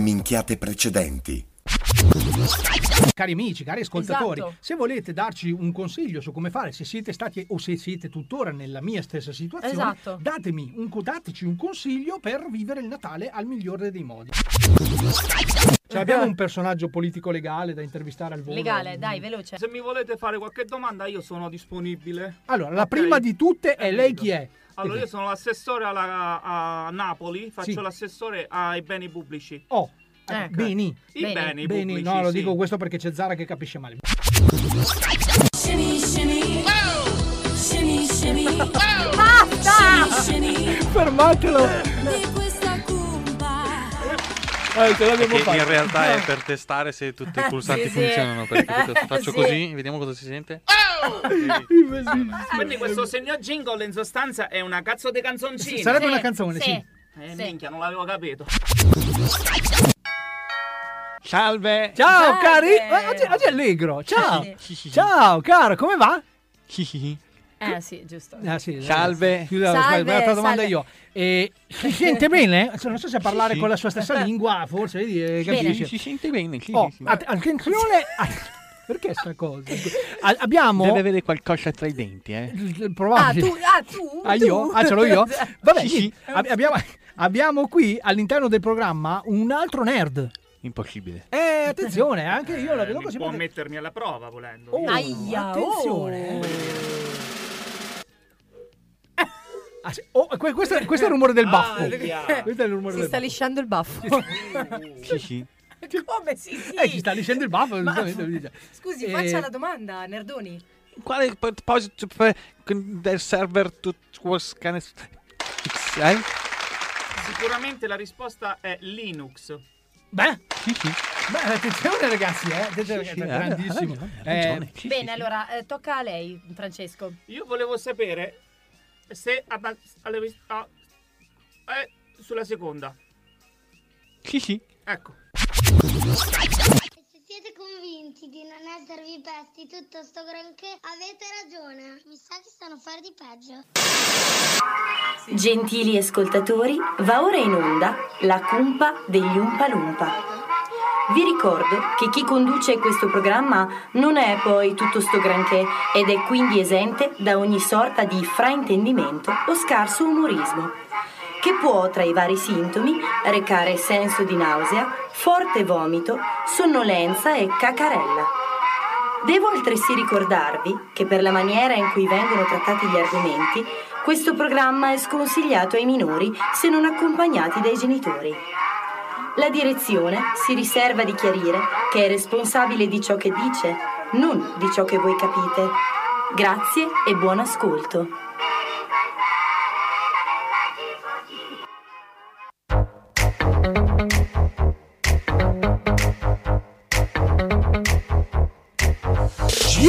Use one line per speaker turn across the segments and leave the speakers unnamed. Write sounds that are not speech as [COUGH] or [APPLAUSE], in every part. minchiate precedenti.
Cari amici, cari ascoltatori,
Esatto.
se volete darci un consiglio su come fare, se siete stati o se siete tuttora nella mia stessa situazione,
Esatto.
datemi un, co- dateci un consiglio per vivere il Natale al migliore dei modi. Cioè, abbiamo un personaggio politico legale da intervistare al volo.
Legale, dai, veloce.
Se mi volete fare qualche domanda io sono disponibile.
Allora, la
Ok.
prima di tutte è lei chi è?
Allora io sono l'assessore alla- a Napoli, faccio
Sì.
l'assessore ai beni pubblici.
Oh,
Ecco.
Beni.
I
Bene.
beni,
Beni,
pubblici.
no, lo
sì.
dico questo perché c'è Zara che capisce male.
Shimmy, shimmy. Shimmy, shimmy.
Ah,
Basta!
Shimmy, shimmy.
Fermatelo!
Di questa cumba.
Eh, ce l'abbiamo
Che in
fatta.
realtà è
[LAUGHS]
per testare se tutti i pulsanti
Ah, Sì, sì.
funzionano.
[LAUGHS]
perché capito?
Eh,
Faccio
sì.
così, vediamo cosa si sente.
Oh!
[LAUGHS]
Quindi questo segno jingle in sostanza è una cazzo di canzoncina.
Sarebbe
Sì,
una canzone, sì.
Eh,
sì.
minchia, non l'avevo capito.
Salve!
Ciao
Salve.
cari, Eh, oggi, oggi è allegro. Ciao.
Sì.
Ciao caro, come va?
Eh sì, giusto.
Ah, sì, eh,
Salve.
Scusa, aspetta,
Salve,
guarda, la domanda
salve.
io. Eh, si sente bene? Adesso Non so se parlare
sì.
con la sua
Eh,
stessa lingua, forse, vedi, eh, capisce.
Si sente bene. sì,
Oh,
sì, sì.
att- attenzione, att- perché sta cosa?
[LAUGHS]
A- abbiamo
Deve avere qualcosa tra i denti, eh.
Ah,
provate.
tu, ah, tu?
Ah, io?
tu.
Ah, ce l'ho io? Vabbè,
Sì, sì.
ab- abbiamo, abbiamo qui all'interno del programma un altro nerd.
Impossibile.
Eh, attenzione, anche io la
Eh,
vedo
mi
così.
può
perché-
mettermi alla prova volendo.
Oh,
Aia,
attenzione. Ah, sì. Oh, que- questo, è- questo è il rumore del baffo.
Aia.
Oh, ah. Questo è il rumore
Ah,
del
Si sta
baffo.
lisciando il baffo.
[LAUGHS]
Sì, sì.
[LAUGHS] Come si sì?
Eh, ci sta lisciando il baffo.
[LAUGHS]
Ma-
giustamente.
Scusi,
Eh,
faccia la domanda, Nerdoni.
Quale proposito per- con- del server to scan eh? XL?
Sicuramente la risposta è Linux.
Beh,
Sì, sì.
beh, attenzione ragazzi, eh. Attenzione,
Sì, sì,
è
ha- ha
grandissimo.
ragione, ha
Eh,
ragione. Sì, sì,
Bene,
sì.
allora, eh, tocca a lei, Francesco.
Io volevo sapere se abba- alle- ah, eh, sulla seconda.
Sì, sì.
Ecco.
Se siete convinti di non esservi pesti tutto sto granché, avete ragione. Mi sa che stanno a fare di peggio.
Gentili ascoltatori, va ora in onda la cumpa degli Umpa Lumpa. Vi ricordo che chi conduce questo programma non è poi tutto sto granché ed è quindi esente da ogni sorta di fraintendimento o scarso umorismo, che può tra i vari sintomi recare senso di nausea, forte vomito, sonnolenza e cacarella. Devo altresì ricordarvi che per la maniera in cui vengono trattati gli argomenti, questo programma è sconsigliato ai minori se non accompagnati dai genitori. La direzione si riserva di chiarire che è responsabile di ciò che dice, non di ciò che voi capite. Grazie e buon ascolto.
Ci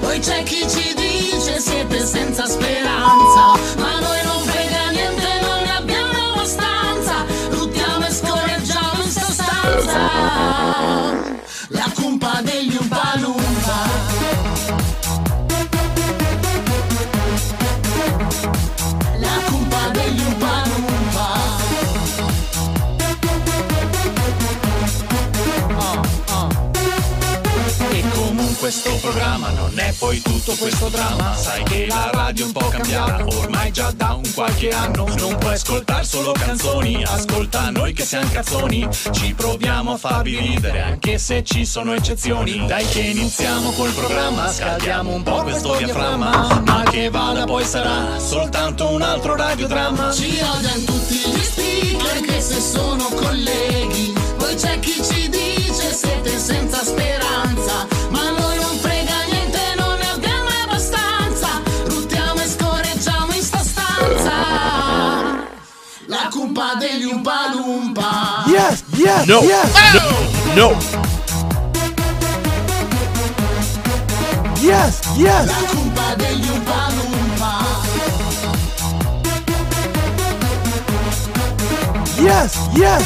Poi c'è chi ci dice siete senza speranza. Ma noi non frega niente, non ne abbiamo abbastanza. Luttiamo e scorreggiamo in sostanza. La cumpa degli Umpalumpa. La cumpa degli Umpalumpa. Uh,
E comunque questo programma non è poi tutto questo dramma Sai che la radio è un po' cambiata ormai già da un qualche anno Non puoi ascoltare solo canzoni, ascolta noi che siamo cazzoni Ci proviamo a farvi ridere anche se ci sono eccezioni Dai che iniziamo col programma, scaldiamo un po' questo diaframma Ma che vada poi sarà soltanto un altro radiodramma
Ci odiano tutti gli speaker che se sono colleghi Poi c'è chi ci dice siete senza speranza Ma a noi non frega niente, non ne abbiamo abbastanza Ruttiamo e scorreggiamo in sta stanza La cumpa degli Umpalumpa
No, no, no
yes, yes.
La cumpa degli Umpa Lumpa.
Yes, yes.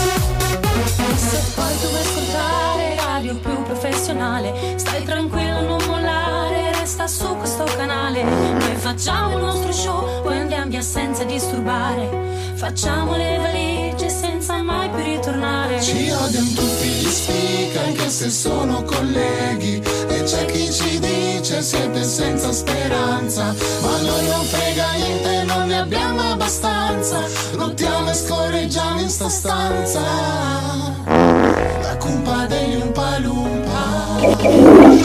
Se poi dove ascoltare radio più professionale, stai tranquillo, non mollare, resta su questo canale. Noi facciamo il nostro show, poi andiamo via senza disturbare. Facciamo le valigie senza mai più ritornare.
Ci odiano tutti gli speaker anche se sono colleghi E c'è chi ci dice siete senza speranza Ma a noi non frega niente, non ne abbiamo abbastanza Lottiamo e scorreggiamo in sta stanza La cumpa degli Umpalumpa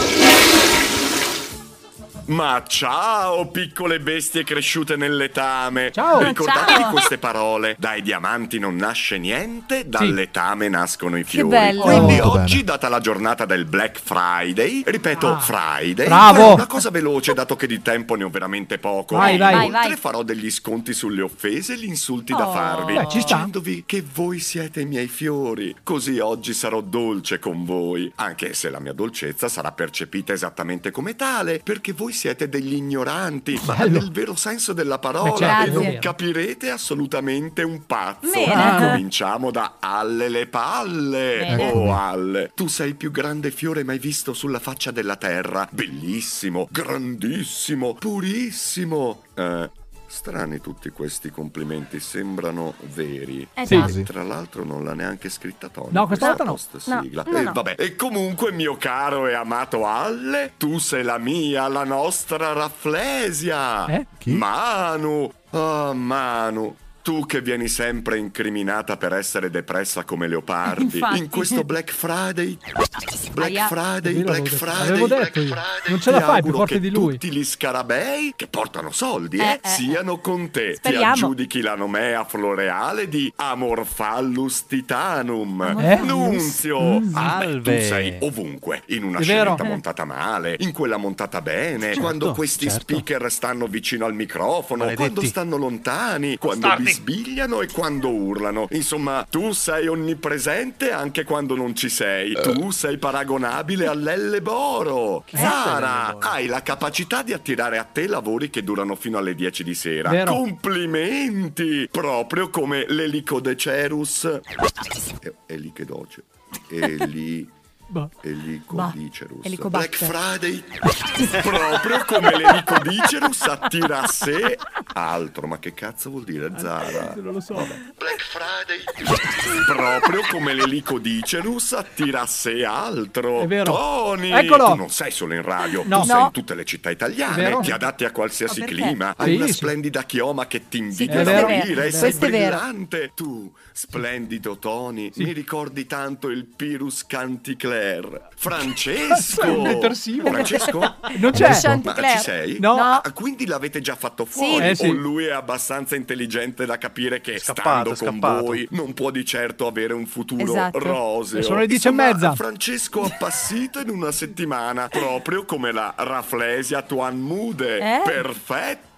Ma ciao, piccole bestie cresciute nell'etame.
Ciao.
Ricordatevi
Ciao.
queste parole. Dai diamanti non nasce niente, dall'etame nascono i fiori.
bello.
Quindi
Oh,
oggi, data la giornata del Black Friday, ripeto
Ah.
Friday,
Bravo.
farò una cosa veloce dato che di tempo ne ho veramente poco.
Vai, vai.
Inoltre
Vai, vai.
farò degli sconti sulle offese e gli insulti
Oh.
da farvi.
Beh, ci sta.
Dicendovi che voi siete i miei fiori. Così oggi sarò dolce con voi, anche se la mia dolcezza sarà percepita esattamente come tale, perché voi siete degli ignoranti, ma
Bello.
nel vero senso della parola
certo,
e
è
non
vero.
capirete assolutamente un pazzo.
Bene. Ah.
Cominciamo da Alle le palle.
Bene.
Oh Alle, tu sei il più grande fiore mai visto sulla faccia della terra. Bellissimo, grandissimo, purissimo. Eh, Strani tutti questi complimenti, sembrano veri.
Eh Sì. già.
E Tra l'altro non l'ha neanche scritta Tony.
No, questa volta no.
post
No,
sigla.
no,
Eh,
no.
vabbè. E comunque, mio caro e amato Alle, tu sei la mia, la nostra rafflesia.
Eh?
Manu. Ah, Manu. Tu che vieni sempre incriminata per essere depressa come Leopardi.
Infatti.
In questo Black Friday. Black
Aia.
Friday,
Io l'avevo
Black
detto-
Friday.
l'avevo
Black
detto io.
Friday,
Non ce la
ti
fai, più
auguro
forte
che
di lui.
Tutti gli scarabei che portano soldi
Eh,
eh,
eh.
siano con te.
Speriamo.
Ti aggiudichi la nomea floreale di Amorphallus Titanum.
Eh?
Nunzio.
Mm.
Ah, beh, tu
Salve.
sei ovunque. In una
È vero.
scenetta
Eh.
montata male, in quella montata bene,
Certo,
quando questi
certo.
speaker stanno vicino al microfono, quando
Maledetti.
stanno lontani, quando
Bastardi.
bisbigliano e quando urlano. Insomma, tu sei onnipresente anche quando non ci sei. Tu sei paragonabile all'Elleboro.
Che
Sara, hai la capacità di attirare a te lavori che durano fino alle 10 di sera.
Vero.
Complimenti! Proprio come l'Elicodecerus. E- Elicodoce. Eli...
Bah.
Elicodicerus.
Bah. Elicobac.
Black Friday. Proprio come l'Elicodecerus attira a sé altro. Ma che cazzo vuol dire Zara?
Non lo so.
Black Friday. Proprio come l'Elicodecerus attira a sé altro.
È vero.
Tony,
Eccolo.
tu non sei solo in radio,
No.
tu sei
No.
in tutte le città
È
italiane,
vero.
ti adatti a qualsiasi
Ma perché?
clima, hai
Sì,
una
sì.
splendida chioma che ti
è
invita a
vero.
morire, sei
Questo è vero.
brillante. Tu, splendido Tony, mi ricordi tanto il Pirus Canticler.
Cazzo, è
Francesco!
un detersivo.
[LAUGHS]
Francesco?
Non c'è. Il
Ma
Chanticleer.
ci sei?
No. No.
Ah, Quindi l'avete già fatto
Sì.
fuori?
Eh, sì.
O lui è abbastanza intelligente da capire che
Scappato,
stando con
scappato.
voi non può di certo avere un futuro
Esatto.
roseo.
Sono le dieci e
oh. Insomma,
mezza.
Francesco appassito in una settimana, proprio come la Raflesia Tuanmude.
Eh?
Perfetto!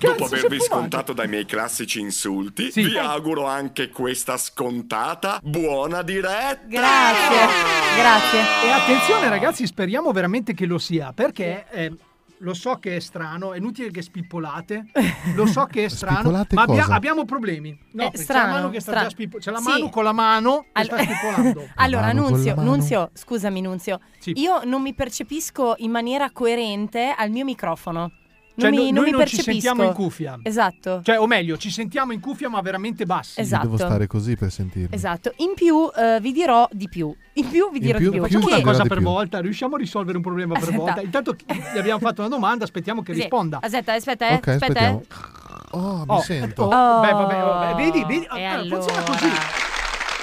Dopo avervi scontato dai miei classici insulti, vi auguro anche questa scontata buona diretta.
Grazie, grazie. E attenzione ragazzi, speriamo veramente che lo sia, perché eh, lo so che è strano, è inutile che spippolate, lo so che è strano, ma
Spippolate
abbia-
cosa?
abbiamo problemi. No,
Eh,
c'è
strano,
la mano che sta
strano.
già spippo- c'è la
Sì.
mano con la mano che sta spippolando.
[LAUGHS] Allora,
Mano con la
Nunzio,
mano.
Nunzio, scusami Nunzio,
Sì.
io non mi percepisco in maniera coerente al mio microfono.
Cioè,
Non
no-
mi, non
noi
mi
non ci
percepisco.
sentiamo in cuffia.
Esatto.
Cioè, o meglio, ci sentiamo in cuffia ma veramente bassi.
Esatto.
Devo stare così per sentirmi.
Esatto, in più eh, vi dirò di più. In più vi
In
dirò
più-
di più.
più
Facciamo una
Chi?
cosa
Di
per
più.
volta, riusciamo a risolvere un problema per
Aspetta.
volta. Intanto gli abbiamo fatto una domanda, aspettiamo che
Sì.
risponda.
Aspetta, aspetta, eh.
Ok,
aspetta. eh.
aspettiamo. Oh, mi
Oh,
sento.
oh, beh, vabbè, vabbè, vedi, vedi,
E
allora, funziona
allora?
così.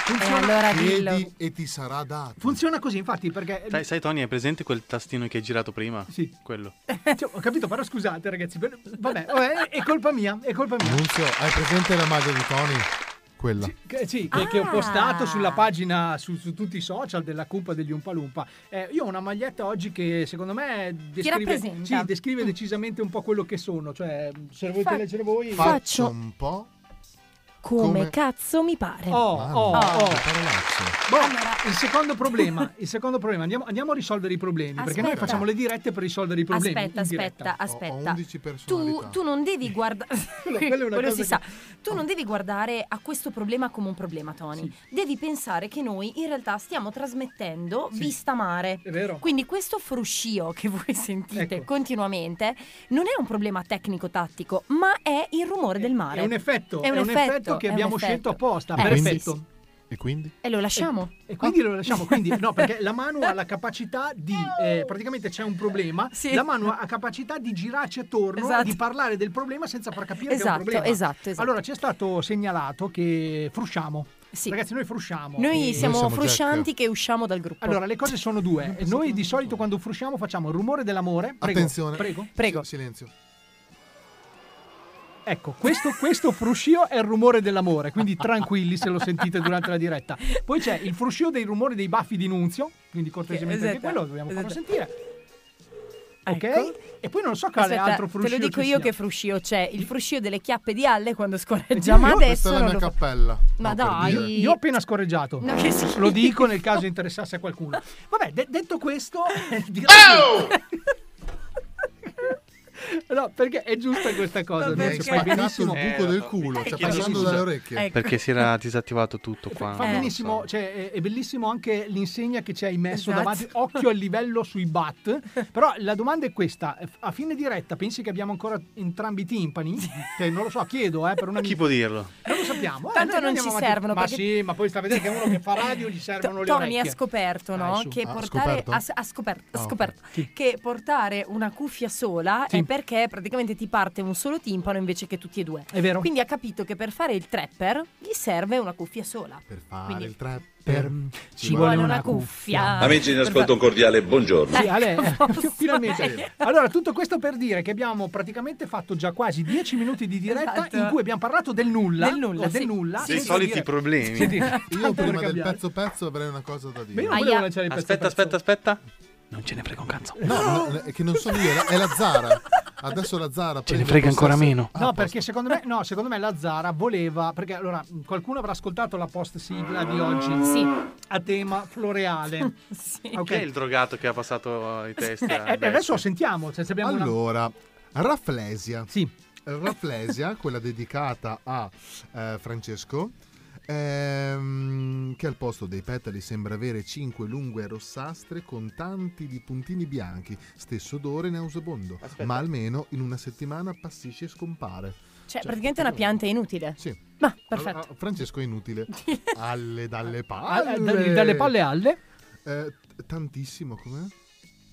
Funziona,
Chiedi e ti sarà dato.
funziona così, infatti, perché
Sai, sai, Tony, hai presente quel tastino che hai girato prima? Sì. Quello.
[LAUGHS] Cioè, ho capito, però scusate ragazzi, per- vabbè, vabbè, è colpa mia, è colpa mia.
Nunzio, hai presente la magia di Tony? Quella.
Che, sì, che, che ho postato sulla pagina, su, su tutti i social della Cumpa degli Umpalumpa. Eh, io ho una maglietta oggi che secondo me descrive,
rappresenta.
sì, descrive decisamente un po' quello che sono. Cioè, se la volete
Fa-
leggere voi,
Faccio un po'.
come,
Come?
cazzo mi pare.
Oh, oh, oh. Boh, il secondo problema, il secondo problema andiamo, andiamo a risolvere i problemi, perché noi
Aspetta.
facciamo le dirette per risolvere i problemi.
Aspetta,
in diretta.
aspetta, aspetta. tu,
personalità.
tu
[LAUGHS]
non devi guardare.
quella è una
[LAUGHS] Quello si
cosa
sa. Tu non devi guardare a questo problema come un problema, Tony. Devi pensare che noi in realtà stiamo trasmettendo vista mare.
È vero. Ecco.
Quindi questo fruscio che voi sentite continuamente non è un problema tecnico-tattico, ma è il rumore del mare.
È un effetto, è un effetto
Eh,
che
è un
abbiamo
effetto. Eh,
scelto apposta,
E Eh, quindi-
perfetto.
E quindi?
E lo lasciamo.
E quindi lo lasciamo, quindi no, perché la mano
[LAUGHS]
ha la capacità di, eh, praticamente c'è un problema, la mano ha capacità di girarci attorno,
Esatto.
di parlare del problema senza far capire che è un
Esatto,
problema.
esatto, esatto.
Allora ci è stato segnalato che frusciamo. Ragazzi, Eh, noi frusciamo.
Noi
E-
siamo, fruscianti che usciamo dal gruppo.
Allora, le cose sono due. E Noi di solito quando frusciamo facciamo il rumore dell'amore. Prego,
Attenzione.
Prego.
Prego. silenzio.
Ecco, questo, questo fruscio è il rumore dell'amore, quindi tranquilli se lo sentite durante la diretta. Poi c'è il fruscio dei rumori dei baffi di Nunzio, quindi cortesemente
Sì,
anche
esatto,
quello dobbiamo farlo
esatto. Ecco.
sentire. Ok? E poi non so quale
Aspetta,
altro fruscio
te lo dico
ci
io
sia.
che fruscio c'è, il fruscio delle chiappe di Alle quando scorreggia, ma
Diciamo Questa
adesso
è la
non
mia
lo fa-
cappella.
Ma
No, per
dai.
dire.
Io ho appena scorreggiato.
No, che schifo.
Lo dico nel caso interessasse a qualcuno. Vabbè, de- detto questo, direi- No, perché è giusta questa cosa.
Mi hai
Nunzio, fai
spaccato il
benissimo.
buco del culo, cioè
Chiedo
passando
scusa.
dalle orecchie.
Ecco.
Perché si era disattivato tutto qua.
Fa benissimo, cioè, è- è bellissimo anche l'insegna che ci hai messo
Esatto.
davanti, occhio al livello sui bat. Però la domanda è questa: a fine diretta pensi che abbiamo ancora entrambi i timpani? Che non lo so, chiedo eh, per una
Chi può dirlo? [LAUGHS]
Non lo sappiamo. eh,
Tanto
noi
non
andiamo
ci
avanti.
servono,
Ma
perché-
sì, ma poi sta a vedere che uno che fa radio gli servono le
Tony ha
orecchie.
scoperto, no?
Dai, su.
che
Ah,
portare
scoperto?
ha s- ha scoperto, ha
Ah, ok.
scoperto che portare una cuffia sola è perché praticamente ti parte un solo timpano invece che tutti e due.
È vero.
Quindi ha capito che per fare il trapper gli serve una cuffia sola. Per
Ah,
fare
Quindi
il trap Mm,
ci, vuole una, cuffia.
Amici in ascolto un cordiale buongiorno.
Ecco,
Sì, Ale, eh, [LAUGHS] finalmente. Allora, tutto questo per dire che abbiamo praticamente fatto già quasi 10 minuti di diretta
Esatto.
in cui abbiamo parlato del nulla.
Del nulla,
o del
sì.
nulla
Dei
senza
soliti
dire-
problemi.
Sì, sì.
Io
Tanto per
prima del
cambiare.
pezzo pezzo avrei una cosa da dire.
Beh, io non volevo Aia. lanciare il pezzo
Aspetta,
pezzo.
aspetta, aspetta. Non ce ne frega un cazzo.
No, no, è che non sono io, è la
[LAUGHS]
Zara. Adesso la Zara
Ce ne
prende
frega ancora
possesso-
meno.
No, perché secondo me, no, secondo me la Zara voleva. Perché allora mh, qualcuno avrà ascoltato la post sigla di oggi
Sì.
a tema
[LAUGHS]
floreale. Ok.
Chi è il drogato che ha passato i test?
Eh, eh, adesso lo sentiamo. se- se abbiamo una-
Allora, Rafflesia.
Sì. [LAUGHS]
Rafflesia, quella dedicata a eh, Francesco, ehm, che al posto dei petali sembra avere cinque lunghe rossastre con tanti di puntini bianchi, stesso odore nauseabondo, ma almeno in una settimana passisce e scompare. eh,
Cioè, praticamente è
certo.
una pianta inutile.
Sì.
Ma perfetto.
Allora, Francesco
[LAUGHS]
è inutile. Alle dalle
Ah,
palle.
dalle- dalle palle alle.
Eh, t- tantissimo, com'è?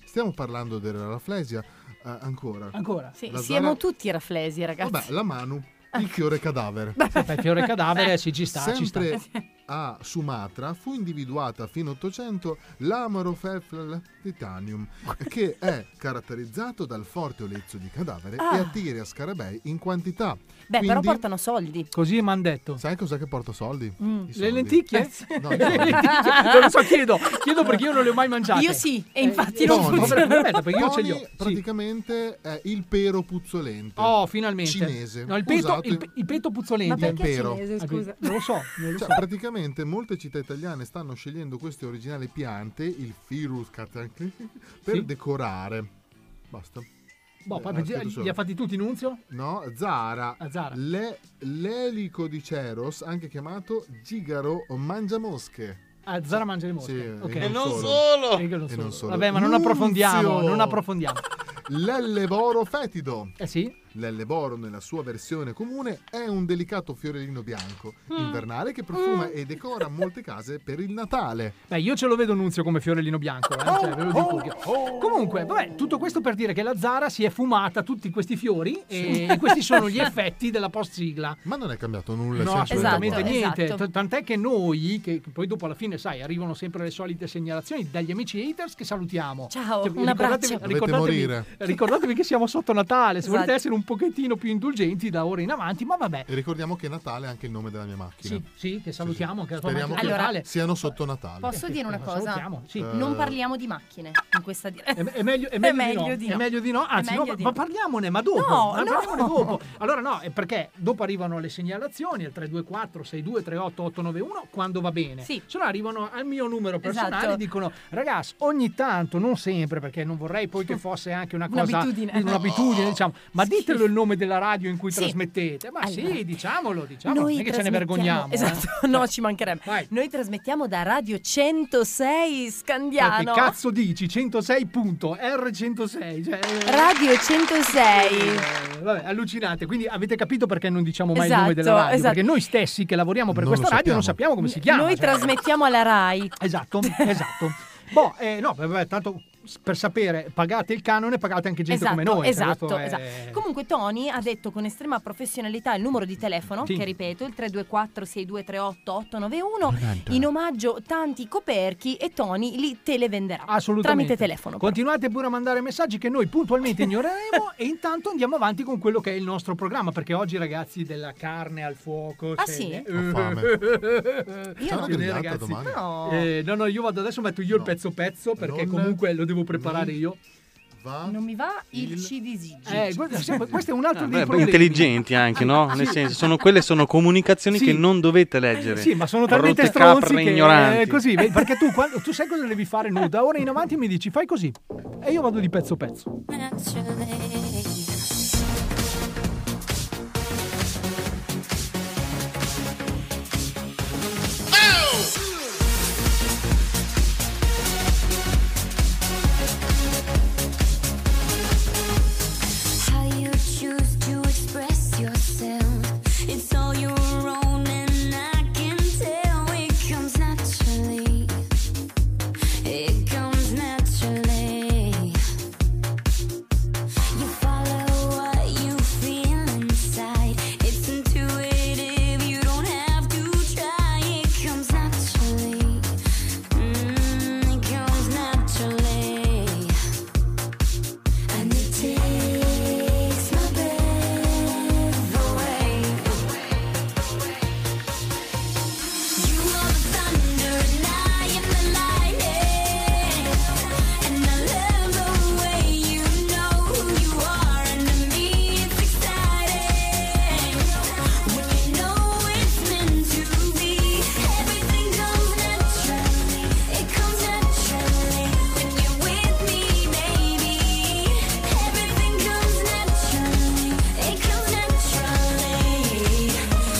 Stiamo parlando della rafflesia eh, ancora.
Ancora?
Sì,
La
siamo
Zara-
tutti raflesi, ragazzi.
Vabbè, la Manu, il fiore cadavere.
Beh, fiore cadavere, sì, ci sta, ci sta.
Sempre a Sumatra fu individuata fino all'Ottocento l'Amarofeflal titanium, che è caratterizzato dal forte olezzo di cadavere
Ah.
e attira scarabei in quantità.
Beh, però
Quindi-
portano soldi.
Così mi hanno detto.
Sai cos'è che porta soldi?
Mm.
I
Le
soldi.
lenticchie?
No,
[LAUGHS] Le
[LAUGHS]
i soldi.
lenticchie? Non lo so, chiedo. Chiedo perché io non le ho mai mangiate.
Io sì, e
Eh,
infatti
no,
non
no,
funziona.
vabbè, vabbè, perché io ce
Tony
li ho. Sì.
praticamente è il pero puzzolente.
Oh, finalmente.
Cinese.
No, il peto,
Usato
il,
in-
pe- il peto puzzolente.
Ma perché Impero. cinese,
Ah,
scusa?
Non lo so, non lo
Cioè,
so.
praticamente molte città italiane stanno scegliendo queste originali piante, il firus catancli, [LAUGHS] per
Sì.
decorare. Basta.
Boh,
Eh,
poi
no,
perché-
aspetta solo.
li ha fatti tutti Nunzio? Ah,
No, Zara.
Zara.
Le- l'elico di Ceros, anche chiamato gigaro o mangiamosche.
Ah, Zara mangia le mosche.
Sì,
Ok.
e non solo.
E non
E non
solo.
solo.
Vabbè, ma non approfondiamo,
Nunzio!
non approfondiamo.
L'elleboro fetido.
Eh sì.
L'elleboro nella sua versione comune è un delicato fiorellino bianco,
Mm.
invernale che profuma e decora molte case per il Natale.
Beh, io ce lo vedo Nunzio come fiorellino bianco, eh, cioè, ve lo dico. che- Comunque, vabbè, tutto questo per dire che la Zara si è fumata tutti questi fiori
Sì.
e [LAUGHS] questi sono
[LAUGHS]
gli effetti della post sigla.
Ma non è cambiato nulla.
No,
è sempre
assolutamente
uguale.
niente. Cioè,
esatto.
T- Tant'è che noi, che poi dopo alla fine, sai, arrivano sempre le solite segnalazioni dagli amici haters che salutiamo.
Ciao,
Cioè,
un abbraccio.
ricordatevi-
Dovete morire.
Ricordatevi, ricordatevi che siamo sotto Natale. Se volete
Esatto.
essere un un pochettino più indulgenti da ora in avanti, ma vabbè.
E ricordiamo che Natale è anche il nome della mia macchina.
Sì, sì, che salutiamo anche la tua
Speriamo
macchina
che
di Natale.
siano sotto Natale.
Posso dire una cosa?
eh, salutiamo, sì. Eh,
Non
Eh.
parliamo di macchine in questa direzione.
È meglio, è meglio di no. È meglio di no. Anzi, no, ma, ma parliamone, ma dopo.
No,
ma
no.
parliamone dopo. Allora, no, è perché dopo arrivano le segnalazioni al 324 6238 891 quando va bene.
Sì.
Se no, arrivano al mio numero personale
Esatto.
e dicono, ragazzi, ogni tanto, non sempre, perché non vorrei poi
[LAUGHS]
che fosse anche una cosa.
Un'abitudine. [LAUGHS]
un'abitudine, diciamo. Ma ditelo il nome della radio in cui
Sì.
trasmettete. Ma
Allora.
sì, diciamolo, diciamo.
Noi
non è che ce ne
trasmettiamo-
vergogniamo. eh.
Esatto, [LAUGHS] no, ci mancherebbe. Noi trasmettiamo da Radio 106
Ma Che
Scandiano.
cazzo dici? 106.R106. Cioè, eh,
Radio 106.
Eh, vabbè, allucinante. Quindi avete capito perché non diciamo mai il nome
Esatto,
della radio?
esatto.
Perché noi stessi che lavoriamo per
Non
questa
lo
radio non
sappiamo.
sappiamo come si chiama.
Noi
cioè.
trasmettiamo alla RAI. [LAUGHS]
Esatto, esatto. Boh, eh, no, vabbè, tanto s- per sapere, pagate il canone, pagate anche gente
esatto,
come noi. cioè,
esatto,
questo è-
esatto. Comunque Tony ha detto con estrema professionalità il numero di telefono,
Sì.
che ripeto, il 324-6238-891,
90.
in omaggio tanti coperchi e Tony li televenderà
Assolutamente.
tramite telefono.
Continuate pure a mandare messaggi che noi puntualmente
[LAUGHS]
ignoreremo e intanto andiamo avanti con quello che è il nostro programma perché oggi ragazzi della carne al fuoco. cioè, eh.
Ah,
se
sì?
ne- [LAUGHS]
Ho fame. Io no.
Eh,
grigliata
ragazzi.
domani? No.
Eh, no, no, io vado adesso metto io il pezzo pezzo perché
Non-
comunque lo devo preparare io.
Non mi va il, CD Ziggy.
Eh, guarda, sempre- questo è un altro
Ah,
dei
beh,
problemi.
intelligenti anche, no?
Ah, Sì.
Nel senso, sono, quelle sono comunicazioni
Sì.
che non dovete leggere.
Sì, ma sono talmente
Brutte
stronzi
capre
che
ignoranti.
eh, così, vedi, perché tu, quando- tu sai cosa devi fare nuda, da ora in avanti mi dici fai così e io vado di pezzo pezzo.
How you choose to express yourself, it's all your own, and I can tell it comes naturally. It comes naturally. You follow what you feel inside. It's intuitive, you don't have to try. It comes naturally. Mm, it comes naturally. And it takes my breath away. You are the thunder, and I am the lightning. And I love the way you know who you are, and to me it's exciting. When you know it's meant to be, everything comes naturally. It comes naturally when you're with me, baby. Everything comes naturally. It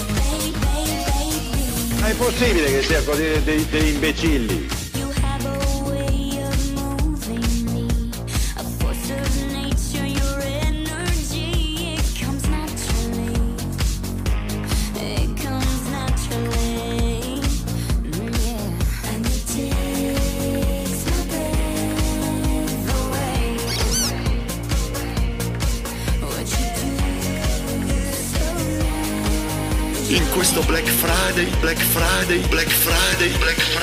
comes naturally, baby, baby.
Ma è possibile che sia così dei, dei- degli imbecilli?
You have a way of moving me, a force of nature. Your energy, it comes naturally. It comes naturally, Mm, yeah. And it takes my breath away. What you do is so
In questo Black Friday, Black Friday, Black Friday, Black Friday.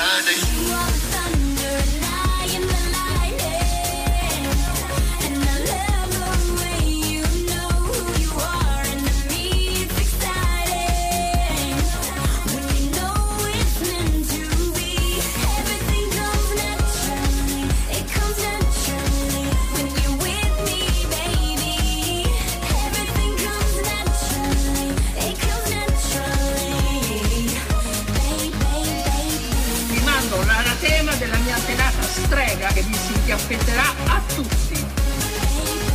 Vi mando l'anatema della mia antenata strega che vi si inchiaffetterà a tutti.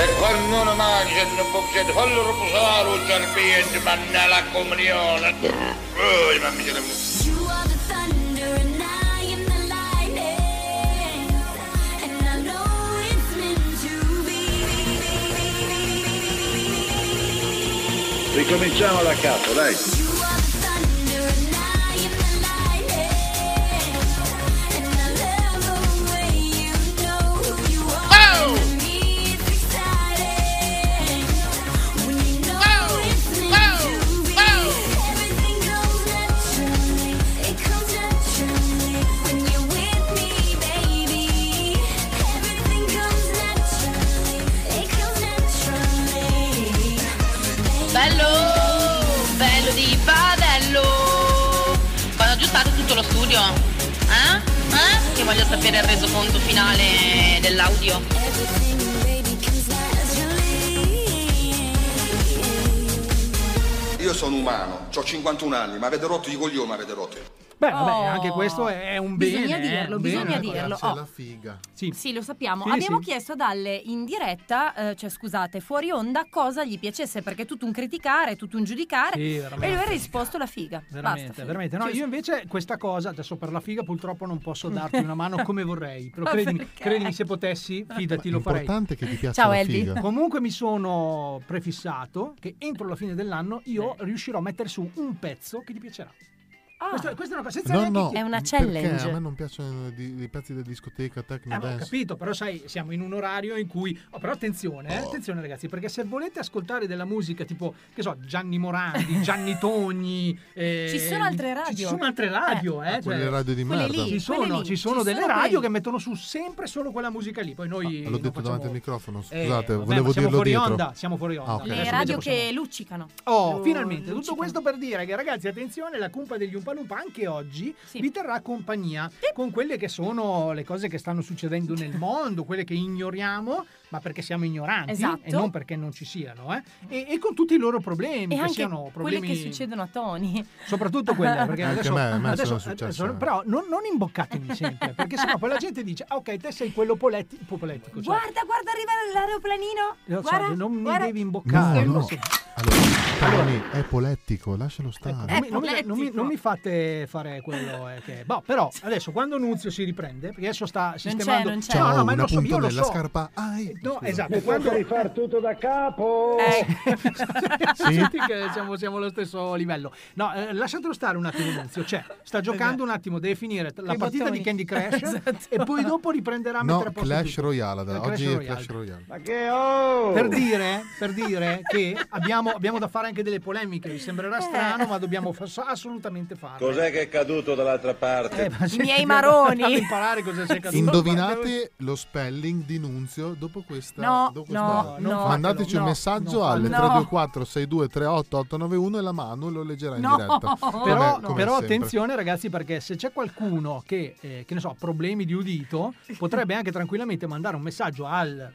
E quando non mangiano bocchette, fallo riposare un serpiente, manna la comunione. Ui, mamma mia,
You are the thunder and I am the lightning, and I know it's meant to be.
Ricominciamo da capo, dai.
You are the thunder and I am the lightning,
tutto lo studio? Eh? Eh? Che voglio sapere il resoconto finale dell'audio.
Io sono umano, ho 51 anni, ma avete rotto i coglioni, avete rotto.
Beh, vabbè, anche questo è un bene.
Oh. Bisogna
eh,
dirlo,
un
bisogna
bene.
dirlo. Oh. Alla
figa.
Sì.
Sì, lo sappiamo.
Sì,
Abbiamo
sì.
chiesto ad Alle in diretta, eh, cioè scusate, fuori onda, cosa gli piacesse, perché è tutto un criticare, è tutto un giudicare.
Sì,
e
veramente.
lui ha risposto la figa.
Veramente,
Basta.
veramente. No, io invece questa cosa, adesso per la figa purtroppo non posso darti una mano come vorrei, però
[LAUGHS] Ma
credimi,
perché?
credimi se potessi, fidati, lo farei.
L'importante è che ti piaccia la figa.
Comunque mi sono prefissato che entro la fine dell'anno io riuscirò a mettere su un pezzo che ti piacerà. Questa, questa è una cosa senza
No,
neanche
no,
chied-
perché A me non piacciono i, i pezzi da discoteca, techno
Eh, ma ho
dance.
capito, però sai, siamo in un orario in cui... oh, però attenzione, eh, attenzione ragazzi, perché se volete ascoltare della musica tipo, che so, Gianni Morandi, Gianni Togni... eh,
Ci sono altre radio.
Ci sono altre radio, eh.
Ah, quelle radio di Quelle merda. lì,
ci
quelle
sono,
lì,
ci sono
ci
delle
sono
radio
quelle.
che mettono su sempre solo quella musica lì, poi noi...
Ah, L'ho
non
detto
facciamo-
davanti al microfono,
Eh,
scusate,
vabbè, ma siamo
volevo dirlo
fuori
dietro.
onda, siamo fuori onda.
Ah, ok.
Le radio che luccicano.
Oh,
Lu-
finalmente, tutto
luccicano.
questo per dire che ragazzi, attenzione, la cumpa degli Umpalumpa anche oggi vi terrà compagnia con quelle che sono le cose che stanno succedendo nel mondo, quelle che ignoriamo, ma perché siamo ignoranti
Esatto.
e non perché non ci siano, eh? e, e con tutti i loro problemi,
E
che
anche
siano problemi...
quelle che succedono a Tony.
Soprattutto quella, perché
Anche
adesso,
a me- a me sono
adesso-
successe,
adesso-
eh.
però non, non imboccatemi sempre, perché sennò poi la gente dice, ah ok, te sei quello poletti, popoletico. cioè,
Guarda, guarda, arriva l'aeroplanino.
lo so,
guarda,
non mi
guarda.
devi
No,
imboccare. non
no.
so-
Allora, Tony, è polettico, lascialo stare.
Ah, Non Ecco, mi, non mi- non mi- non mi fate fare quello eh, che. Boh, però adesso quando Nunzio si riprende, perché adesso sta sistemando.
non c'è. Ciao,
no, no, ma
un
lo so,
appunto
io lo
nella
so. [LAUGHS]
scarpa.
no, esatto,
Mi
quando
quando rifar tutto da capo.
Sì.
senti che siamo, siamo allo stesso livello. No, eh, lasciatelo stare un attimo Nunzio, cioè sta giocando un attimo, deve finire la
I
partita
bottoni.
di Candy Crush
[LAUGHS] Esatto.
e poi dopo riprenderà a
No,
mettere a posto
Clash
tutto.
Royale. da-
Eh,
Oggi è
Royale.
Clash Royale.
Ma che oh!
Per dire, per dire che abbiamo, abbiamo da fare anche delle polemiche, vi
Eh.
sembrerà strano, ma dobbiamo fa- assolutamente farlo.
Cos'è che è caduto
Eh,
dall'altra parte?
[LAUGHS] miei
maroni.
imparare cosa sia caduto.
Indovinate lo spelling di Nunzio dopo questa.
No,
dopo
no,
questa-
no,
Mandateci
no,
un messaggio
no,
alle
no.
324 6238891 e la mano lo leggerà in [LAUGHS]
[LAUGHS]
diretta. Come-
però,
come
però
sempre.
attenzione ragazzi perché se c'è qualcuno che, eh, che ne so, ha problemi di udito, potrebbe anche tranquillamente mandare un messaggio al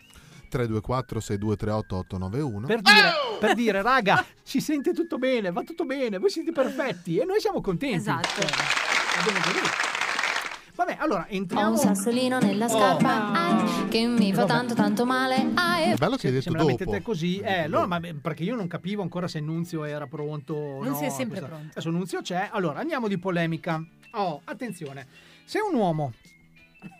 324 6238891
per dire, per dire, raga, ci sente tutto bene, va tutto bene, voi siete perfetti e noi siamo contenti. Esatto. Vabbè, allora
Ho
entriamo
un sassolino nella
Oh.
scarpa ai, che mi fa
Vabbè.
tanto tanto male. Ai.
È bello che hai
Se
detto
me la mettete
dopo.
così, eh, no, ma beh, perché io non capivo ancora se Nunzio era pronto. o
Nunzio
no,
è sempre
questa-
pronto.
Adesso Nunzio c'è. Allora andiamo di polemica. Oh, attenzione, se un uomo,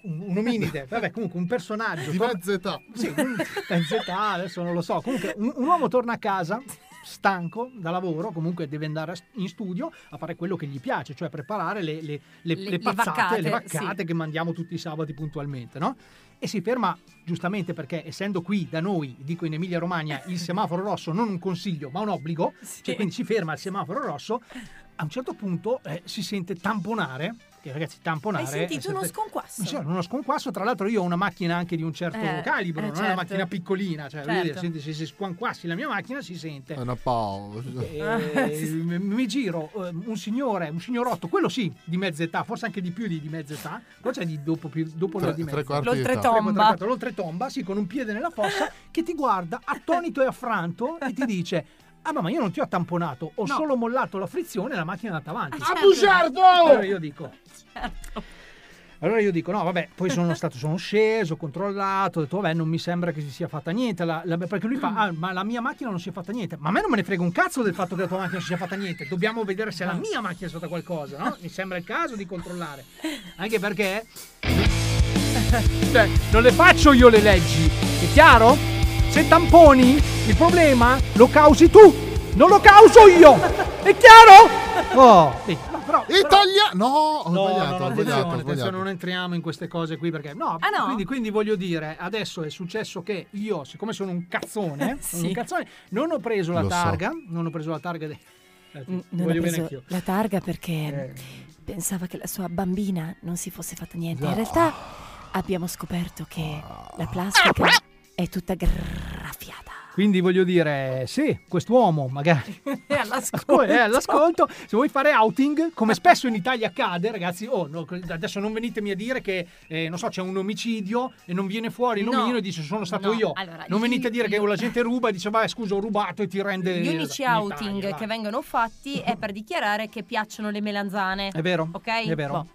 un, un
[LAUGHS]
ominide, vabbè, comunque un personaggio
Di
torna-
mezza età.
Sì, un- mezza età, adesso non lo so. Comunque, un, un uomo torna a casa stanco da lavoro, comunque deve andare a s- in studio a fare quello che gli piace, cioè preparare le, le, le-
Le-
le
le
pazzate, le
vaccate, sì.
vaccate che mandiamo tutti i sabati puntualmente, no? E si ferma giustamente perché essendo qui da noi, dico in Emilia Romagna,
[LAUGHS]
il semaforo rosso non un consiglio ma un obbligo, cioè quindi si ferma al semaforo rosso, a un certo punto eh, si sente tamponare, che ragazzi tamponare...
Hai sentito
è
uno
sempre-
sconquasso?
Sì, Sì, uno sconquasso, tra l'altro io ho una macchina anche di un certo
Eh,
calibro,
eh,
non è una
certo.
macchina piccolina, cioè voglio
Certo.
dire, senti, se, se squanquassi la mia macchina si sente.
È una pausa.
Eh, mi mi giro eh, un signore, un signorotto, quello sì, di mezza età, forse anche di più di, di mezza età, qua c'è di dopo, più, dopo
Tre-
la di mezza.
tre quarti di età. L'oltretomba.
Tre quarti, L'oltretomba, sì, con un piede
[LAUGHS]
nella fossa, che ti guarda attonito e affranto e ti dice, ah ma ma io non ti ho tamponato, ho
No.
solo mollato la frizione e la macchina è andata avanti.
Ah, Certo. bugiardo!
Allora io dico... Allora io dico: no, vabbè, poi sono [LAUGHS] stato, sono sceso, controllato, ho detto, vabbè, non mi sembra che si sia fatta niente. la- la- perché lui fa: Ah, ma la mia macchina non si è fatta niente. Ma a me non me ne frega un cazzo del fatto che la tua macchina non si sia fatta niente. Dobbiamo vedere se la mia macchina è stata qualcosa, no? Mi sembra il caso di
[LAUGHS]
controllare. Anche perché. Cioè, non le faccio io le leggi, è chiaro? Se tamponi, il problema lo causi tu, non lo causo io! È chiaro? Oh, sì.
Italia! No,
No, no,
ho sbagliato, ho
no,
sbagliato, ho
attenzione, attenzione,
sbagliato.
non entriamo in queste cose qui perché no,
Ah, no?
Quindi, quindi voglio dire, adesso è successo che io, siccome sono un
[LAUGHS]
cazzone,
Sì.
sono un cazzone, non ho preso la
Lo so.
targa, non ho preso la targa de-
Mm,
Eh,
Non
voglio bene anch'io. Eh.
la targa perché pensava che la sua bambina non si fosse fatta niente. In realtà abbiamo scoperto che la plastica è tutta graffiata.
Quindi voglio dire, sì, quest'uomo magari
[LAUGHS] È
Ascol-
all'ascolto.
eh, all'ascolto. Se vuoi fare outing, come spesso in Italia accade, ragazzi, oh, no, adesso non venitemi a dire che, eh, non so, c'è un omicidio e non viene fuori il
No.
nominino e dice sono stato
No,
io.
allora,
non
gli-
venite a dire che la gente ruba e dice, vai, scusa, ho rubato e ti rende...
Gli unici
l'Italia,
outing
vai.
che vengono fatti è per dichiarare che piacciono le melanzane.
È vero,
Ok?
è vero.
Boh.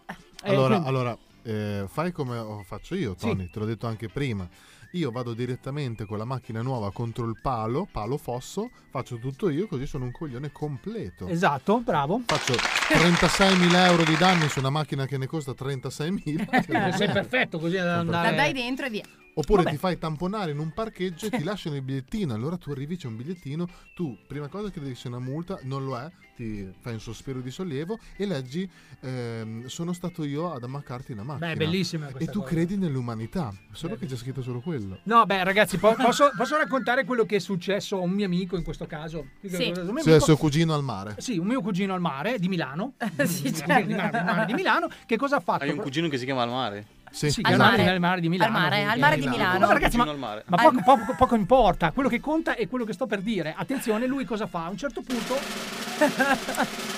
Eh,
Allora,
quindi-
allora, eh, fai come ho- faccio io, Tony, te l'ho detto anche prima. Io vado direttamente con la macchina nuova contro il palo, palo fosso, faccio tutto io così sono un coglione completo.
Esatto, bravo.
Faccio 36.000 euro di danni su una macchina che ne costa 36.000. te lo-
[LAUGHS] Sei perfetto così ad andare...
La dai
dentro e via.
Oppure
Vabbè.
ti fai tamponare in un parcheggio
[LAUGHS]
e ti lasciano il bigliettino. Allora tu arrivi, c'è un bigliettino, tu prima cosa credi che sia una multa, non lo è, ti fai un sospiro di sollievo e leggi ehm, sono stato io ad ammaccarti una macchina.
Beh, è bellissima
E
questa
tu
cosa.
credi nell'umanità, solo che c'è scritto solo quello.
No, beh, ragazzi, po- posso, posso raccontare quello che è successo a un mio amico in questo caso? Sì, un mio
Se è
amico-
Cioè, suo cugino al mare.
Sì, un mio cugino al mare di
[LAUGHS]
Milano. Di-
certo.
di, mare- mare di Milano, che cosa ha fatto?
Hai un cugino che si chiama al mare?
Sì, al mare. al mare di Milano.
Al mare,
sì,
al
sì.
mare di Milano.
Vabbè, ragazzi, ma,
Vicino al mare.
ma poco, poco- poco importa. Quello che conta è quello che sto per dire. Attenzione, lui cosa fa? A un certo punto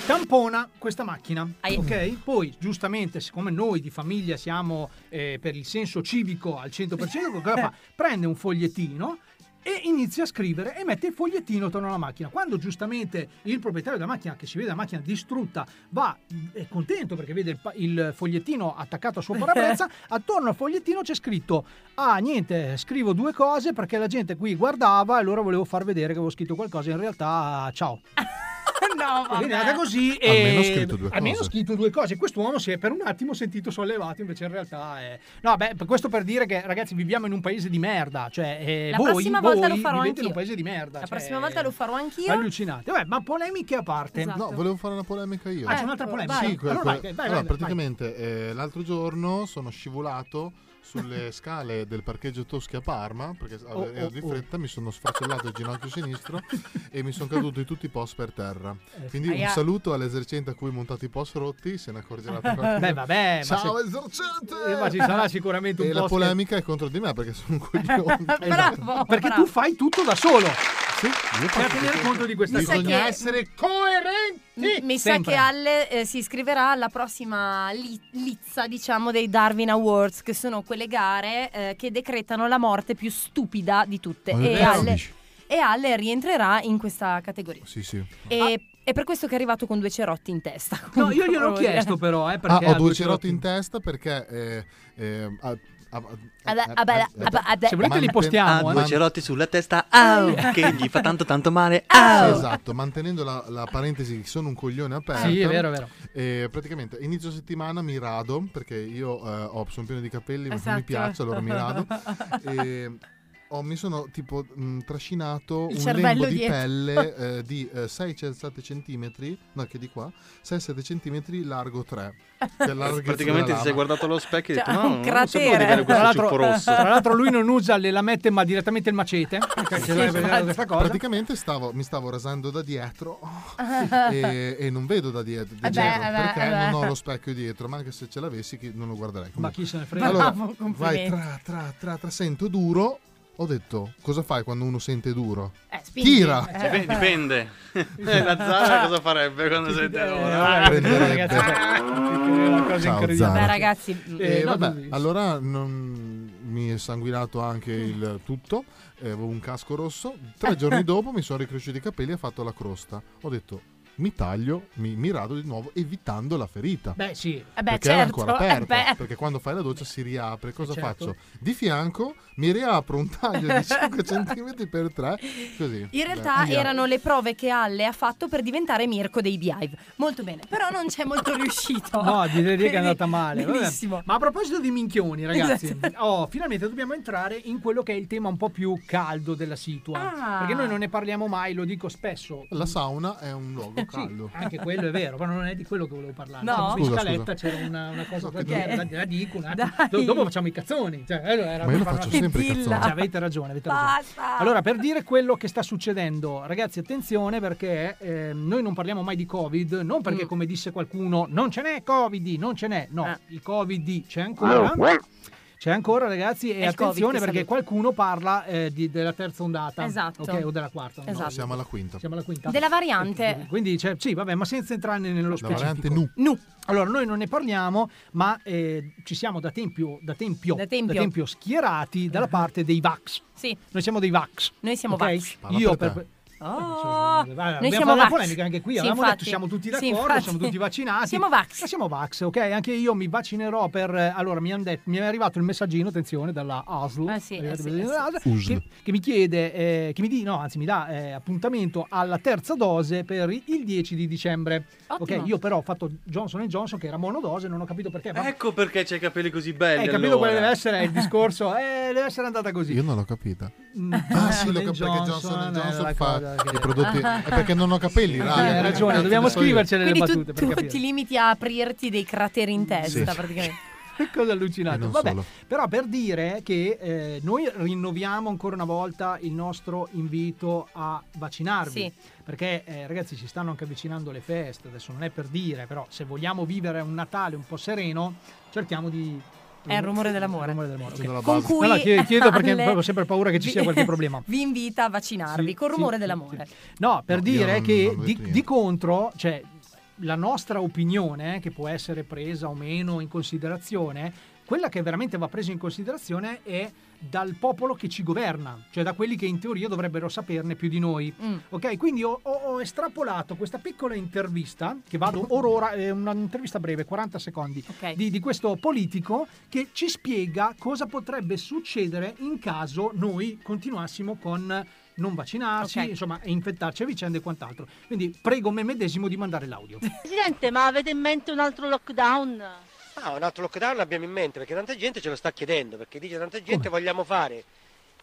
tampona questa macchina. Ok? Poi, giustamente, siccome noi di famiglia siamo eh, per il senso civico al 100%, cosa fa? Prende un fogliettino e inizia a scrivere e mette il fogliettino attorno alla macchina. Quando giustamente il proprietario della macchina, che si vede la macchina distrutta, va è contento perché vede il, pa- il fogliettino attaccato al suo parabrezza, attorno al fogliettino c'è scritto: Ah, niente, scrivo due cose perché la gente qui guardava e allora volevo far vedere che avevo scritto qualcosa. In realtà, ciao. [LAUGHS]
no,
Quindi è andata così e
Almeno ho scritto due
almeno
cose.
ho scritto due cose. Quest'uomo si è per un attimo sentito sollevato, invece in realtà è... No, beh, per- questo per dire che ragazzi viviamo in un paese di merda, cioè eh,
La
voi,
prossima volta
voi
lo farò
vivete
anch'io.
in un paese di merda. cioè,
La prossima volta lo farò anch'io.
Allucinate. Vabbè, ma polemiche a parte.
Esatto.
No, volevo fare una polemica io.
Ah, c'è un'altra
Ecco,
polemica.
vai.
Sì, quel-
Allora vai,
quel-
vai,
allora,
vai,
praticamente eh, l'altro giorno sono scivolato
[LAUGHS]
sulle scale del parcheggio Toschi a Parma perché
Oh,
ero
oh,
di
oh.
fretta, mi sono sfracellato il ginocchio sinistro e mi sono caduto di tutti i post per terra.
Eh,
Quindi
aia.
un saluto all'esercente a cui ho montato i post rotti, se ne
[LAUGHS]
accorgerà tra qualche
Beh, vabbè, ma
Ciao,
se-
esorcente!
Eh, ma ci sarà sicuramente un
E la
post che-
polemica è contro di me perché sono un coglione.
Bravo, [LAUGHS] Perché tu fai tutto da solo.
Sì, io
Per tenere conto di questa cosa.
Bisogna essere
coerenti. Mi sa
Sempre.
che Alle eh, si iscriverà alla prossima li- lizza, diciamo, dei Darwin Awards, che sono quelle gare eh, che decretano la morte più stupida di tutte.
Ma non è
E
vero,
Alle,
dici?
e Alle rientrerà in questa categoria.
Sì, sì.
E, è per questo che è arrivato con due cerotti in testa.
No, io gliel'ho
Volevo dire.
chiesto però, eh,
Ah,
perché
ho
ha
due cerotti
cerotti.
in testa perché... eh, eh, a- a- a-
Abba- abba-
a-
abba- abba-
Se volete li
Manten-
postiamo,
Ha
eh.
due cerotti sulla testa,
Ah,
au, che gli fa tanto tanto
[LAUGHS]
male, au.
Sì, esatto, mantenendo la, la parentesi che sono un coglione aperto.
Sì, è vero, è vero.
Eh, praticamente inizio settimana mi rado perché io eh, ho, sono pieno di capelli, ma non mi
Esatto.
piaccio, allora mi rado. e ho- Oh, mi sono tipo mh, trascinato
Il
un
cervello
lembo di
dietro. [LAUGHS]
pelle eh, di 6-7 centimetri, no che di qua, 6-7 centimetri largo Cioè, 3.
[LAUGHS] Praticamente ti sei guardato allo specchio e
Cioè,
hai detto: No, non
Tra
sapevo di avere questo ciuffo rosso.
tra l'altro [LAUGHS] lui non usa le lamette ma direttamente il macete. esatto. perché ci dovrebbe essere questa cosa.
Praticamente stavo- mi stavo rasando da dietro [LAUGHS] e, e non vedo da dietro, da
Eh beh,
dietro,
eh beh,
perché
eh beh.
non ho lo specchio dietro, ma anche se ce l'avessi chi- non lo guarderei. Comunque.
Ma chi se ne frega?
Allora,
Bravo,
vai
complimenti.
tra, tra, tra, tra, sento duro. Ho detto, cosa fai quando uno sente duro?
spingi.
Tira!
Eh, Dipende- dipende.
[LAUGHS]
Eh, la Zara cosa farebbe quando sei te
Eh,
[LAUGHS]
prenderebbe. Ciao, Zara.
Beh, ragazzi,
Eh,
no,
vabbè,
così.
allora non- mi è sanguinato anche
Mm.
il tutto, eh, avevo un casco rosso, tre
[LAUGHS]
giorni dopo mi sono ricresciuti i capelli e ho fatto la crosta. Ho detto mi taglio, mi, mi rado di nuovo evitando la ferita.
Beh, sì. Eh beh,
perché era
certo,
ancora
eh
aperta,
beh.
perché quando fai la doccia si riapre. Cosa
certo.
faccio? Di fianco mi riapro un
[LAUGHS]
taglio di 5 cm per 3, così.
In realtà
Beh, via.
erano le prove che Alle ha fatto per diventare Mirko dei Beehive. Molto bene, però non c'è molto riuscito.
No, direi che è andata male. vabbè.
Benissimo. Esatto.
Ma a proposito di minchioni, ragazzi, oh, finalmente dobbiamo entrare in quello che è il tema un po' più caldo della situa.
Ah.
Perché noi non ne parliamo mai, lo dico spesso. Eh
La sauna è un luogo
Sì,
caldo.
anche quello è vero, ma non è di quello che volevo parlare.
No?
Insomma,
Scusa,
in scaletta
scusa.
c'era una, una cosa da
Ok.
dire, la, la dico un attimo. Do- dopo facciamo i cazzoni. Cioè, eh, era
Ma
per
io lo
fare
faccio
una-
sempre i Dilla. cazzoni.
Cioè, [LAUGHS] avete ragione, avete ragione. Allora, per dire quello che sta succedendo, ragazzi, attenzione perché ehm, noi non parliamo mai di Covid, non
Mm.
perché come
Eh.
Ah,
disse qualcuno non ce n'è Covid, non ce n'è, no, il Covid c'è ancora. C'è ancora, ragazzi, e
È il Covid
attenzione
che
perché
saluta.
qualcuno parla eh, di- della terza ondata.
Esatto.
Ok, o della quarta.
Esatto. No,
siamo alla quinta.
Siamo alla quinta.
Della variante.
Quindi, cioè, sì, vabbè, ma senza entrarne nello specifico.
variante nu.
Allora, noi non ne parliamo, ma eh, ci siamo da tempio, da tempio,
Da tempio.
da tempio schierati dalla parte dei Vax.
Sì.
Noi siamo dei Vax.
Noi siamo
ok?
Vax. Parla
Io per...
per te.
Allora,
Oh, noi
abbiamo fatto
siamo vax.
la polemica anche qui,
Sì,
avevamo
infatti.
detto siamo tutti
Sì,
d'accordo,
infatti.
siamo tutti vaccinati.
Siamo vax.
Ma siamo vax, ok? Anche io mi vaccinerò per... eh, Allora, mi, han detto- mi è arrivato il messaggino, attenzione, dalla ASL.
sì,
è arrivato
eh
il
sì, eh
messaggino
sì.
dalla ASL, che, che mi chiede, eh, che mi di, no, anzi mi dà eh, appuntamento alla terza dose per il 10 di dicembre.
Ottimo.
Ok, io però ho fatto Johnson Johnson che era monodose, non ho capito
Eh,
perché. ma-
Ecco perché c'hai i capelli così belli.
Eh, Hai capito
allora.
quale deve essere
[LAUGHS]
il discorso? Eh, deve essere andata così.
Io non l'ho capita.
Mm,
Ah, sì, l'ho
Johnson
capito perché Johnson
era
Johnson
la
fa
cosa
i
che- [LAUGHS]
prodotti. È perché non ho capelli, raga.
Hai ragione, dobbiamo
Che ne so io.
scrivercele le
Quindi tu,
battute. per
tu
capire.
ti limiti a aprirti dei crateri in testa,
Sì.
praticamente.
[LAUGHS] Cosa allucinante.
non
Vabbè,
solo.
però per dire che eh, noi rinnoviamo ancora una volta il nostro invito a vaccinarvi.
Sì.
Perché eh, ragazzi ci stanno anche avvicinando le feste, adesso non è per dire, però se vogliamo vivere un Natale un po' sereno, cerchiamo di...
È il rumore dell'amore.
Il rumore dell'amore,
Facendo
ok.
la Con base. cui
No, no, chiedo, chiedo perché
Ale-
proprio ho sempre paura che ci sia qualche problema.
[LAUGHS] Vi invita a vaccinarvi
Sì,
col
sì,
rumore
sì,
dell'amore.
No, per
No, io
dire
non-
che
non ho
di,
detto niente.
di contro, cioè la nostra opinione, eh, che può essere presa o meno in considerazione, quella che veramente va presa in considerazione è dal popolo che ci governa, cioè da quelli che in teoria dovrebbero saperne più di noi. Ok, quindi ho, ho- ho estrapolato questa piccola intervista, che vado or ora, è un'intervista breve, 40 secondi, di, di questo politico che ci spiega cosa potrebbe succedere in caso noi continuassimo con non vaccinarci,
Ok.
insomma, e infettarci a vicenda e quant'altro. Quindi prego me medesimo di mandare l'audio.
Presidente, ma avete in mente un altro lockdown?
Ah, un altro lockdown l'abbiamo in mente perché tanta gente ce lo sta chiedendo, perché dice tanta gente vogliamo fare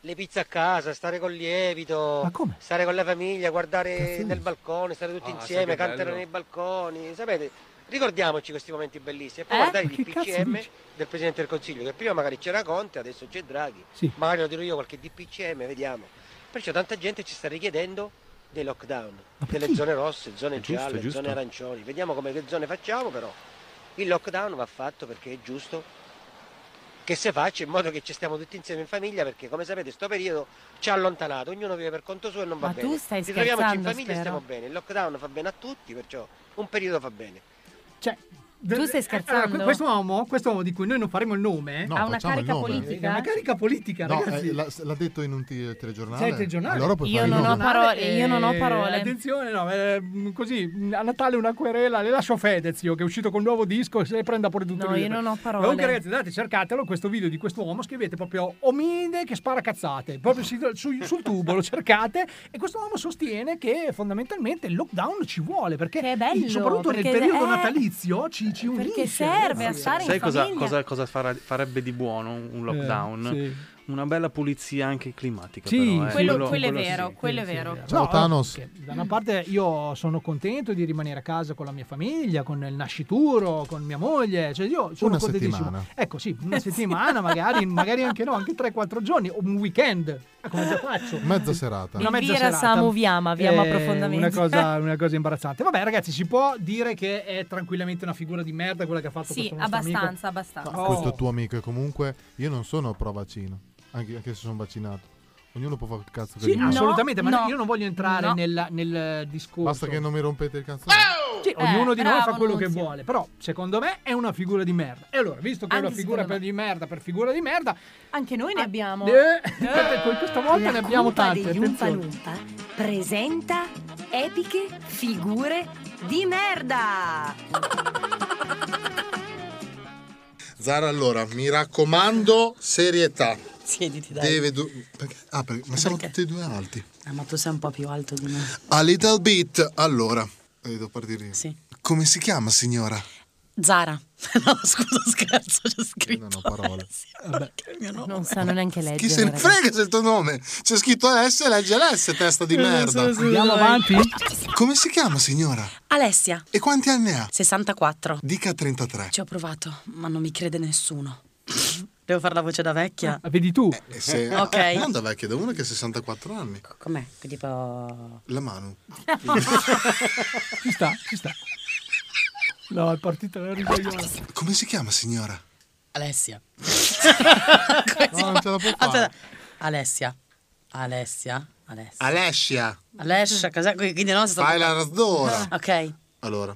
le pizze a casa, stare col lievito, stare con la famiglia, guardare nel balcone, stare tutti
Ah, sai che
insieme, cantare
bello.
nei balconi, sapete? Ricordiamoci questi momenti bellissimi. E poi
Eh?
guardare
Ma
il
che cazzo
DPCM
dici?
del Presidente del Consiglio, che prima magari c'era Conte, adesso c'è Draghi.
Sì.
Magari lo dirò io qualche DPCM, vediamo. Perciò tanta gente ci sta richiedendo dei lockdown, delle zone rosse, zone
giusto,
gialle,
giusto.
zone arancioni. Vediamo come che zone facciamo però. Il lockdown va fatto perché è giusto che si faccia in modo che ci stiamo tutti insieme in famiglia perché come sapete sto periodo ci ha allontanato, ognuno vive per conto suo e non va
Ma
bene.
tu stai
Ritroviamoci in
scherzando,
famiglia e
spero.
stiamo bene. Il lockdown fa bene a tutti, perciò un periodo fa bene.
Cioè,
Tu stai scherzando?
Allora, que- questo, uomo, questo uomo di cui noi non faremo il nome
No, Ha una facciamo il carica nome. politica?
Ha una carica politica,
No,
ragazzi.
eh, l'ha, l'ha detto in un t- telegiornale.
Sei il telegiornale?
Allora puoi fare il nome.
Eh, Attenzione, no, eh, mh, così mh, a Natale una querela, le lascio a Fedez io che è uscito con un nuovo disco se ne prenda pure tutto
No,
lui.
io non ho parole.
Comunque ragazzi, andate, cercatelo questo video di questo uomo, scrivete proprio omine che spara cazzate, proprio si- su- sul tubo lo cercate e questo uomo sostiene che fondamentalmente il lockdown ci vuole perché
bello,
soprattutto nel
perché
periodo
è-
natalizio ci, ci unisce.
perché serve a
ragazzi.
stare in
Sai cosa,
famiglia.
cosa- cosa farà- farebbe di buono un un lockdown?
Eh, sì.
Una bella pulizia anche climatica.
Sì,
però, eh.
sì,
Quello- quello è vero, quello è vero.
Ciao, Thanos.
che Da una parte io sono contento di rimanere a casa con la mia famiglia, con il nascituro, con mia moglie, cioè io sono
Una
contentissimo.
settimana.
Ecco sì,
[LAUGHS]
una settimana magari, magari anche no, anche 3-4 giorni, o un weekend, ecco,
[LAUGHS]
come già faccio.
Mezza serata.
Una mezza
Elvira
serata. Eh,
Samu vi ama, vi ama profondamente.
Una cosa, una cosa imbarazzante. Vabbè ragazzi, si può dire che è tranquillamente una figura di merda quella che ha fatto
Sì,
questo nostro amico?
abbastanza, abbastanza.
No.
[LAUGHS] Questo tuo amico e comunque io non sono pro vaccino, anche, anche se sono vaccinato. Ognuno può fare il cazzo che
Sì,
gli pare.
assolutamente, ma io non voglio entrare
No.
nel, nel discorso.
Basta che non mi rompete il canzone.
Sì,
Oh!
Eh,
ognuno di noi
bravo,
fa quello che
Nunzio.
vuole, però secondo me è una figura di merda. E allora, visto che
Anche
è una figura
secondo
per di merda per figura di merda,
anche noi ne abbiamo.
Eh, con questa volta
La
ne abbiamo
Cumpa
tante.
degli Umpa
attenzione.
Lumpa presenta epiche figure di merda.
Zara, allora, mi raccomando, serietà.
Siediti, dai.
Deve du- perché- ah, perché- ma siamo tutti e due alti.
Ah, ma tu sei un po' più alto di me.
A little bit, allora. Eh, devo partire io.
Sì.
Come si chiama, signora?
Zara. [LAUGHS] No, scusa, scherzo, c'è scritto.
Non ho parole. Eh
Non sanno neanche leggere.
Chi se ne
ragazzi.
frega se il tuo nome? C'è scritto LS, legge LS, testa di
Eh, non
merda.
so se Andiamo dai. avanti?
Come si chiama, signora?
Alessia.
E quanti anni ha?
64.
Dica 33.
Ci ho provato, ma non mi crede nessuno. [LAUGHS] Devo fare la voce da vecchia.
Ah, Vedi tu?
Eh, se-
[LAUGHS] Ok.
Non da vecchia, da uno che ha 64 anni.
Com'è? Che tipo...
La mano.
[LAUGHS] Ci sta, ci sta. No, è partita la risaiola.
Come si chiama, signora?
Alessia.
No, non ce la può fare.
Aspetta. Alessia. Alessia. Alessia.
Alessia.
Alessia, cos'è? Quindi no,
Fai la razzora.
Ok.
Allora.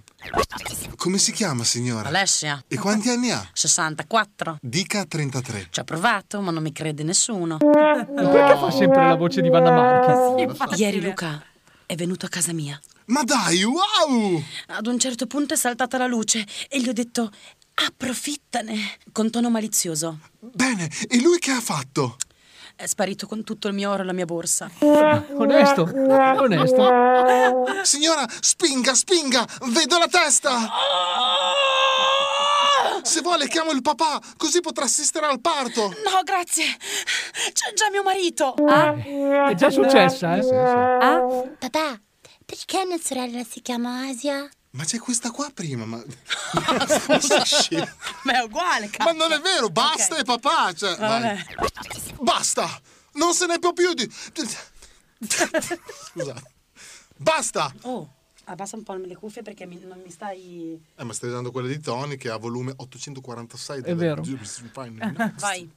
Come si chiama, signora?
Alessia.
E quanti anni ha?
64.
Dica 33.
Ci ho provato, ma non mi crede nessuno.
Perché fa sempre la voce di Vanna Marchi?
Sì, Ieri Luca è venuto a casa mia.
Ma dai, wow!
Ad un certo punto è saltata la luce e gli ho detto approfittane con tono malizioso.
Bene, e lui che ha fatto?
È sparito con tutto il mio oro e la mia borsa.
Eh,
Ah, Onesto,
onesto.
Signora, spinga, spinga, vedo la testa. Se vuole chiamo il papà, così potrà assistere al parto.
No, grazie. C'è già mio marito.
Ah.
È già successa, eh?
Papà, perché mia sorella si chiama
[LAUGHS]
Asia?
Ma c'è questa qua prima, ma...
[LAUGHS] Ma è uguale,
Ma non è vero, basta e papà, cioè... vai. Basta! Non se ne può più
[LAUGHS]
di... Scusa. Basta!
Oh, abbassa un po' le cuffie perché mi- non mi stai...
Eh, ma stai usando quella di Tony che ha volume 846.
È vero.
Vai.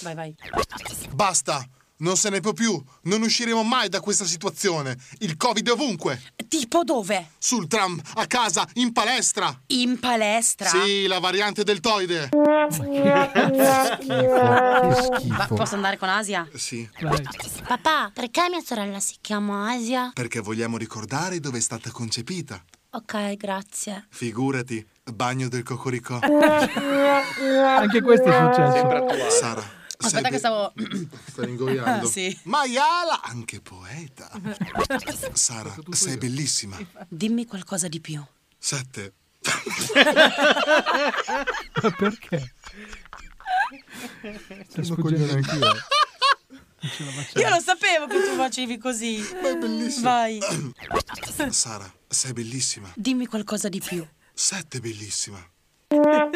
Vai, vai. Eh.
Basta! Non se ne può più! Non usciremo mai da questa situazione! Il Covid è ovunque!
Tipo dove?
Sul tram, a casa, in palestra!
In palestra?
Sì, la variante deltoide!
[LAUGHS]
Ma posso andare con Asia?
Sì,
Papà, perché mia sorella si chiama Asia?
perché vogliamo ricordare dove è stata concepita.
Ok, grazie.
Figurati, bagno del Cocorico.
Anche
questo è successo.
Sembra
attuale. Sara,
Aspetta che stavo... Ah,
stai
[LAUGHS]
ingoiando.
Sì.
Maiala, anche poeta. Sara, sei bellissima.
Dimmi qualcosa di più.
Sette.
[LAUGHS] Ma perché? Sto sfuggendo anch'io.
[LAUGHS] Io lo sapevo che tu facevi così. Ma è bellissimo. Vai. [CLEARS THROAT]
Sara, sei bellissima.
Dimmi qualcosa di più.
Sette bellissima.
Era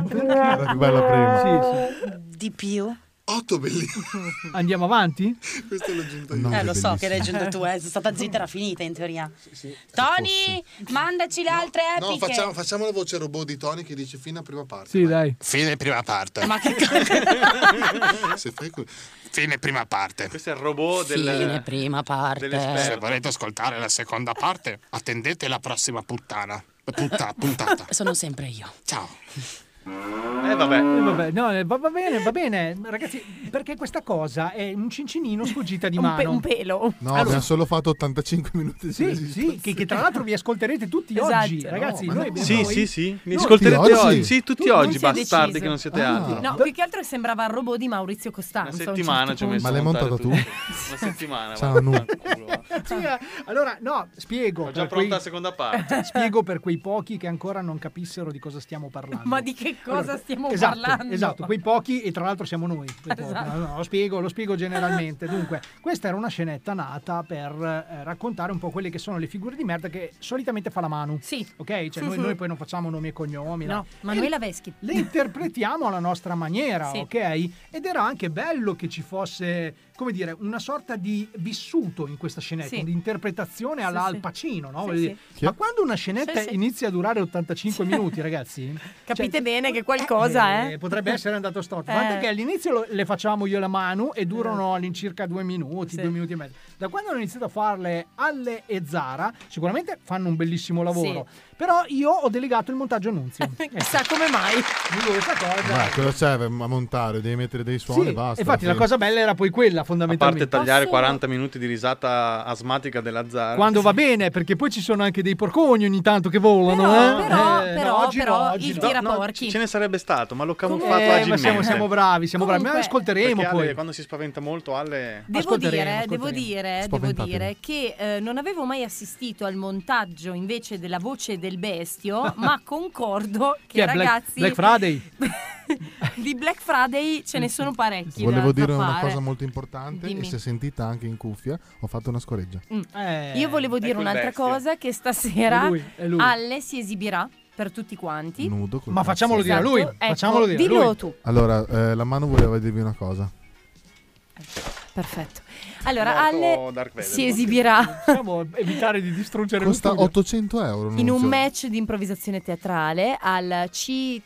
più bella prima.
Sì, sì.
Di più?
Otto bellissimi.
Andiamo avanti?
Questo l'ho aggiunto
eh, lo so che leggendo tu, eh. Sono stata zitta, era finita in teoria. Tony, mandaci le altre
No,
epiche. [LAUGHS]
facciamo, facciamo la voce robot di Tony che dice fino a prima parte.
Sì, dai.
Fine prima parte.
Ma che
[LAUGHS] Se fai que- Fine prima parte.
Questo è il robot del...
Fine
prima parte.
Se volete ascoltare la seconda parte, attendete la prossima puttana. Putta, puntata.
Sono sempre io.
Ciao.
Eh, vabbè.
Eh, vabbè, no, eh, va, va bene, va bene, ragazzi, perché questa cosa è un cincinino sfuggita di mano. un pelo.
No, abbiamo solo fatto 85 minuti di
Sì, sì, che, che tra l'altro vi ascolterete tutti oggi,
Esatto.
ragazzi.
No, ma
noi
no.
abbiamo-
Sì,
noi-
sì, sì, mi
No,
ascolterete
tutti
oggi. Sì, tutti
Non
oggi,
si è
bastardi
deciso.
che non siete
Ah.
Ah.
altri.
No, più che altro che sembrava il robot di Maurizio Costanzo.
Una settimana ci ho messo.
Ma l'hai
a montare
montata
[LAUGHS]
tutto.
tu?
Una settimana. guarda.
Ciao, Nu.
certo-
Sì, eh, allora, no, spiego.
Ho già
per
pronta la
quei- [LAUGHS]
seconda parte.
Spiego per quei pochi che ancora non capissero di cosa stiamo parlando.
Ma di che cosa
Allora,
stiamo
esatto,
parlando?
Esatto, quei pochi e tra l'altro siamo noi. quei pochi.
Esatto.
No, no, lo, spiego, lo spiego
[LAUGHS]
generalmente. Dunque, questa era una scenetta nata per eh, raccontare un po' quelle che sono le figure di merda che solitamente fa la Manu. Sì. Ok? Cioè,
Sì,
noi,
sì.
noi poi non facciamo nomi e cognomi.
No,
ma
Manuela Veschi.
Le interpretiamo alla nostra maniera,
Sì.
ok? Ed era anche bello che ci fosse, come dire, una sorta di vissuto in questa scenetta,
Sì.
un'interpretazione
Sì,
alla
sì.
Al Pacino, no?
Sì,
Voglio
sì.
dire, Ma quando una scenetta
Sì, sì.
inizia a durare 85 minuti,
[LAUGHS]
ragazzi,
Capite
cioè,
bene che qualcosa, eh?
Potrebbe essere andato storto. Guarda
Eh.
che all'inizio lo- le facciamo io e la mano e durano all'incirca due minuti,
Sì.
due minuti e mezzo. Da quando hanno iniziato a farle Alle e Zara, sicuramente fanno un bellissimo lavoro. Però io ho delegato il montaggio a
[LAUGHS]
Nunzio. Chissà come mai. questa cosa.
Ma cosa c'è a montare? Devi mettere dei suoni
Sì,
e basta.
infatti la cosa bella era poi quella
A parte
fondamentalmente.
tagliare 40 minuti di risata asmatica della Zara.
Quando va bene, perché poi ci sono anche dei porconi ogni tanto che volano. eh? Eh, no, oggi no, oggi no.
tiraporchi. ce ne sarebbe stato, ma l'ho camuffato
Eh, ma
agilmente.
siamo- siamo bravi, siamo bravi, ma
Comunque-
ascolteremo
Perché
poi.
Ale, quando si spaventa molto, Ale...
Devo dire, devo dire, devo
Spaventatevi.
dire che eh, non avevo mai assistito al montaggio invece della voce
[LAUGHS]
del bestio, ma concordo che
Chi è? Black-
ragazzi
Black Friday?
[LAUGHS]
Mm.
di Black Friday ce ne sono parecchi. da-
Volevo
da
dire una
fare.
cosa molto importante
Dimmi.
e si è sentita anche in cuffia, ho fatto una scoreggia.
Mm.
Eh.
Eh,
Io volevo dire
col
un'altra
bestio.
cosa: che stasera
È lui, è lui.
Alle si esibirà per tutti quanti.
Nudo col
Ma
cazzo.
facciamolo dire a lui,
Esatto, ecco,
facciamolo dire a
dillo
lui.
tu.
Allora, eh, la mano voleva dirvi una cosa.
Perfetto. Allora,
Molto
Alle
Darth Vader,
si
no?
esibirà
Possiamo evitare di distruggere
Costa
lo studio.
800 euro.
in un
Nunzio.
match di improvvisazione teatrale al C.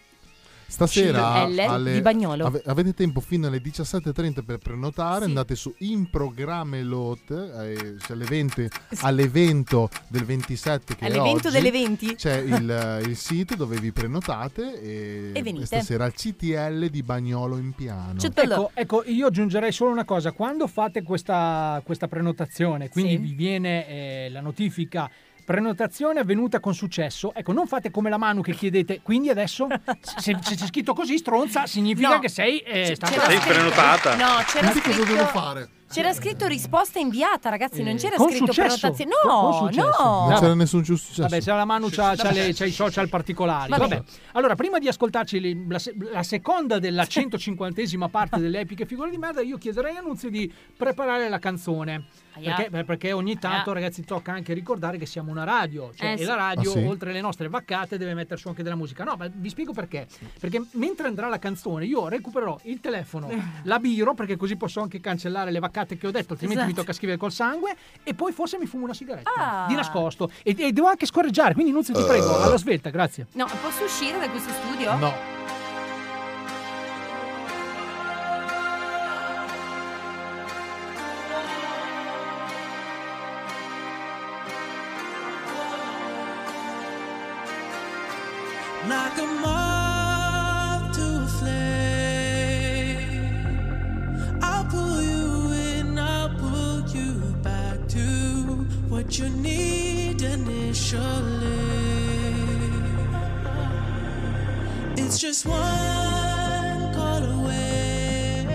Stasera
L
alle-
di Bagnolo.
ave- avete tempo fino alle 17.30 per prenotare.
Sì.
Andate su Improgrammelot eh, cioè alle 20
Sì.
all'evento del 27 che è
All'evento
oggi.
delle 20?
C'è il,
[LAUGHS]
eh, il sito dove vi prenotate e,
E venite.
stasera al CTL di Bagnolo in piano.
Ecco, ecco, io aggiungerei solo una cosa. Quando fate questa, questa prenotazione, quindi vi viene eh, la notifica prenotazione avvenuta con successo, ecco, non fate come la Manu che chiedete, quindi adesso se, se c'è scritto così stronza significa che sei eh, stata
Sei scritto- prenotata.
No, c'era
Quindi cosa
scritto
devo fare?
C'era scritto risposta inviata, ragazzi, non
Eh.
c'era
con
scritto
successo.
prenotazione.
Con-
No,
con successo.
Non
no.
c'era nessun successo.
Vabbè, se la Manu c'ha, c'ha le- c'ha i social particolari.
Vabbè.
Vabbè. Allora, prima di ascoltarci le- la, se- la seconda della 150esima parte delle epiche figure di merda, io chiederei a Nunzio di preparare la canzone.
Aia.
Perché, beh, perché ogni tanto,
Aia.
ragazzi, tocca anche ricordare che siamo una radio. Cioè,
Eh,
e
sì.
la radio,
Ah, sì?
oltre alle nostre vaccate, deve mettere su anche della musica. No, ma vi spiego perché. Perché mentre andrà la canzone, io recupererò il telefono, la biro, perché così posso anche cancellare le vaccate che ho detto, altrimenti mi
Esatto.
tocca scrivere col sangue. E poi forse mi fumo una sigaretta
Ah.
di nascosto. E, e devo anche scorreggiare, quindi Nunzio, ti
Eh.
prego, alla svelta, grazie.
No, posso uscire da questo studio?
like a moth to a flame. I'll pull you in, I'll pull you back to what you need initially. It's just one call away,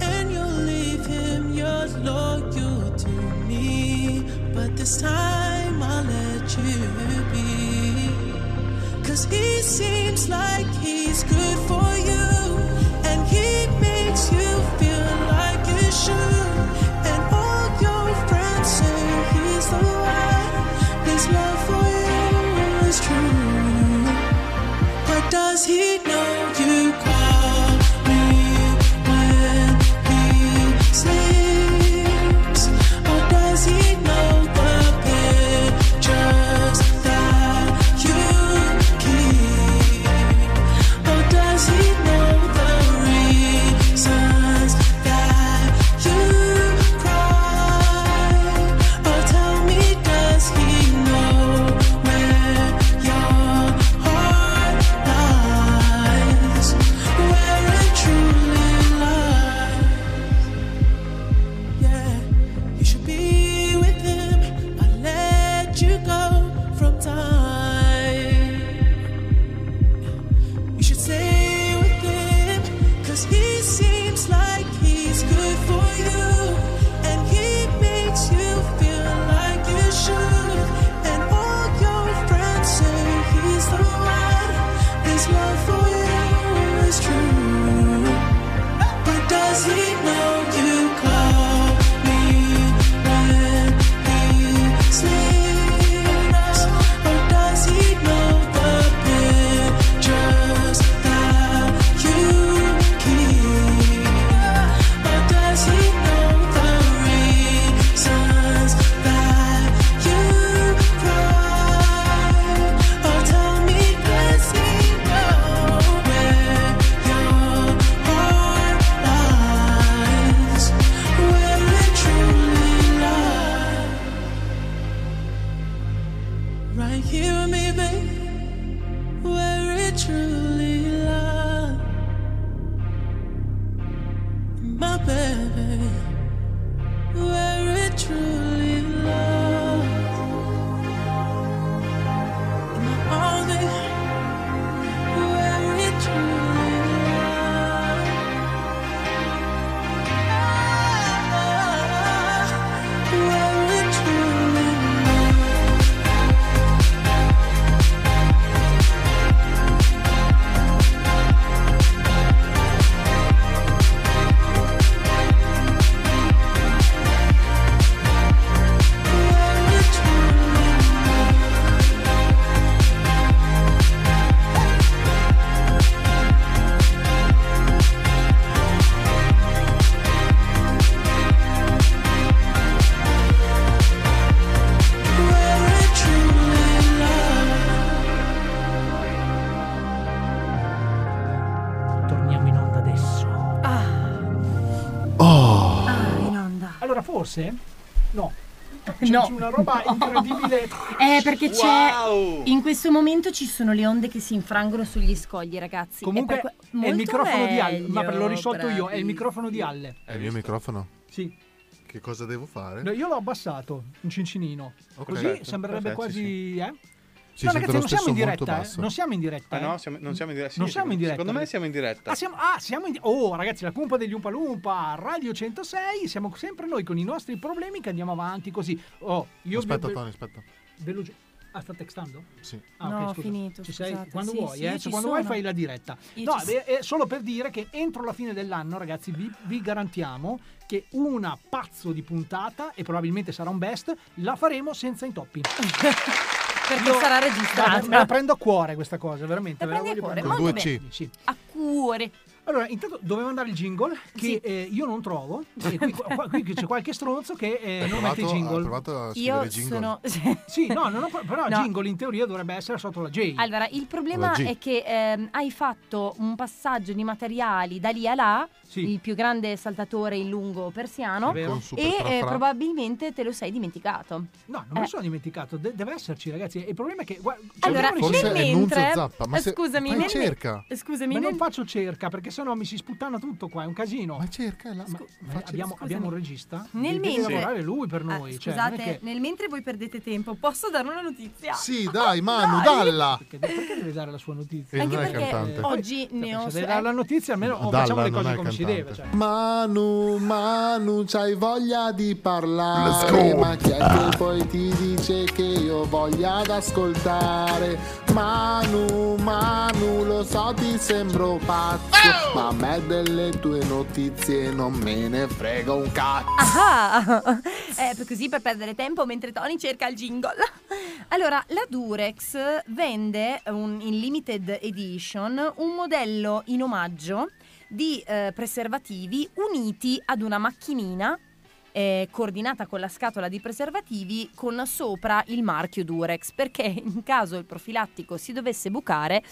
and you'll leave him, you're loyal to me. But this time I'll let you be. Cause he seems like he's good for you, and he makes you feel like you should. And all your friends say he's the one, his love for you is true. But does he know you call me when he sleeps? Or does he know the pictures that you keep? Or does he know the reasons that you cry? Oh, tell me, does he know where your heart lies?
Oh.
Ah,
Allora, forse.
[LAUGHS]
No. C'è una roba incredibile.
Eh, perché c'è.
Wow!
In questo momento ci sono le onde che si infrangono sugli scogli, ragazzi.
Comunque,
E per que-
è il
molto
microfono di Al. Ma
meglio,
l'ho risolto io. È il
bravi.
microfono di Al.
È il mio microfono?
Sì.
Che cosa devo fare?
No, io l'ho abbassato un cincinino.
Ok.
Così
Perfetto,
sembrerebbe
perfetto,
quasi. Eh?
Sì,
no,
sento
ragazzi, non
lo
siamo
stesso
in
molto
diretta. Eh?
basso.
Non siamo in diretta.
Ah,
eh?
no, siamo- non siamo in diretta. Sì,
non siamo in
secondo-
diretta.
secondo me siamo in diretta.
Ah, siamo, ah, siamo in di- Oh, ragazzi, la cumpa degli Umpalumpa, Radio 106. Siamo sempre noi con i nostri problemi che andiamo avanti così. Oh, io
aspetta,
ve-
Tony, aspetta.
veloce. Ah, sta textando?
Sì.
Ah,
No,
ok,
ho
scusa.
finito,
Ci sei?
scusate.
Quando
Sì,
vuoi,
sì,
eh?
io
Cioè,
ci
quando vuoi
sono.
fai la diretta.
Io
no,
ci
beh, è solo per dire che entro la fine dell'anno, ragazzi, vi, vi garantiamo che una pazzo di puntata, e probabilmente sarà un best, la faremo senza
[LAUGHS]
intoppi. Perché
sarà registrata.
Me la prendo a cuore questa cosa, veramente.
La
me
prendi
voglio
a cuore,
prendere.
molto Con due bene.
Sì.
A cuore.
Allora, intanto doveva andare il jingle che eh, io non trovo. E qui, qua- qui c'è qualche stronzo che eh, non mette
provato-
il jingle.
ha provato a
scrivere Io jingle? sono-
[LAUGHS]
[LAUGHS]
sì, no, non ho pro- però
No.
jingle in teoria dovrebbe essere sotto la J.
Allora, il problema
La G.
è che ehm, hai fatto un passaggio di materiali da lì a là,
Sì.
il più grande saltatore in lungo persiano,
È vero. Con
e
super fra
eh,
fra.
probabilmente te lo sei dimenticato. Eh,
No, non me lo sono dimenticato, de- deve esserci, ragazzi. Il problema è che. cioè, guarda, ci
Allora,
abbiamo
nel
riuscito.
mentre, eh, scusami, nel- Scusami,
Ma
nel-
non faccio cerca perché sennò mi si sputtana tutto qua, è un casino. Ma cerca là. abbiamo,
scusami.
abbiamo un regista.
Nel
deve
mentre-
lavorare lui per
Ah,
noi. cioè, non
Scusate,
è che-
nel mentre voi perdete tempo, posso dare una notizia?
Sì, dai, Manu,
Dai.
dalla!
Perché, perché deve dare la sua notizia? Cioè,
Eh, Anche non è perché cantante.
oggi ne ho-
Se deve dare la notizia, almeno oh,
Dalla
facciamo le
non
cose
è
come si
cantante.
deve. Cioè.
Manu, Manu, c'hai voglia di
Let's
parlare,
go.
ma chi è che poi ti dice che io voglia ad ascoltare? Manu, Manu, lo so ti sembro
Oh!
pazzo, ma a me delle tue notizie non me ne frega un cazzo.
Ah, [LAUGHS] eh, per- così per perdere tempo mentre Tony cerca il jingle. [LAUGHS] Allora, la Durex vende un, in limited edition un modello in omaggio di eh, preservativi uniti ad una macchinina eh, coordinata con la scatola di preservativi con sopra il marchio Durex perché in caso il profilattico si dovesse bucare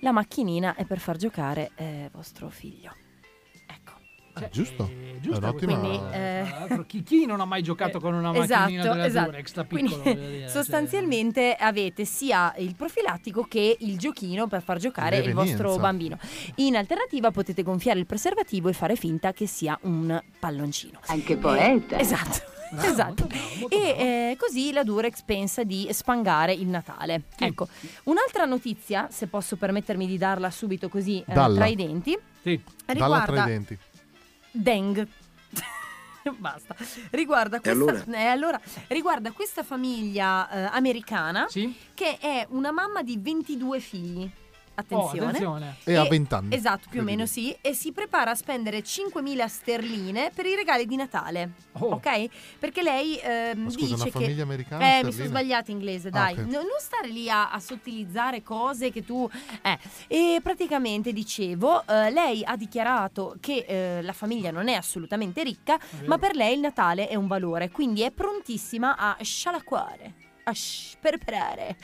la macchinina è per far giocare eh, vostro figlio.
giusto?
Eh,
È
giusto,
un'ottima-
quindi,
eh,
tra l'altro, chi, chi non ha mai giocato con una macchinina della Durex da piccolo?
Esatto, Quindi,
voglio dire, cioè,
sostanzialmente avete sia il profilattico che il giochino per far giocare il
L'evenienza.
vostro bambino. In alternativa potete gonfiare il preservativo e fare finta che sia un palloncino. Anche
poeta.
Esatto. Esatto, e eh, così la Durex pensa di spangare il Natale. Ecco, un'altra notizia, se posso permettermi di darla subito così eh,
Dalla.
tra i denti,
Dalla tra
riguarda
i denti.
Deng. [LAUGHS] Basta. Riguarda questa,
allora?
eh, allora, riguarda questa famiglia eh, americana che è una mamma di 22 figli. Oh, Attenzione.
attenzione. E ha 20 anni.
Esatto, più o meno sì. E si prepara a spendere 5.000 sterline per i regali di Natale. Ok? Perché lei ehm,
Ma scusa,
dice
una
che...
famiglia americana,
Eh, mi sono
sterline?
sbagliata inglese,
Ah,
dai.
ok.
No- non stare lì a, a sottilizzare cose che tu... Eh. E praticamente, dicevo, eh, lei ha dichiarato che eh, la famiglia non è assolutamente ricca,
vero.
ma per lei il Natale è un valore, quindi è prontissima a scialacquare, a sperperare,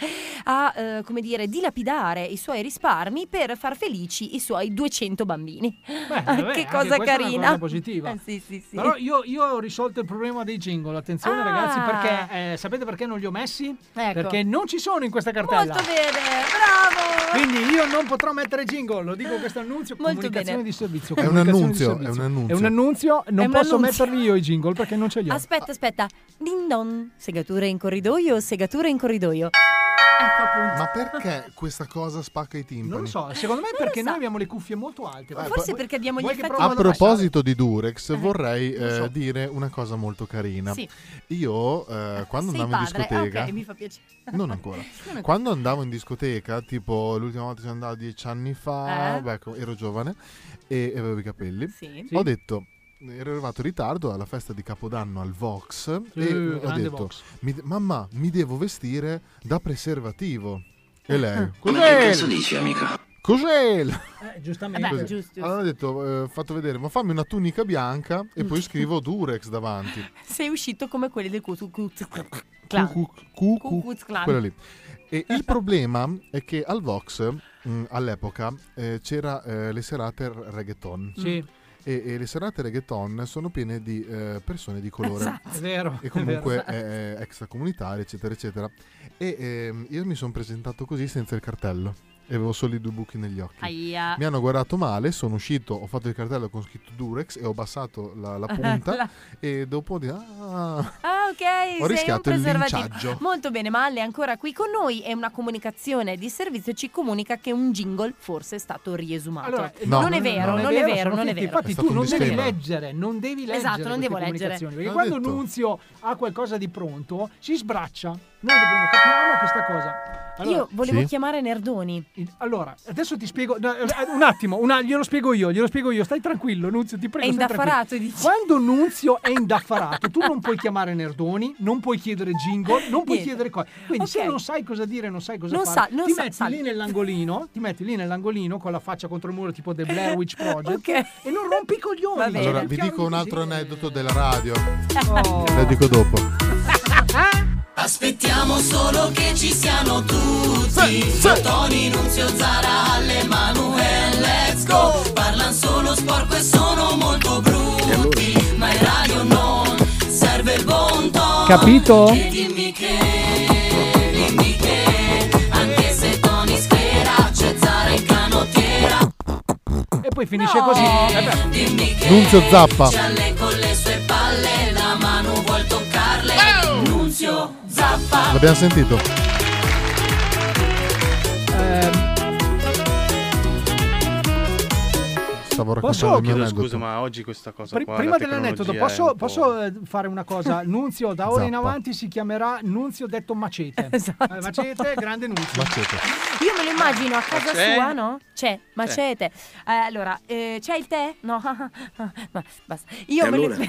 a, eh, come dire, dilapidare i suoi risparmi per far felici i suoi 200 bambini. [LAUGHS]
vabbè,
che
anche questa è
cosa
una
carina.
cosa positiva.
Eh, sì, sì, sì.
Però io, io ho risolto il problema dei jingle. Attenzione,
Ah. Ecco.
ragazzi, perché eh, sapete perché non li ho messi? Perché non ci sono in questa cartella.
Molto bene, bravo!
Quindi io non potrò mettere jingle, lo dico questo annunzio,
Molto
comunicazione
bene.
di servizio.
È un
comunicazione
annunzio,
di servizio.
è un annunzio.
È un annunzio, non
È un
posso
annunzio.
metterli io i jingle perché non ce li ho.
Aspetta, aspetta. Ding dong. Segatura in corridoio, segatura in corridoio. Ecco appunto.
Ma perché questa cosa spacca i timpani?
Non lo so, secondo me è perché noi abbiamo le cuffie molto alte.
Forse perché abbiamo gli
vuoi che
effetti
A
provano
proposito di Durex, vorrei
non so.
eh, dire una cosa molto carina.
Sì.
Io, eh, quando
Sei
andavo in
padre. Ah,
discoteca,
ok, mi fa piacere.
non
[LAUGHS]
ancora,
ancora.
quando andavo in discoteca, tipo l'ultima volta che sono andato dieci anni fa,
Eh?
beh, ecco, ero giovane e avevo i capelli,
Sì.
ho detto. Ero arrivato in ritardo alla festa di Capodanno al Vox e ho
grande
detto:
Vox.
"Mi- Mamma, mi devo vestire da preservativo.
Eh,
E lei,
Ma che
"Cos'è?"
cazzo dici, amica?
Cos'è?
Eh, giustamente.
Così. Allora ho detto, eh, fatto vedere, ma fammi una tunica bianca e
Mm.
poi scrivo Durex davanti.
[LAUGHS]
Sei uscito come quelli del Ku Ku Ku Clan.
Cu-
Ku
cu-
Klux Klan.
Quello lì. E
[LAUGHS]
il problema è che mm,
Mm.
al Vox, mh, all'epoca, eh, c'era eh, le serate reggaeton.
Sì.
e, e le serate reggaeton sono piene di eh, persone di colore.
Esatto. È vero,
E
è
comunque
vero. esatto.
eh, extracomunitari, eccetera, eccetera. E ehm, io mi sono presentato così senza il cartello. E avevo solo i due buchi negli occhi.
Aia.
Mi hanno guardato male, sono uscito, ho fatto il cartello con scritto Durex e ho abbassato
[LAUGHS]
la, la punta
La-
e dopo di... Ah,
Ah, ok.
Ho
sei
rischiato
un
il
preservativo.
linciaggio.
Molto bene, ma Ale è ancora qui con noi. È una comunicazione di servizio. Ci comunica che un jingle forse è stato riesumato.
Allora, eh,
No.
eh, Non è vero, non è vero,
sono
non è
finti.
vero.
Infatti, tu
È stato un
non devi
disclaimer.
leggere, non devi leggere.
Esatto, non
queste
devo leggere.
comunicazioni, Perché
L'ho
quando
detto.
Nunzio ha qualcosa di pronto, si sbraccia. Noi dobbiamo capiamo questa cosa. Allora-
Io volevo chiamare Nerdoni.
Allora, adesso ti spiego. no, eh, Un attimo, una- glielo spiego io, glielo spiego io. Stai tranquillo, Nunzio, ti prego.
È
stai
indaffarato,
tranquillo. Quando Nunzio è indaffarato, tu non puoi chiamare Nerdoni, non puoi chiedere jingle, non puoi
Niente.
chiedere cose. Quindi, se
Ok.
non sai cosa dire, non sai cosa
Non
fare,
sa- non
ti
sa-
metti
sa-
lì nell'angolino, ti metti lì nell'angolino con la faccia contro il muro,
[LAUGHS]
tipo The Blair Witch Project, e non rompi i coglioni.
allora vi dico un altro aneddoto della radio.
Oh.
Lo dico dopo.
Aspettiamo solo che ci siano tutti Tony, Nunzio, Zara, Ale, Manuel, let's go
Oh.
Parlan solo sporco e sono molto brutti Ma in radio non serve il buon ton
Capito?
E dimmi che, dimmi che Anche se Tony spera c'è Zara in canottiera
E poi finisce così. Vabbè.
Dimmi che
Nunzio Zappa.
c'è Ale con le sue palle La mano vuol toccarle Nunzio Zappa
Ah.
L'abbiamo sentito. Stavo
Posso-
raccontando il mio
Chiedo
aneddoto.
scusa, ma oggi questa cosa
Pri-
qua.
prima
la
dell'aneddoto,
tecnologia è
posso,
un po'-
posso, eh, fare una
[LAUGHS]
cosa? Nunzio, da ora in
Zappa.
avanti si chiamerà Nunzio detto
[LAUGHS]
Macete.
Esatto.
Eh, Macete, grande Nunzio.
Macete.
Io me lo immagino a casa
Macete.
sua, no? C'è,
Macete.
macete. Eh, allora, eh, c'è il tè? No, [LAUGHS] ma basta. Io,
E
me
allora?
lo...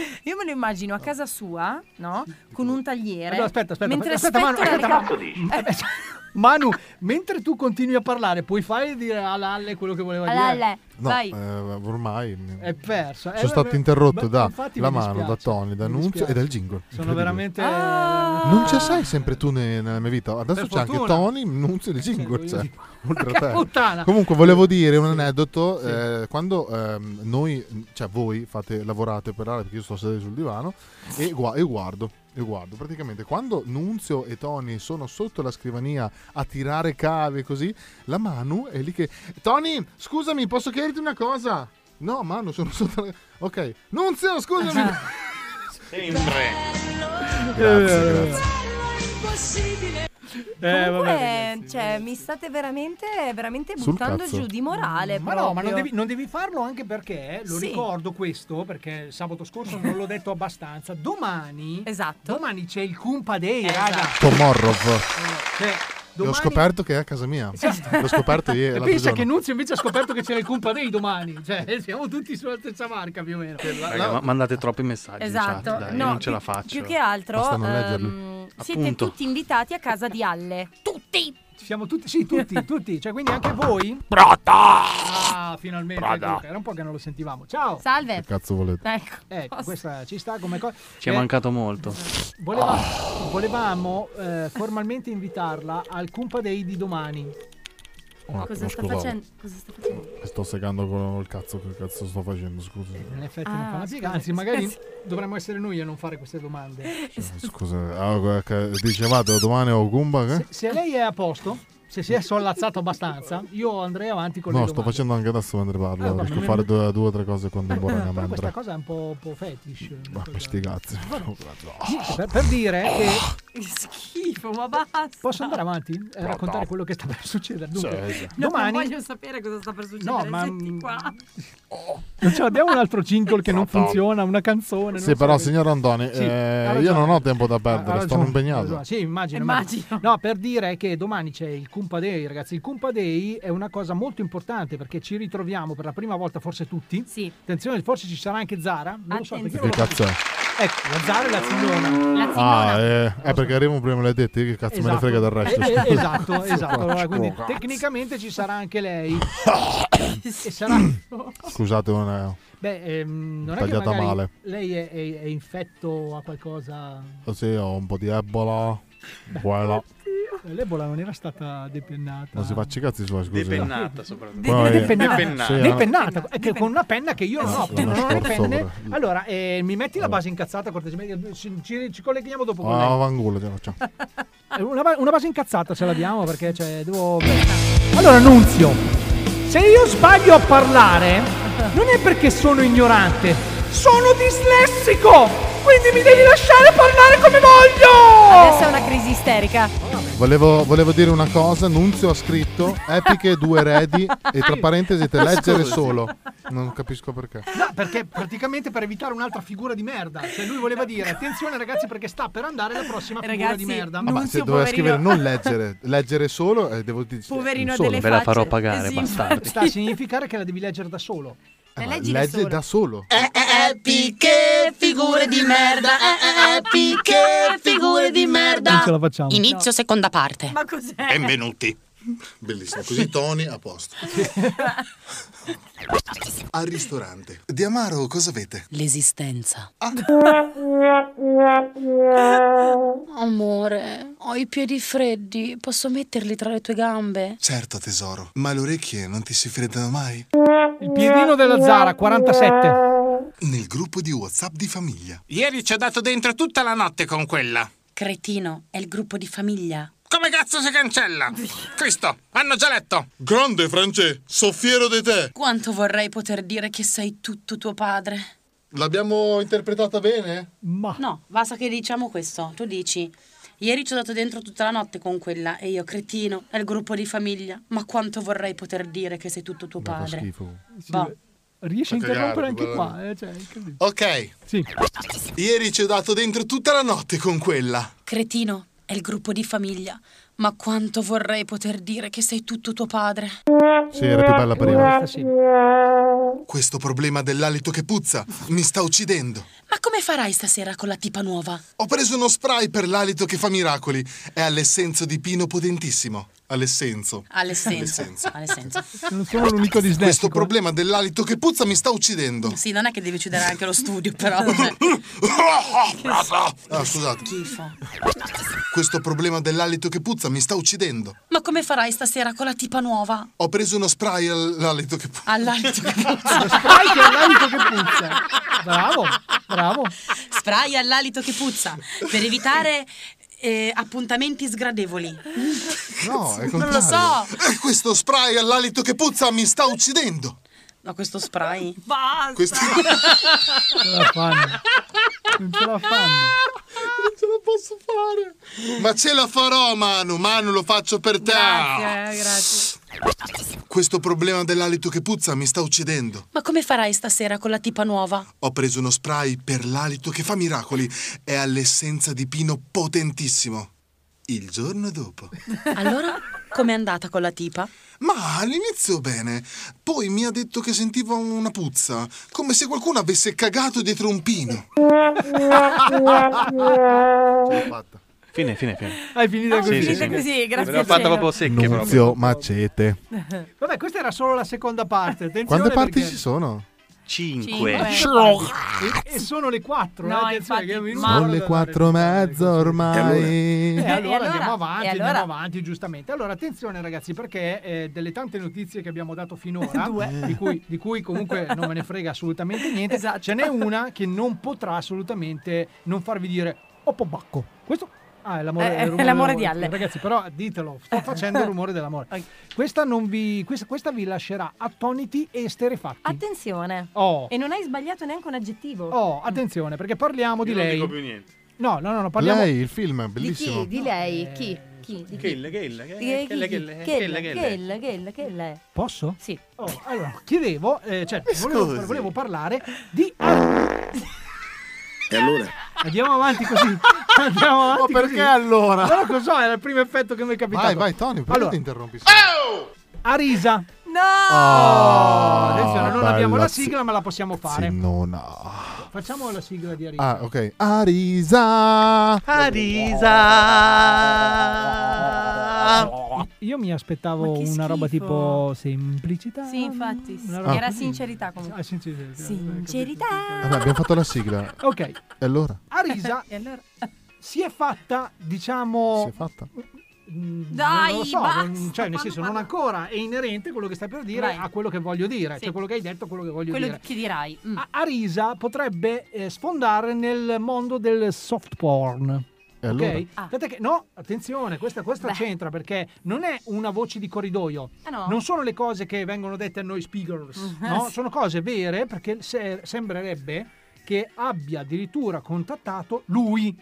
[LAUGHS] Io me lo immagino a casa sua, no? Con un tagliere.
Allora, aspetta, aspetta,
Mentre
aspetta, Manu,
aspetto
aspetta,
la-
Manu. Eh, [LAUGHS] Manu, mentre tu continui a parlare, puoi fare dire a Lalle quello che voleva
Alla-
dire?
alla-
No,
vai.
eh, ormai mi-
È perso. Eh,
sono stato
vabbè,
interrotto
ma-
da
infatti
La
mi
Mano, da
dispiace.
Tony, da
Mi
Nunzio
dispiace.
e dal jingle.
Sono veramente...
Ah.
Non ci sei sempre tu ne- nella mia vita. Adesso
Per
c'è anche
fortuna. Eh,
Tony, Nunzio e Jingle.
voglio
Cioè,
dire.
[LAUGHS] oltre
Porca
a te.
puttana.
Comunque, volevo dire un aneddoto. eh, quando ehm, noi, cioè voi, fate, lavorate per aria, perché io sto seduto sul divano e, gua- e guardo. E guardo praticamente quando Nunzio e Tony sono sotto la scrivania a tirare cavi e così, la Manu è lì che Tony, scusami, posso chiederti una cosa? No, Manu, sono sotto la... Ok, Nunzio, scusami.
Esatto.
Sempre.
Grazie, grazie.
Eh,
Comunque, cioè, mi state veramente, veramente
Sul
buttando
cazzo.
giù di morale.
Ma no, ma non
proprio.
devi, non devi farlo anche perché, lo
Sì.
ricordo questo, perché sabato scorso non l'ho detto abbastanza, domani,
Esatto.
domani c'è il Kumpa Day, raga. Eh,
Tomorrow.
Cioè,
L'ho
domani-
scoperto che è a casa mia. L'ho scoperto ieri.
E
l'altro
pensa
giorno.
che Nunzio invece ha scoperto che c'era il Kumpa Day domani, cioè siamo tutti sulla stessa barca più o meno.
Raga, ma- mandate troppi
Ah,
messaggi. in chat,
Esatto,
dai,
no,
non ce
più-
la faccio.
Più che altro,
Basta non
ehm,
leggerli.
siete
Appunto.
tutti invitati a casa di Alle. Tutti!
Siamo tutti, sì,
[LAUGHS]
tutti, tutti, cioè quindi anche voi.
Pronto!
Ah, finalmente.
Pronto.
Luca, Era un po' che non lo sentivamo. Ciao.
Salve. Che
cazzo volete?
Ecco,
Ecco, questa ci sta come cosa.
Ci è mancato molto.
Voleva- volevamo eh, formalmente invitarla al Kumpa Day di domani.
Un attimo, Cosa sta scusate. facendo?
Cosa sta facendo?
Sto segando con il cazzo che cazzo sto facendo, scusa.
In effetti
Ah,
non fa una
scusa,
piega, anzi
scusa.
magari dovremmo essere noi a non fare queste
Eh,
domande.
Eh, Scusa, ah, guarda che dicevate domani ho Gumba? che?
Se lei è a posto, se si è sollazzato abbastanza, io andrei avanti con le
No, sto
domande.
facendo anche adesso mentre parlo.
Ah, va
riesco a
bene.
fare due, due o tre cose contemporaneamente.
Eh, Questa cosa è un po', un po' fetish.
Ma per sti cazzi. [LAUGHS] Ah.
Niente, Per, per dire che
schifo, ma basta.
Posso andare avanti e raccontare quello che sta per succedere? Dunque, domani
Non voglio sapere cosa sta per succedere.
No, ma-
Senti qua.
non ce l'abbiamo Cioè, un altro jingle che non funziona, una canzone. non
Sì,
so
però
che-
signor Andoni,
Sì,
eh,
ha ragione.
io non ho tempo da
Ha
perdere,
ragione,
sono
ha
impegnato.
ragione. Sì, immagino.
Immagino.
Eh, immagino. No, per dire che domani c'è il Kumpa Day, ragazzi. Il Kumpa Day è una cosa molto importante perché ci ritroviamo per la prima volta, forse tutti.
Sì.
Attenzione, forse ci sarà anche Zara. Non lo so perché
Che
non l'ho
cazzo è?
capito. Ecco, la Zara è la signora.
Ah, eh, eh, perché arrivo prima me l'hai detto, io che cazzo me ne
Esatto.
frega
[LAUGHS]
del resto.
Eh, eh,
scusa. [LAUGHS]
esatto, esatto. Allora, quindi
Cazzo.
tecnicamente ci sarà anche lei. e
[COUGHS]
sarà.
Scusate, non è...
Beh, ehm, non è che
Tagliata
magari
male.
lei è, è- è
oh,
infetto a qualcosa.
Sì, ho un po' di ebola. Quella.
Eh, l'Ebola non era stata depennata.
Non si faccia i cazzi sua,
eh.
scusa.
Depennata, soprattutto.
De-
Poi-
depennata,
Sì,
depennata, eh, che con una penna che io non ho,
Esatto.
perché non ho le
Uno scorso
penne.
sopra.
Allora, eh, mi metti la base incazzata cortesemente, eh, ci, ci- ci colleghiamo dopo con
Ah,
lei.
vangulo, cioè, facciamo.
Eh, Una, ba- una base incazzata ce l'abbiamo perché cioè, devo... Allora, Nunzio, se io sbaglio a parlare, non è perché sono ignorante, sono dislessico! Quindi mi devi lasciare parlare come voglio!
Adesso è una crisi isterica.
Volevo, volevo dire una cosa, Nunzio ha scritto epiche due redi e tra parentesi te leggere
Scusi.
solo. Non capisco perché.
No, Ah, perché praticamente per evitare un'altra figura di merda. Cioè lui voleva dire attenzione ragazzi perché sta per andare la prossima figura di merda.
Ah, ma se doveva scrivere non leggere, leggere solo, eh, devo dire
Poverino
solo.
delle Ve la farò facce.
pagare,
Sta a significare che la devi leggere da solo.
Eh, ma legge da solo.
Eh,
Epiche figure di merda, eh, eh, epiche figure di merda.
Non ce la facciamo.
Inizio seconda parte.
Ma cos'è?
Benvenuti. Bellissimo, così Tony a posto. [LAUGHS] Al ristorante. Di Amaro cosa avete?
L'esistenza.
Amore, ho i piedi freddi. Posso metterli tra le tue gambe?
Certo tesoro, ma le orecchie non ti si freddano mai?
Il piedino della Zara 47.
Nel gruppo di Whatsapp di famiglia.
Ieri ci ho dato dentro tutta la notte con quella.
Cretino, è il gruppo di famiglia.
Come cazzo si cancella? Cristo, hanno già letto.
Grande France, so fiero di te.
Quanto vorrei poter dire che sei tutto tuo padre.
L'abbiamo interpretata bene?
Ma.
No, basta che diciamo questo. Tu dici, ieri ci ho dato dentro tutta la notte con quella e io, cretino, è il gruppo di famiglia. Ma quanto vorrei poter dire che sei tutto tuo
Fa
padre.
schifo.
Boh.
Riesci
a interrompere
Cioè, anche qua, eh, cioè,
Ok.
Sì.
Ieri ci ho dato dentro tutta la notte con quella.
Cretino, è il gruppo di famiglia. Ma quanto vorrei poter dire che sei tutto tuo padre.
Sì, era più bella prima.
Ma
Questo problema dell'alito che puzza mi sta uccidendo.
come farai stasera con la tipa nuova?
Ho preso uno spray per l'alito che fa miracoli. È all'essenzo di Pino Potentissimo. All'essenzo.
All'essenza. All'essenza.
Non sono l'unico dislessico.
Questo problema dell'alito che puzza mi sta uccidendo.
Sì, non è che devi chiudere anche lo studio, però.
Ah, scusate.
Schifo.
Questo problema dell'alito che puzza mi sta uccidendo.
Ma come farai stasera con la tipa nuova?
Ho preso uno spray all'alito
[LAUGHS]
che puzza.
All'alito che
Lo
puzza.
spray che è l'alito
che puzza. Bravo, bravo.
Spray all'alito che puzza per evitare eh, appuntamenti sgradevoli.
No, è
Non lo so.
Eh, questo spray all'alito che puzza mi sta uccidendo.
Ma questo spray? Basta.
[LAUGHS]
Questo-
Non
Non
ce la fanno.
Non ce la posso fare. Ma ce la farò, Manu. Manu, lo faccio per te.
grazie.
Questo problema dell'alito che puzza mi sta uccidendo.
Ma come farai stasera con la tipa nuova?
Ho preso uno spray per l'alito che fa miracoli. È all'essenza di pino potentissimo. Il giorno dopo.
Allora, com'è andata con la tipa?
Ma all'inizio bene, poi mi ha detto che sentiva una puzza, come se qualcuno avesse cagato dietro un pino.
Fine, fine, fine.
Hai finito
Ah,
così?
sì, sì,
Finita
sì.
così, grazie
L'ho fatta
cielo.
proprio secche. proprio.
Nunzio Macete.
[LAUGHS] Vabbè, questa era solo la seconda parte. Attenzione
Quante parti
perché-
ci sono?
Cinque. E, e sono le quattro. eh,
No,
attenzione, che è un minuto
Sono
da
le
dare.
quattro e mezzo
E
ormai.
Eh, allora,
Eh, allora?
andiamo avanti,
E allora?
andiamo avanti, giustamente. Allora, attenzione ragazzi, perché eh, delle tante notizie che abbiamo dato finora,
[LAUGHS] Due. Esatto.
di, cui, di cui comunque non me ne frega assolutamente niente, ce n'è una che non potrà assolutamente non farvi dire «Oh, pobacco». Questo ah, è l'amore,
Eh,
il
è
rumore dell'amore.
l'amore di Eh. Alle.
Ragazzi, però ditelo, sto facendo il rumore dell'amore. Questa, non vi, questa, questa vi lascerà attoniti e esterefatti.
Attenzione.
Oh.
E non hai sbagliato neanche un aggettivo.
Oh, attenzione, perché parliamo di
Io non
Eh, lei.
dico
più niente.
No, no, no, no, parliamo
Lei, il film, è
Di
bellissimo.
chi? Di lei? Chi? Chi? Di chi?
Kill, kill, kill,
Di- chi-
kill, kill,
chi? Kill,
kill,
kill, kill, kill, eh.
Posso?
Sì.
Oh, allora, chiedevo, eh, cioè, volevo, volevo parlare di...
E allora?
Andiamo avanti così. Andiamo avanti
Ma perché allora?
Non lo so, era il primo effetto che mi è capitato.
Vai, vai, Tony, perché
Allora,
ti interrompi?
Arisa.
No!
Ah,
Oh,
Attenzione, Ah, non abbiamo
bella
la
si-
sigla, ma la possiamo fare.
Sinnona.
Facciamo la sigla di Arisa.
Ah, ok. Arisa.
Io mi aspettavo una roba tipo semplicità.
Sì, infatti. sì.
Una roba
Era
così.
sincerità comunque.
sincerità.
Vabbè, abbiamo fatto la
[LAUGHS]
sigla.
Ok.
[LAUGHS] E allora?
Arisa si è fatta, diciamo,
fatta?
mm,
Dai,
non lo so,
basta,
non- cioè, nel
quando
senso, non
parlo-
ancora è inerente quello che stai per dire
Vai.
a quello che voglio dire,
Sì.
cioè quello che hai detto, a quello che voglio
Quello
dire.
che dirai. Mm.
A- Arisa potrebbe eh, sfondare nel mondo del soft porn. ok?
E allora?
Aspetta che- no, attenzione, questa, questa
Ah. Beh.
c'entra perché non è una voce di corridoio.
Ah, no?
Non sono le cose che vengono dette a noi speakers,
Mhm.
no?
Sì.
sono cose vere perché se- sembrerebbe che abbia addirittura contattato lui,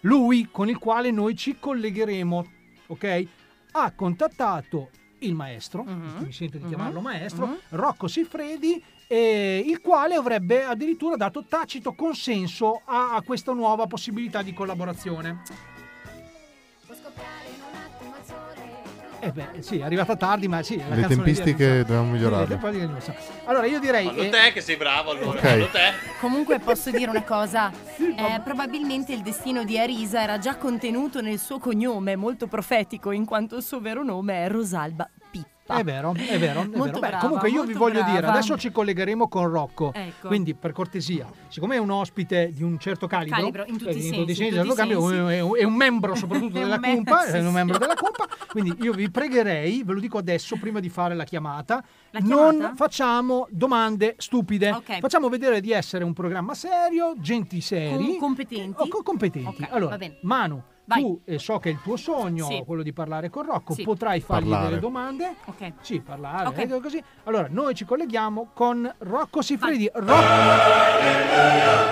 lui con il quale noi ci collegheremo, ok? Ha contattato il maestro, visto che mi sento di chiamarlo maestro,
mhm.
Rocco Siffredi, eh, il quale avrebbe addirittura dato tacito consenso a- a questa nuova possibilità di collaborazione. Eh beh, sì, è arrivata tardi, ma sì.
Le tempistiche dobbiamo migliorarle.
Allora, io direi.
Fallo
eh,
te che sei bravo allora,
Ok.
fallo te.
Comunque posso dire una cosa, Eh, probabilmente il destino di Arisa era già contenuto nel suo cognome, molto profetico, in quanto il suo vero nome è Rosalba Pippa.
È vero, è vero. è
[LAUGHS]
vero.
Molto
Beh,
brava,
comunque io vi
molto
voglio dire,
brava.
adesso ci collegheremo con Rocco.
Ecco.
Quindi per cortesia, siccome è un ospite di un certo calibro,
Calibro, in tutti
eh,
i sensi,
tutti
in
sensi,
tutti
del
i
cambio,
sensi.
è un- è un membro soprattutto
[LAUGHS] È un
della
mem-
Cumpa,
sì,
è un
sì.
membro della Cumpa, quindi io vi pregherei, ve lo dico adesso prima di fare la chiamata,
La
non
chiamata?
facciamo domande stupide.
Ok.
Facciamo vedere di essere un programma serio, genti seri,
Com- competenti.
o co- competenti.
Ok, va
allora,
bene.
Manu,
Vai.
tu eh, so che è il tuo sogno
Sì.
quello di parlare con Rocco,
Sì.
potrai fargli
Parlare.
delle domande.
Ok.
Sì, parlare,
Ok.
eh, così. Allora, noi ci colleghiamo con Rocco Siffredi.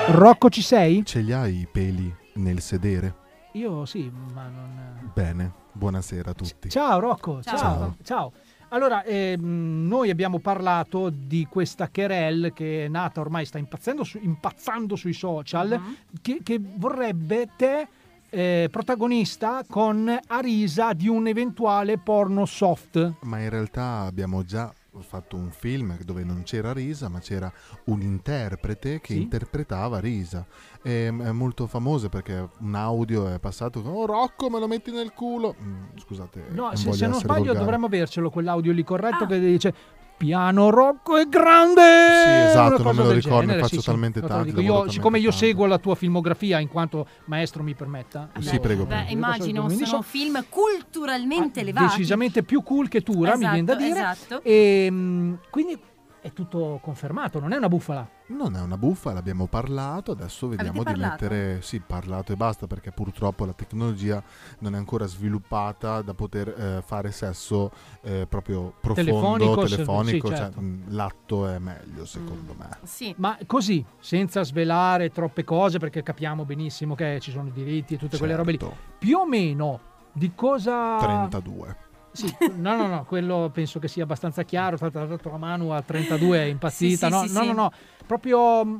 Rocco... Rocco, ci sei?
Ce li hai i peli nel sedere?
Io sì, ma non...
Bene, buonasera a tutti.
Ciao Rocco, ciao.
Ciao.
ciao. Allora, ehm, noi abbiamo parlato di questa querelle che è nata ormai, sta impazzendo, su- impazzando sui social, che, che vorrebbe te eh, protagonista con Arisa di un eventuale porno soft.
Ma in realtà abbiamo già fatto un film dove non c'era Risa, ma c'era un interprete che
Sì.
interpretava Risa. Ehm, È molto famoso perché un audio è passato con "Oh, Rocco, me lo metti nel culo". Mm, Scusate,
No,
non
se,
voglio
se non
essere
sbaglio
volgare.
dovremmo avercelo quell'audio lì
Ah.
corretto che dice piano Rocco è grande.
Sì, esatto,
una
non
cosa
me lo
del
ricordo, ne
genere,
faccio
sì, sì.
talmente
No, te lo
tanti,
dico.
lavoro
Io,
talmente
siccome io
tanto.
seguo la tua filmografia in quanto maestro mi permetta.
Sì, prego.
Beh,
prego.
Eh, immagino,
Quindi
sono
so-
film culturalmente elevati.
Ah, decisamente più cool che Tura, mi
Esatto,
viene da dire.
esatto.
Ehm, quindi è tutto confermato, non è una bufala.
Non è una buffa, l'abbiamo parlato, adesso vediamo di
parlato?
mettere... Sì, parlato e basta, perché purtroppo la tecnologia non è ancora sviluppata da poter eh, fare sesso eh, proprio profondo,
Telefonico,
telefonico,
se- sì,
cioè,
certo.
mh, l'atto è meglio
Mm.
secondo me.
Sì.
Ma così, senza svelare troppe cose, perché capiamo benissimo che ci sono i diritti e tutte quelle robe lì.
Certo.
Più o meno di
Ah.
cosa...
32.
Sì, no, no, no, quello penso che sia abbastanza chiaro. Tra tra l'altro, la Manu a 32 è impazzita.
Sì, sì,
no,
sì,
no,
sì.
no, no, proprio. mm,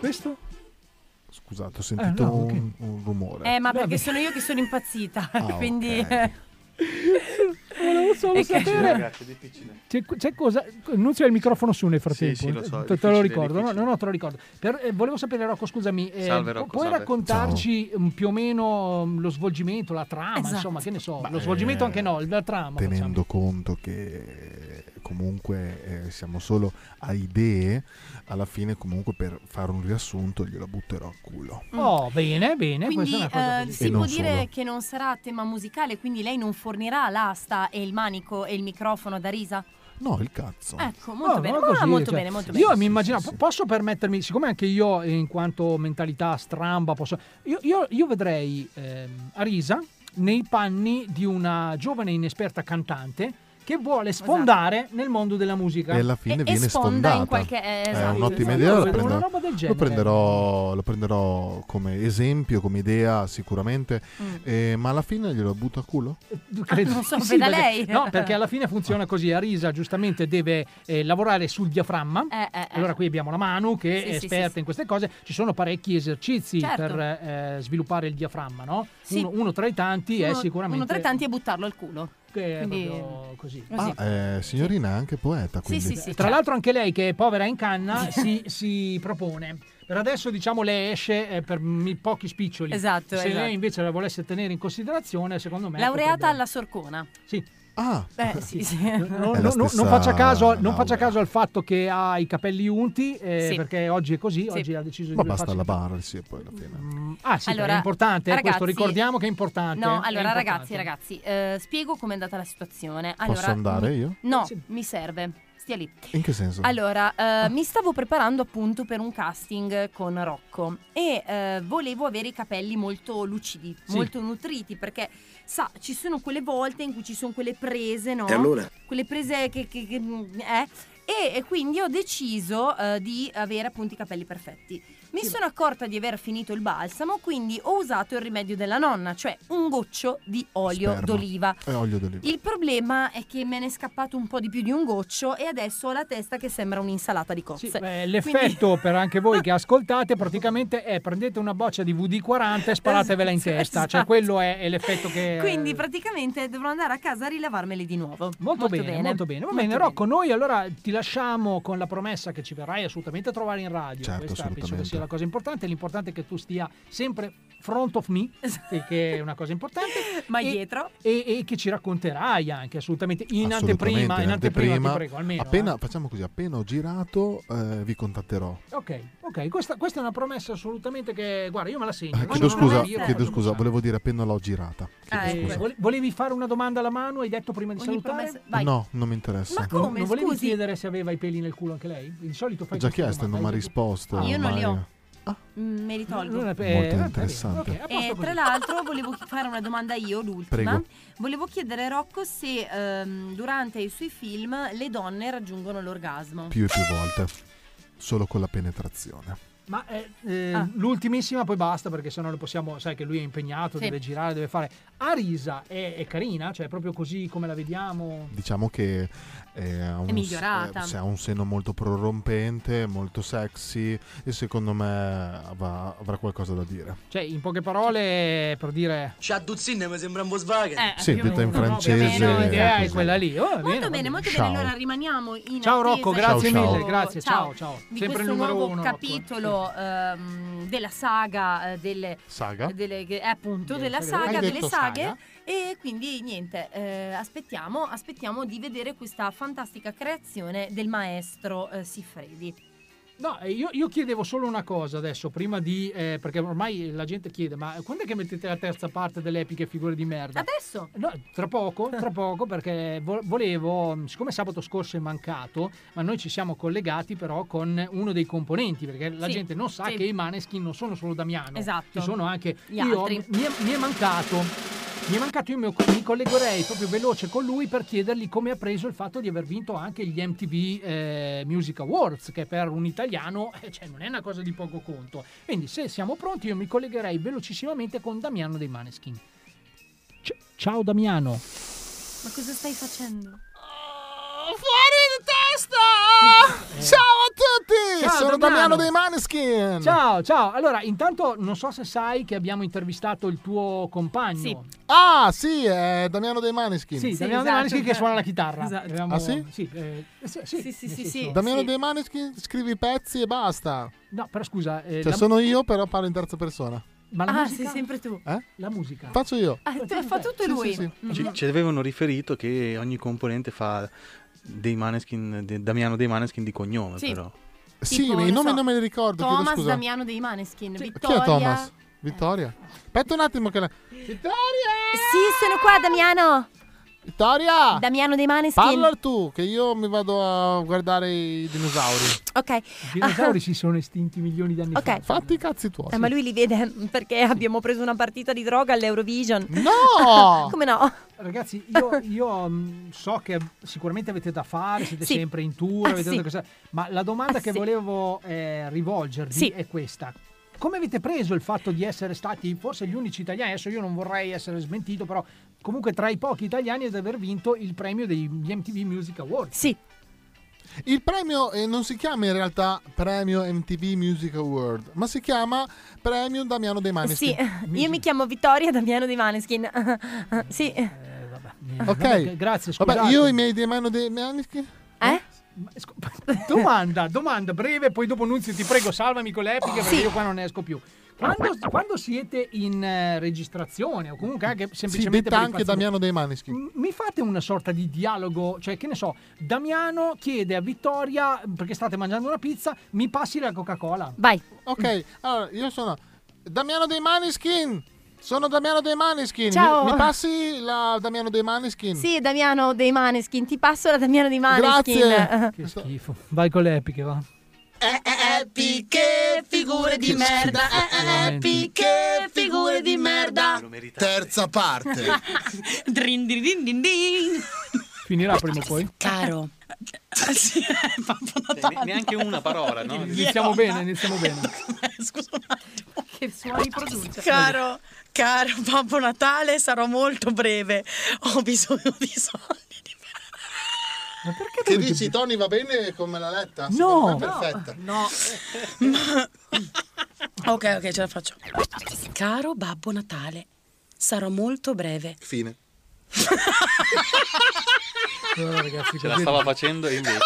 Questo?
Eh,
Scusate, ho sentito
Eh, no, ok.
un, un rumore.
Eh, ma perché sono io che sono impazzita,
Ah,
Eh,
quindi...
Volevo solo
E che-
sapere. C'è, c'è cosa? Non c'è il microfono su nel frattempo.
sì, lo so, è
te, te lo
difficile,
ricordo. No,
difficile.
no, no, te lo ricordo. Per- eh, volevo sapere, Rocco, scusami, eh,
Salve,
pu-
Rocco,
puoi
salve.
raccontarci mm, più o meno mm, lo svolgimento, la trama,
Esatto.
insomma, che ne so, lo svolgimento
eh,
anche no, la trama. facciamo.
tenendo conto che eh, comunque eh, siamo solo a idee, alla fine comunque per fare un riassunto glielo butterò a culo.
Oh, bene, bene,
Quindi
questa è una cosa
eh,
positiva.
E
si può
non
dire
solo.
che non sarà a tema musicale, quindi lei non fornirà l'asta e il manico e il microfono ad Arisa?
No, il cazzo.
Ecco, molto
No,
bene,
no,
Ma
così,
molto
cioè,
bene, molto bene.
Io mi immaginavo, po- posso permettermi, siccome anche io eh, in quanto mentalità stramba, posso, io, io- io vedrei ehm, Arisa nei panni di una giovane inesperta cantante che vuole sfondare nel mondo della musica.
E alla fine viene
Esatto. sfonda in
sfondata.
qualche- eh,
è
esatto,
un'ottima
esatto.
idea,
Io
lo
vedo una
prenderò,
roba del
lo,
genere.
prenderò, lo prenderò come esempio, come idea sicuramente, eh, ma alla fine glielo butto a culo?
Credo-
Mm. Ah, non so,
sì,
veda
perché-
lei.
No, perché alla fine funziona così. Arisa giustamente deve eh, lavorare sul diaframma.
Eh, eh, eh.
Allora qui abbiamo la Manu che
Sì,
è
sì,
esperta
sì, sì.
in queste cose. Ci sono parecchi esercizi
Certo.
per eh, sviluppare il diaframma, no?
Sì.
Uno, uno tra i tanti è
Uno-
sicuramente...
Uno tra i tanti è buttarlo al culo.
Che è
Quindi-
proprio così. Ah.
Così.
Eh, signorina è anche poeta, quindi...
sì, certo. cioè sì.
Tra l'altro anche lei che è povera in
[LAUGHS]
canna si, si propone. Per adesso diciamo le esce eh, per mi- pochi spiccioli.
Esatto,
Se
esatto.
lei invece la volesse tenere in considerazione, secondo me...
Laureata Eh,
potrebbe-
alla Sorcona.
Sì,
Ah,
Beh, sì, sì.
No,
Eh,
È la
no, no, [LAUGHS]
stessa
non, faccia caso, non faccia caso al fatto che ha i capelli unti, eh,
Sì.
perché oggi è così,
Sì.
oggi ha deciso
Ma
di
basta
farsi-
la barra, sì, e poi alla fine.
Ah sì,
Allora,
è importante eh, questo,
ragazzi-
ricordiamo che è importante. eh,
No,
è
allora
importante.
ragazzi, ragazzi, eh, spiego com'è andata la situazione. Allora,
Posso andare
mi-
io?
No, mi serve. Stia lì.
In che senso?
Allora, eh,
Ah.
mi stavo preparando appunto per un casting con Rocco e eh, volevo avere i capelli molto lucidi,
Sì.
molto nutriti, perché sa, ci sono quelle volte in cui ci sono quelle prese, no?
E allora?
Quelle prese che... che- che- eh? E, e quindi ho deciso eh, di avere appunto i capelli perfetti. Mi sono accorta di aver finito il balsamo, quindi ho usato il rimedio della nonna, cioè un goccio di olio
Sperma.
d'oliva.
Eh, olio d'oliva.
Il problema è che me ne è scappato un po' di più di un goccio e adesso ho la testa che sembra un'insalata di cozze.
Eh, L'effetto
[LAUGHS]
per anche voi che ascoltate praticamente è prendete una boccia di VD40 e sparatevela in
Sì,
testa, cioè
esatto.
quello è, è l'effetto che...
Quindi, quindi praticamente dovrò andare a casa a rilavarmele di nuovo.
Molto, bene, molto bene. Va bene, Rocco, noi allora ti lasciamo con la promessa che ci verrai assolutamente a trovare in radio.
Certo,
Questa penso che
assolutamente.
sia la cosa importante. L'importante è che tu stia sempre front of me, e che è una cosa importante.
Esatto. [LAUGHS] Ma
E-
dietro?
E, e che ci racconterai anche, assolutamente, in
Assolutamente,
anteprima. In anteprima, ti prego, almeno.
appena, Facciamo così, appena ho girato eh, vi contatterò.
eh. Ok, ok, questa, questa è una promessa assolutamente che, guarda, io me la segno.
Oh,
Eh,
Ogni
chiedo scusa,
promessa io
chiedo
faccio
scusa,
pensare.
volevo dire appena l'ho girata. Chiedo
Eh,
scusa.
vole- volevi fare una domanda alla mano? Hai detto prima di
Ah, ecco. Ogni
salutare?
promessa- vai.
No, non mi interessa.
Non- Non, volevi
scusi?
chiedere se aveva i peli nel culo anche lei? Di solito
Ho
fai
già
queste
chiesto e non mi ha
domande.
risposto.
Io non li
Mario.
ho. Mm, Me li tolgo.
Eh,
Molto interessante.
E Eh, tra l'altro volevo chi- fare una domanda io, l'ultima.
Prego.
Volevo chiedere a Rocco se ehm, durante i suoi film le donne raggiungono l'orgasmo.
Più e più volte. Solo con la penetrazione.
Ma eh, eh, l'ultimissima, poi basta perché sennò lo possiamo. Sai che lui è impegnato,
Sì.
deve girare, deve fare. Arisa è, è carina, cioè è proprio così come la vediamo.
Diciamo che eh, ha un,
migliorata.
eh, se ha un seno molto prorompente, molto sexy e secondo me va- avrà qualcosa da dire.
Cioè, in poche parole, per dire. Shadduzzin mi sembra un Volkswagen. Eh,
Sì,
più o
detta in
meno, no, più o
francese,
meno, L'idea è
così.
quella lì. Oh, va
Molto bene,
va
molto
Ciao.
bene. Allora rimaniamo in
Ciao,
attesa
Rocco,
di
grazie
questo-
mille, grazie, ciao, ciao.
Di
Sempre il
questo
numero
nuovo
uno, Rocco, eh.
capitolo ehm, della saga eh, delle
Saga?
delle- che- eh, appunto, della
hai
saga,
detto
delle saghe. E quindi niente, eh, aspettiamo, aspettiamo di vedere questa fantastica creazione del maestro eh, Siffredi.
No, eh, io, io chiedevo solo una cosa adesso, prima di... eh, perché ormai la gente chiede, ma quando è che mettete la terza parte delle epiche figure di merda?
Adesso? [LAUGHS]
No, tra poco,
Ah.
tra poco, perché vo- volevo, mh, siccome sabato scorso è mancato, ma noi ci siamo collegati però con uno dei componenti, perché la
Sì,
gente non sa
sì.
che i Maneskin non sono solo Damiano.
Esatto.
Ci sono anche...
Gli
io,
altri.
Mi, è, mi è mancato... Mi è mancato, io mi, mi collegherei proprio veloce con lui per chiedergli come ha preso il fatto di aver vinto anche gli MTV eh, Music Awards, che per un italiano eh, cioè, non è una cosa di poco conto. Quindi se siamo pronti io mi collegherei velocissimamente con Damiano dei Maneskin. C- ciao Damiano.
Ma cosa stai facendo?
Ah, Fuori di testa!
Ciao a tutti!
Ciao,
Sono Damiano,
Damiano.
dei Maneskin!
Ciao, ciao. Allora, intanto non so se sai che abbiamo intervistato il tuo compagno. Sì,
Ah, sì, è Damiano dei Maneskin.
Damiano De Maneschi che suona la chitarra.
Esatto.
Avevamo-
Ah, sì?
Sì, eh, sì, sì, nel senso-
Damiano dei Maneskin scrivi i pezzi e basta.
No, però scusa, eh,
Cioè,
la-
sono io, però parlo in terza persona.
Ma la
ah,
musica?
sei sempre tu.
Eh?
La musica.
Faccio io.
Ah, te- fa tutto
Sì,
lui.
sì, sì.
Mhm.
Ci, ci avevano riferito che ogni componente fa dei Maneskin, de- Damiano dei Maneskin di cognome,
Sì.
però.
Sì,
Tipo,
i nomi
so,
non me li ricordo, chiedo
Thomas
scusa.
Damiano dei Maneskin.
Chi
Vittoria. Eh.
è Thomas? Vittoria? Aspetta un attimo che la...
Sì, sono qua, Damiano.
Vittoria!
Damiano dei Maneskin.
Parla tu, che io mi vado a guardare i dinosauri.
Ok.
I dinosauri si sono estinti milioni di anni fa.
Ok.
Fatti i cazzi tuoi.
Eh, ma lui li vede perché abbiamo preso una partita di droga all'Eurovision.
No!
[LAUGHS] Come no?
Ragazzi, io, io, mh, so che sicuramente avete da fare, siete
Sì.
sempre in tour,
Ah,
avete
sì.
da cosa- ma la domanda
Ah,
che
sì.
volevo eh, rivolgervi
Sì.
è questa. Come avete preso il fatto di essere stati forse gli unici italiani, adesso io non vorrei essere smentito, però comunque tra i pochi italiani ad aver vinto il premio degli MTV Music Awards?
Sì.
Il premio eh, non si chiama in realtà premio MTV Music Award, ma si chiama premio Damiano De Maneskin.
Sì, io mi chiamo Vittoria Damiano dei Maneskin. [LAUGHS] Sì.
Ok,
Vabbè, grazie,
Vabbè,
scusate.
io e i miei Damiano De Maneskin...
[LAUGHS] Domanda, domanda breve, poi dopo Nunzio ti prego salvami con le epiche perché
Sì.
io qua non ne esco più. Quando, quando siete in eh, registrazione o comunque anche
Sì,
semplicemente
detta
per i
anche
fatti vostri,
Damiano dei Maneschi.
mi fate una sorta di dialogo, cioè che ne so, Damiano chiede a Vittoria perché state mangiando una pizza, mi passi la Coca-Cola.
Vai.
Ok, allora io sono Damiano dei Maneskin. Sono Damiano dei Maneskin.
Ciao.
Mi, mi passi la Damiano dei Maneskin?
Sì, Damiano dei Maneskin, ti passo la Damiano dei Maneskin.
Grazie.
Che schifo. Vai con le epiche, va.
Che figure di merda, eh, eh, eh, pi- che figure di merda.
Terza parte.
[LAUGHS] Drin, din, din, din, din.
Finirà prima o poi?
Caro. Sì, eh, Babbo Natale.
Neanche una parola, no?
Iniziamo bene, iniziamo bene.
[LAUGHS] Che suoni
cioè,
produce.
Caro, caro Babbo Natale, sarò molto breve. Ho bisogno di soldi.
Che dici, Tony, va bene come l'ha letta?
No.
Secondo me è perfetta.
No.
[LAUGHS] ok, ok, ce la faccio. Caro Babbo Natale, sarò molto breve.
Fine.
ragazzi,
Ce la stava facendo e
[LAUGHS]
invece.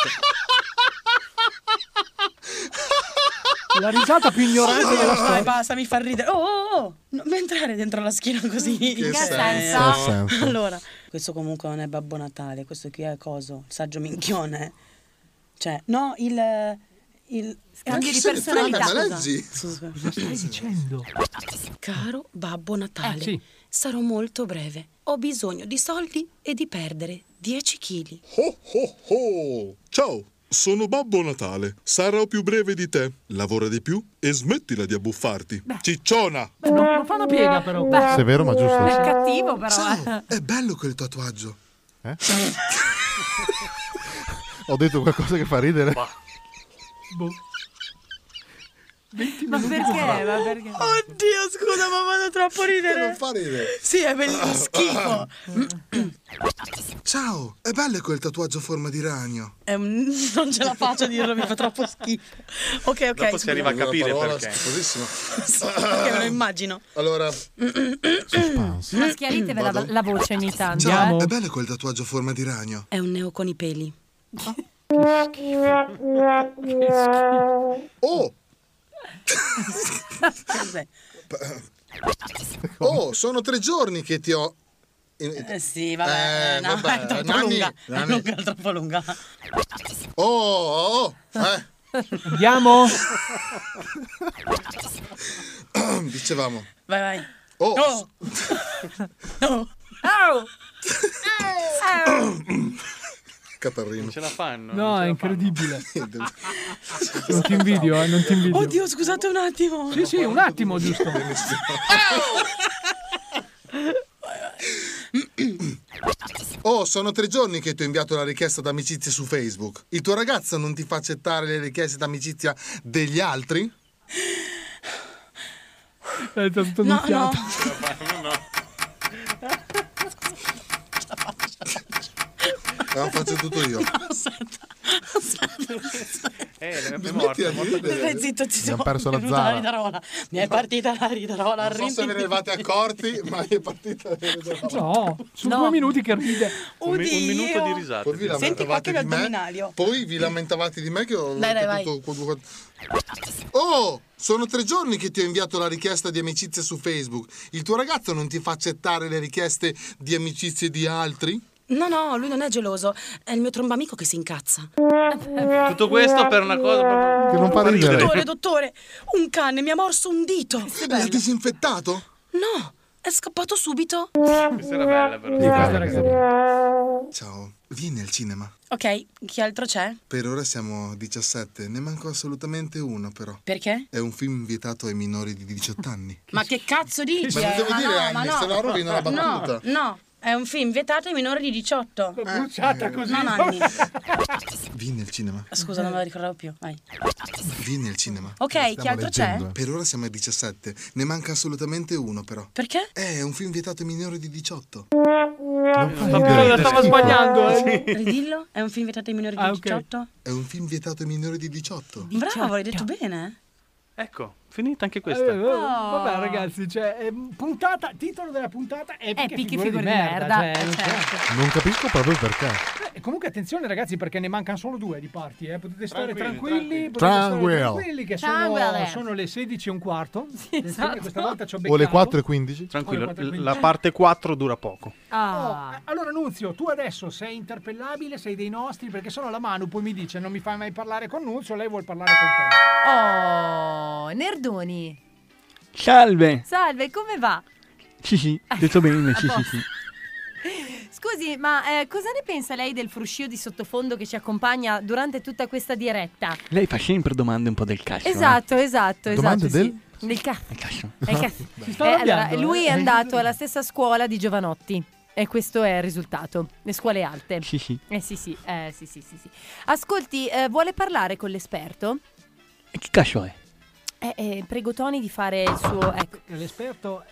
La risata più ignorante della
Vai,
storia.
basta, mi fa ridere. Oh, oh, oh, non mi entrare dentro la schiena così.
Che senso?
Che senso?
Allora, questo comunque non è Babbo Natale, questo qui è coso, il saggio minchione. Cioè, no, il... il
Scambio di personalità.
Scusa,
Scusa.
scusa.
Stai dicendo?
Caro Babbo Natale,
Eh, sì.
sarò molto breve. Ho bisogno di soldi e di perdere 10 kg.
Ho, ho, ho. Ciao, sono Babbo Natale. Sarò più breve di te. Lavora di più e smettila di abbuffarti. Cicciona!
Beh, non, non fa una piega però.
Beh, Severo, ma giusto.
È cattivo però.
Ciao,
eh.
è bello quel tatuaggio.
Eh? [LAUGHS] Ho detto qualcosa che fa ridere.
Boh.
Ma perché? Ma perché?
Oddio, scusa, ma vado troppo a ridere.
Non fa ridere.
Sì, è
[LAUGHS]
bellissimo, schifo.
Ciao, è bello quel tatuaggio a forma di ragno.
È un- Ehm, non ce la faccio a dirlo, mi fa troppo schifo. Ok, ok.
Dopo si
scusa.
arriva a capire
parola
perché.
Famosissimo.
Sì, perché me lo immagino.
Allora,
Ma schiariteve la, la voce ogni tanto.
ciao,
eh.
è bello quel tatuaggio a forma di ragno.
È un neo con i peli.
[LAUGHS]
Oh,
Cos'è?
Oh, sono tre giorni che ti ho.
Eh, sì, vabbè,
Eh,
no,
vabbè,
[LAUGHS] è troppo
Nanni,
lunga. È
Nanni.
lunga, è troppo lunga.
Oh,
[LAUGHS]
oh, oh, eh.
Andiamo.
[COUGHS] Dicevamo.
Vai, vai.
Oh,
Oh. No.
Au! Au!
Caparrino.
Ce la fanno.
No, è incredibile. non ti invidio, eh, non ti invidio.
Oddio, scusate un attimo.
Sì, sì, un attimo giusto.
Oh, sono tre giorni che ti ho inviato la richiesta d'amicizia su Facebook. Il tuo ragazzo non ti fa accettare le richieste d'amicizia degli altri?
È tutto
No, no.
iniziato.
[LAUGHS] La faccio tutto io.
Aspetta, aspetta,
Eh, le è
Smetti
morto, è
di
morto
ridere.
stai zitto, ci
Abbiamo
siamo.
perso la
venuta
Zara.
ridarola. Mi è partita la ridarola.
Non so se ve ne eravate accorti, ma è partita.
No, sono due minuti che ride.
Un, mi- un
Oddio.
minuto di diciamo. risate.
Poi vi
Senti qua
lamentavate
che ho
di
il
me.
addominali. ho.
Poi vi lamentavate di me che ho
Dai, dai, vai.
tutto tutto- Oh, sono tre giorni che ti ho inviato la richiesta di amicizia su Facebook. Il tuo ragazzo non ti fa accettare le richieste di amicizie di altri?
No, no, lui non è geloso. È il mio trombamico che si incazza.
Tutto questo per una cosa proprio-
Che non fa ridere.
Dottore, dottore, un cane mi ha morso un dito.
L'ha disinfettato?
No, è scappato subito.
Questa era bella, però.
Sì, guarda che-
Ciao, vieni al cinema.
Ok, chi altro c'è?
Per ora siamo 17, ne manco assolutamente uno però.
Perché?
È un film vietato ai minori di 18 anni.
Ma che cazzo dici?
Ma lo
eh?
devo dire, Anni, se no rovina la battuta.
No, no, è un film vietato ai minori di 18.
Bruciata così. [LAUGHS]
No, Nanni.
Vieni al cinema.
Scusa, non me lo ricordavo più. Vai.
Vieni al cinema.
Ok, chi altro c'è?
Per ora siamo ai 17, ne manca assolutamente uno però. Eh,
Perché?
È un film vietato ai minori di 18.
Non fa
La
ridere.
stava sbagliando. eh.
Ridillo? È un film vietato ai minori di
Ah, ok.
18?
È un film vietato ai minori di 18.
Bravo, hai detto bene.
Ecco, finita anche
Eh,
questa.
eh, Vabbè ragazzi, cioè, eh, puntata, titolo della puntata è
Eh,
Epiche
picchi
figure,
figure
di merda. cioè,
eh,
non so.
certo.
Non capisco proprio perché.
Eh, E comunque attenzione ragazzi perché ne mancano solo due di parti, eh. potete stare tranquilli,
Tranquilli, tranquilli.
potete stare
Tranquilli.
tranquilli che sono,
Tranquilli.
sono le 16 e un quarto. Attenzione, Questa volta ci ho
O
beccato.
le 4 e 15?
Tranquillo,
Tranquillo,
la
la
parte
parte 4 dura poco.
Ah.
Oh, eh, allora Nunzio, tu adesso sei interpellabile, sei dei nostri perché sono la Manu poi mi dice non mi fai mai parlare con Nunzio, lei vuol parlare con
te. Oh, Nerdoni.
Salve!
Salve, come va?
Sì,
[LAUGHS]
sì, detto bene, sì,
A
sì, sì.
Scusi, ma eh, cosa ne pensa lei del fruscio di sottofondo che ci accompagna durante tutta questa diretta?
Lei fa sempre domande un po' del calcio. eh?
Esatto, esatto,
Domande
esatto.
del-
Sì. Del ca-
Ah,
Eh,
[LAUGHS]
cazzo.
Si
sta
Eh,
arrabbiando,
allora, lui
eh.
è andato alla stessa scuola di Giovanotti e questo è il risultato, le scuole alte.
Sì, sì.
Eh sì sì, eh, sì, sì, sì, sì. Ascolti, eh, vuole parlare con l'esperto?
E Che calcio è?
Eh, eh, prego Tony di fare il suo... Ecco.
L'esperto...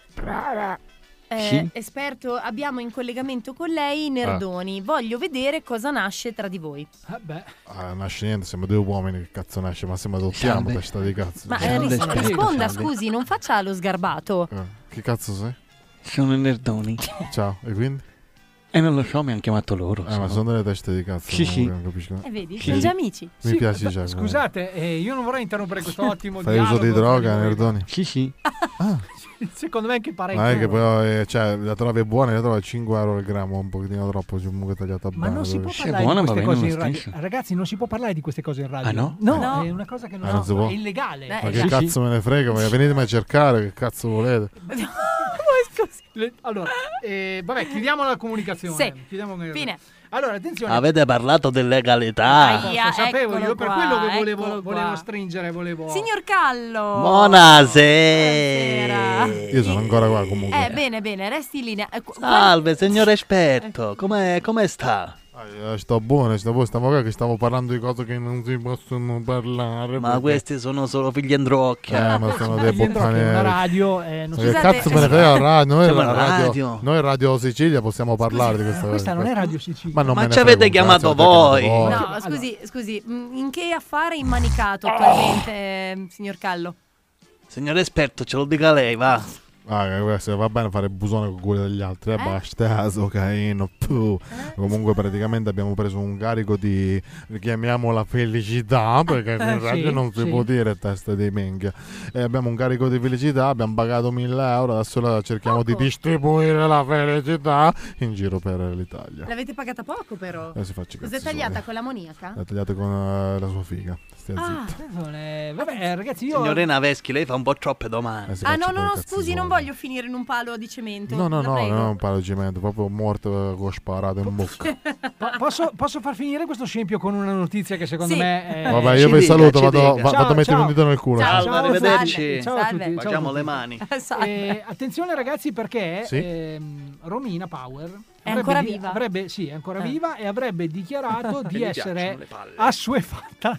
Eh,
Sì?
Esperto, abbiamo in collegamento con lei Nerdoni. Voglio vedere cosa nasce tra di voi.
Ah, nasce niente, siamo due uomini che cazzo nasce, ma se mi adottiamo
Salve.
testa di cazzo.
Ma eh,
Cioè,
ris-
eh,
risponda, scusi, non faccia lo sgarbato.
Che cazzo sei?
Sono nerdoni.
Ciao, e quindi?
E non lo so, mi hanno chiamato loro.
Eh, ma sono delle teste di cazzo.
Sì, sì.
comunque, non capisco.
Eh, vedi,
Sì.
sono già amici.
Mi
Sì,
piace
ma-
già. comunque.
Scusate, eh, io non vorrei interrompere
[LAUGHS]
questo ottimo
Fai
dialogo.
uso di droga, Nerdoni?
Sì, sì.
[LAUGHS] Secondo me anche parecchio.
Ma è che però, eh, cioè, la trova è buona, la trova a 5 euro al grammo, un pochettino troppo, cioè, comunque tagliata bene.
[LAUGHS] Ma non si può
dove-
parlare di queste cose in radio. Ragazzi, non si può parlare di queste cose in radio.
Ah, no?
No,
No.
è una cosa che non,
Ah, non si
è
può.
illegale.
Eh.
Ma che cazzo me ne frega, ma venitemi a cercare, che cazzo volete?
Eh,
[LAUGHS]
Le- Allora, eh, vabbè, chiudiamo la comunicazione.
Sì.
Chiudiamo con-
Fine.
Allora, attenzione.
Avete parlato di legalità.
Lo sapevo io, per
qua,
quello che volevo,
eccolo qua.
volevo stringere, volevo...
Signor Callo.
Buonasera.
Io sono ancora qua comunque.
Eh, bene, bene, resti in linea. Eh, qu-
Salve, signor
Eh.
esperto. Com'è, come sta?
Eh, sto buono, sto buono, stavo qua che stavo parlando di cose che non si possono parlare.
Ma
perché-
questi sono solo figli androcchia.
Eh, ma sono
Io
dei
entro che è una
bottaneri.
radio, eh, non
Ma
so-
che
Scusate,
cazzo me ne frega la radio? Noi,
Siamo
la
alla
radio,
radio.
noi Radio Sicilia possiamo parlare di questa
eh, Questa non è Radio Sicilia.
Ma, non
Ma
me ne
ci
frega
avete
un cazzo,
chiamato
avete chiamato
voi.
voi.
No, scusi, scusi, mm, in che affare è immanicato attualmente, eh, signor Callo?
Signor esperto, ce lo dica lei, va.
Ah, eh, questo va bene fare busone con quello degli altri, eh? Bastardo, caino. puh. Comunque, praticamente abbiamo preso un carico di chiamiamola felicità, perché
Eh,
in radio
sì,
non si
sì.
può dire testa di minchia. E abbiamo un carico di felicità, abbiamo pagato 1000 euro, adesso la cerchiamo di distribuire la felicità in giro per l'Italia.
L'avete pagata poco però.
Eh, si faccia i
Cos'è
cazzi
tagliata
suoi.
con l'ammoniaca?
L'ha tagliato con eh, la sua figa. Stia
Ah,
zitta.
attenzione. Vabbè, ragazzi, io...
Signorina Veschi, lei fa un po' troppe domande.
si
Ah
faccia
no, no,
poi i
no,
cazzi
scusi, non
suoi.
voglio finire in un palo di cemento.
No, no,
la
no,
prego.
non è un palogimento, proprio morto eh, con sparate in bocca.
Po- posso, posso far finire questo scempio con una notizia che secondo [LAUGHS] me... eh, È...
Vabbè,
ci
io vi
dica,
saluto,
ci
vado,
dica.
va- vado
Ciao,
a mettere
ciao.
un dito nel culo.
Ciao,
Ciao, salve.
arrivederci.
Ciao a tutti, ciao a
Facciamo
tutti.
le mani.
Eh, attenzione ragazzi perché
Sì.
ehm, Romina Power avrebbe
ancora
di-
viva?
avrebbe- sì, è ancora viva e avrebbe
[LAUGHS]
dichiarato
Mi
di
piacciono
essere
le palle.
assuefatta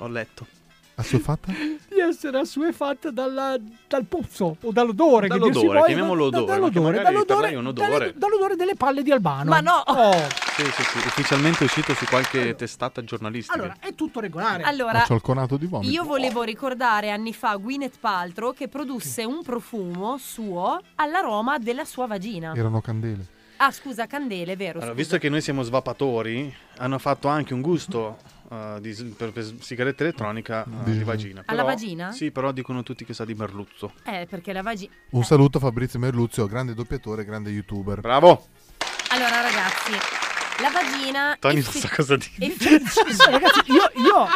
Ho letto.
A sua fatta?
di essere assuefatta dalla- dal puzzo o dall'odore, che dir si
Dall'odore,
voglia,
chiamiamolo
da-
odore,
dall'odore,
perché magari
dall'odore,
per lei è un odore.
dall'odore delle palle di Albano.
Ma no!
Oh.
Sì, sì, sì, ufficialmente è uscito su qualche testata giornalistica.
Allora, è tutto regolare.
Allora,
C'ho il conato di vomito.
io volevo ricordare anni fa Gwyneth Paltrow che produsse un profumo suo all'aroma della sua vagina.
Erano candele.
Ah, scusa, candele, vero?
Allora,
scusa.
visto che noi siamo svapatori, hanno fatto anche un gusto eh, di, s- per, per s- sigaretta elettronica eh, di vagina.
Alla
Però-
vagina?
Sì, però dicono tutti che sa di merluzzo.
Eh, perché la vagina...
Un saluto a Fabrizio Merluzio, grande doppiatore, grande youtuber.
Bravo!
Allora, ragazzi, la vagina...
Tony
effe-
non sa cosa dire.
[LAUGHS] effe-
Sì, ragazzi, io, io,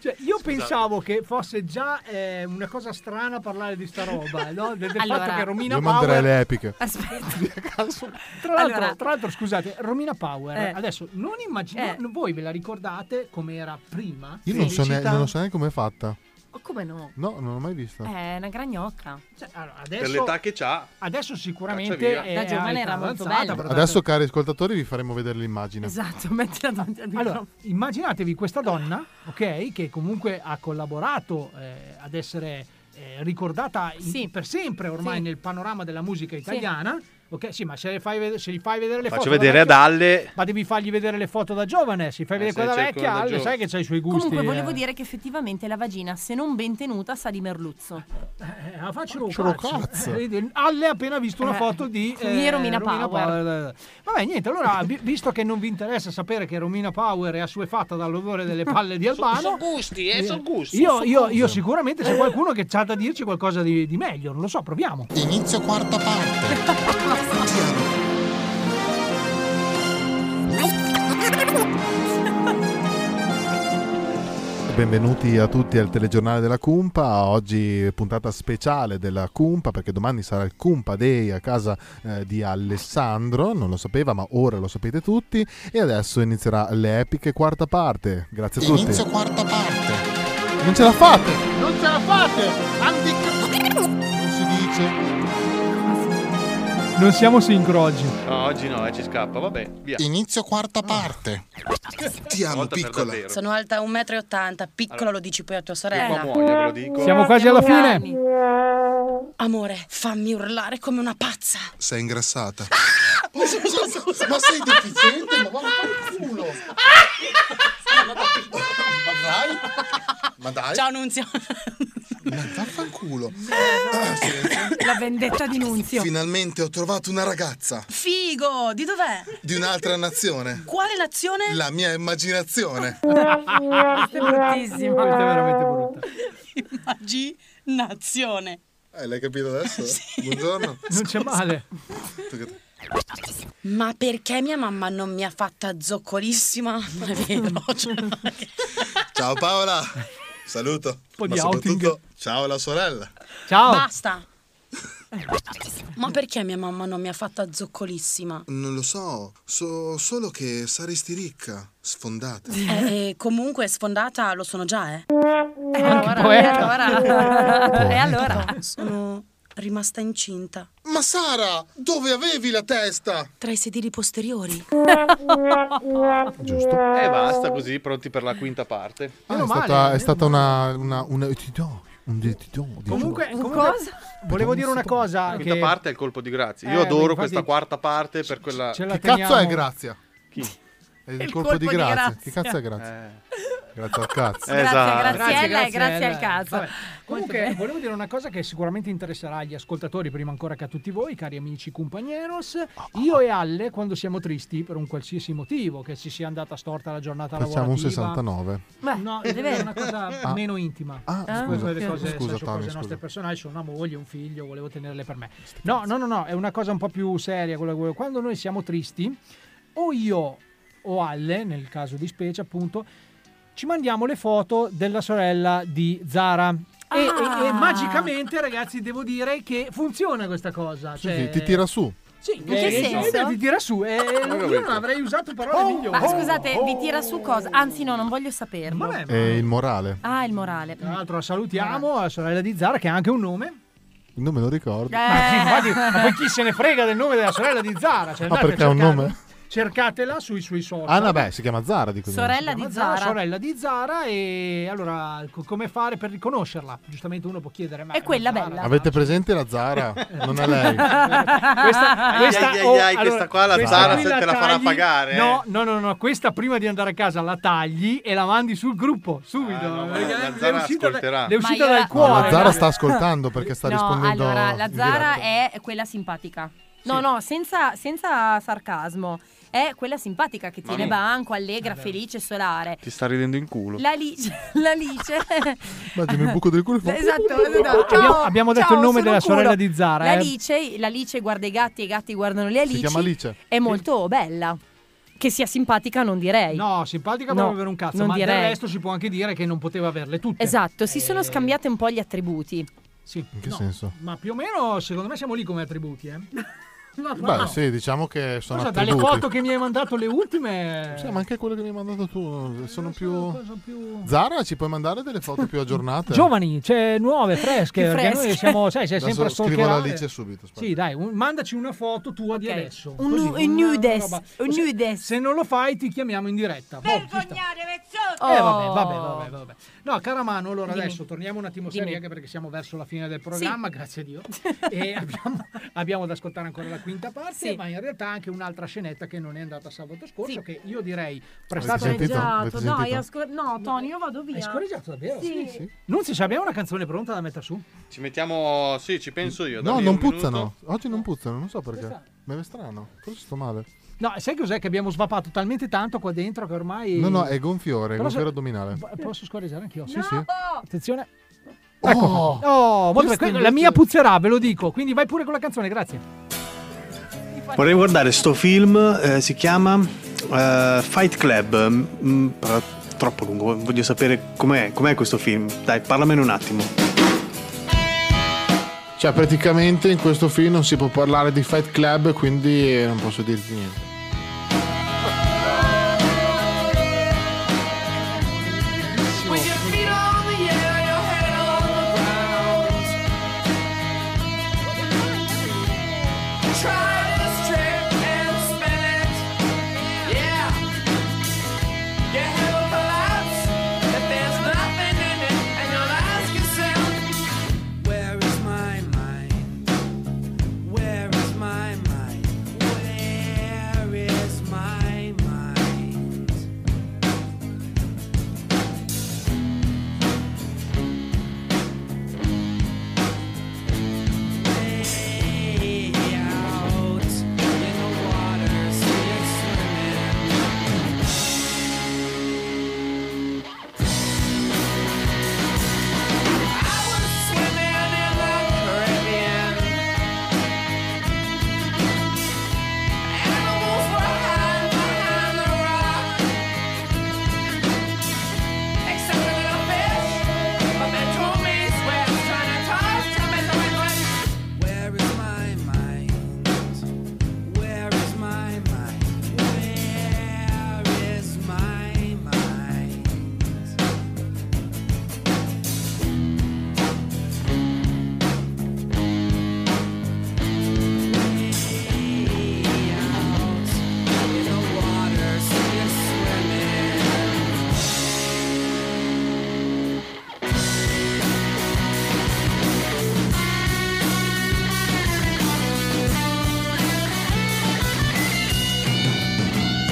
cioè, io pensavo che fosse già eh, una cosa strana parlare di sta roba, no? del, del
Allora-
fatto che Romina
Io manderei
Power...
le epiche. [LAUGHS]
Tra l'altro,
Allora-
tra l'altro, scusate, Romina Power,
Eh.
adesso non immaginate,
Eh.
voi ve la ricordate come era prima?
Io non so, ne-
Felicità?
non so Ecco. neanche com'è fatta.
Oh, come no? Eh,
No, non l'ho mai vista.
Eh,
È una gragnocca.
Cioè, allora,
Per
adesso,
l'età che c'ha.
adesso
Caccia
sicuramente...
via.
è
Da giovane era molto
avanzata,
bella.
Adesso, cari ascoltatori, vi faremo vedere l'immagine.
Esatto, [LAUGHS] mettila davanti al
Allora,
microfono.
immaginatevi questa donna, ok, che comunque ha collaborato eh, ad essere eh, ricordata in- per sempre ormai
Sì.
nel panorama della musica italiana. Ok, sì, ma se, le fai ved- se gli fai vedere le
Faccio
foto. da
vedere
vecchio-
ad Alle-
Ma devi fargli vedere le foto da giovane. Se gli fai vedere
se
quella
c'è
vecchia,
quella da
Alle,
giovane.
sai che c'hai i suoi gusti.
Comunque volevo
eh.
dire che effettivamente la vagina, se non ben tenuta, sa di merluzzo.
Eh, la faccio
Faccelo
cazzo. [LAUGHS]
cazzo.
Eh, Alle ha appena visto una
Eh,
foto di
di Romina Power.
Power. Eh, Vabbè, niente, allora, vi- visto che non vi interessa sapere che Romina Power è assuefatta dall'odore delle palle di
Sono
Albano,
gusti, eh, sono gusti.
io,
son
io-
gusti.
io sicuramente c'è qualcuno che ha da dirci qualcosa di, di meglio, non lo so, proviamo. Inizio quarta parte.
Benvenuti a tutti al telegiornale della Cumpa, oggi puntata speciale della Cumpa perché domani sarà il Cumpa Day a casa eh, di Alessandro, non lo sapeva ma ora lo sapete tutti e adesso inizierà l'epiche quarta parte, grazie a tutti.
Inizio
quarta parte. Non ce la fate!
Non ce la fate! Non si dice.
non siamo sincro oggi.
No, oggi no, eh, ci scappa, vabbè, via.
Inizio quarta parte.
Ti amo, piccola.
Sono alta 1,80 m, piccola lo dici poi a tua sorella.
qua muoio, ve lo dico.
Siamo quasi alla fine.
Amore, fammi urlare come una pazza.
Sei ingrassata.
Ma sei deficiente? Ma
culo. Ma dai.
Ciao Nunzio.
Ma vaffanculo.
La vendetta di Nunzio.
Finalmente ho trovato una ragazza
Figo, di dov'è?
di un'altra nazione.
Quale nazione?
La mia immaginazione.
Questa
è bruttissima. Questa è veramente
brutta.
Immaginazione.
Eh, l'hai capito
[LAUGHS]
adesso? Buongiorno.
Non c'è male.
Ma perché mia mamma non mi ha fatta zoccolissima? [LAUGHS] Non è vero. Cioè,
Ciao Paola. Saluto.
po'
Ma
di outing.
soprattutto ciao alla sorella.
Basta. Ma perché mia mamma non mi ha fatta [LAUGHS] zoccolissima?
Non lo so, so solo che saresti ricca, sfondata.
Eh, eh, comunque sfondata lo sono già, eh.
Eh, Anche allora, poeta. e allora?
E
E
allora? Sono rimasta incinta.
Ma Sara, dove avevi la testa?
Tra i sedili
[LAUGHS]
posteriori.
Giusto.
Eh,
E basta, così pronti per la quinta parte.
Ah, è, stata, è stata una... una, una- ti do, un ti do, ti do.
Comunque, comunque volevo dire una cosa.
La quinta
Che
parte è il colpo di grazia. Io
Eh,
adoro
infatti-
questa quarta parte per quella.
ce la Che cazzo teniamo. è
grazia?
Chi?
È il, colpo, di grazia. Che cazzo è grazia? Grazie al cazzo.
Grazie, Eh. Esatto.
Graziella e grazie al caso.
Vabbè,
Molto
Comunque,
bene.
volevo dire una cosa che sicuramente interesserà agli ascoltatori, prima ancora che a tutti voi, cari amici compagneros. Io e Alle, quando siamo tristi, per un qualsiasi motivo, che ci sia andata storta la giornata
Facciamo un
lavorativa,
69.
Beh, no, deve essere una cosa
Ah.
meno intima.
Ah,
Sono
scusa,
delle Eh? cose,
scusa,
sono
Tommy,
cose
scusa.
nostre personali, sono una moglie, un figlio, volevo tenerle per me. No, no, no, no, è una cosa un po' più seria. quella- quella- Quando noi siamo tristi, o io o Alle, nel caso di specie, appunto, ci mandiamo le foto della sorella di Zara. E, e- e magicamente, ragazzi, devo dire che funziona questa cosa.
Sì,
cioè-
sì, ti tira su.
Sì,
In
che
eh,
senso?
eh, Ti tira su. eh, io non avrei usato parole migliori.
Ma scusate, vi tira su cosa? Anzi, no, non voglio saperlo.
È il morale.
Ah, il morale.
Tra l'altro la salutiamo la sorella di Zara che ha anche un nome.
Non me lo ricordo.
Ma,
Eh.
chi, infatti, ma poi chi se ne frega del nome della sorella di Zara? Cioè,
Ah,
andate a
perché ha un
cercare-
nome?
Cercatela sui suoi social.
Ah, no, beh, si chiama Zara, dico
Si chiama Sorella di Zara e allora co- come fare per riconoscerla? Giustamente uno può chiedere. Ma
È quella bella.
Avete presente la Zara? Ah, Non è lei.
[LAUGHS] questa,
Ai,
questa,
ai, ai,
oh,
ai,
allora,
questa qua la
questa
Zara
qui
se te la farà
tagli-
pagare, eh.
No, no, no, no, questa prima di andare a casa la tagli e la mandi sul gruppo
Ah,
subito. perché
la
è
Zara
uscita da-
ascolterà.
è uscita
Ma io
dal
la-
No,
cuore.
la Zara sta ascoltando perché sta
no,
rispondendo.
allora, la
in
Zara
diretta.
è quella simpatica. No, no, senza, senza sarcasmo. È quella simpatica che
Ma
tiene
no.
banco,
Eh,
allegra, felice, solare.
Ti sta ridendo in culo.
[LAUGHS] L'alice, l'alice. [LAUGHS]
Immagino il buco del culo. e fa-
esatto, esatto. Ciao,
Abbiamo, abbiamo detto
ciao,
il nome
sono
della
culo.
sorella di Zara. eh.
L'alice, l'alice guarda i gatti e i gatti guardano le alici.
Si chiama Alice.
È molto bella. Che sia simpatica non direi.
No, simpatica
No,
proprio per un cazzo,
non
ma del
direi.
resto si può anche dire che non poteva averle tutte.
Esatto, si sono scambiate un po' gli attributi.
Sì.
In che senso?
Ma più o meno, secondo me, siamo lì come attributi,
[LAUGHS]
eh. No,
Beh, sì, diciamo che sono
Cosa, dalle
attributi.
foto che mi hai mandato le ultime... Eh,
Sì, ma anche quelle che mi hai mandato tu sono
più...
Zara, ci puoi mandare delle foto più aggiornate?
Giovani, cioè nuove, fresche,
Più
perché
fresche.
noi siamo, sai, sei
Adesso
sempre a
scrivo
stalkerare.
alla Alice subito, aspetta.
Sì, dai, un- mandaci una foto tua di
Ok.
adesso.
Un
così,
nu-
una
un nudes,
roba.
un
Se- Se non lo fai ti chiamiamo in diretta. Boh, ci sta.
Vergognare, vezzone!
Oh.
Eh, vabbè, vabbè, vabbè, vabbè. No, cara Mano, allora
Dimmi.
adesso torniamo un attimo
Dimmi.
seri, anche perché siamo verso la fine del programma, grazie a
[LAUGHS]
Dio. e abbiamo, abbiamo da ascoltare ancora la quinta parte,
Sì.
ma in realtà anche un'altra scenetta che non è andata sabato scorso, che io direi
Avete
prestate
sentito? Avete
Esatto. No,
sentito?
io scor- no, Tony, io vado via.
Hai scorreggiato davvero?
Sì.
Non si sa, abbiamo una canzone pronta da mettere su?
Ci mettiamo. Sì, ci penso io.
No,
dammi
non
un
puzzano.
minuto.
Oggi non puzzano, non so perché. Mi è strano. Forse sto male.
No, sai cos'è? Che abbiamo svapato talmente tanto qua dentro che ormai...
No, no, è gonfiore, è
Però se-
gonfiore addominale.
Po- Posso scorreggiare anch'io?
Sì, sì. No!
Attenzione.
Oh!
Ecco. qua. Oh,
Questa
molto bene. Quella-
invece-
La mia puzzerà, ve lo dico. Quindi vai pure con la canzone, grazie.
Vorrei guardare sto film, eh, si chiama eh, Fight Club, mm, però troppo lungo, voglio sapere com'è, com'è questo film. Dai, parlamene un attimo.
Cioè, praticamente in questo film non si può parlare di Fight Club, quindi eh, non posso dirti niente.
With your feet on the air, your head on the ground. Try this trick and spin it. Yeah. Your head will collapse if there's nothing in it, and you'll ask yourself, Where is my mind? Where is my mind? Where is my mind? Way out in the water, see it swimming. I was swimming in the Caribbean, animals were hiding behind the rock, except a little fish. My man told me he's trying to toss, trying to toss. Where is my mind? Where is my mind? Where is my mind? Way out in the water, see it swimming.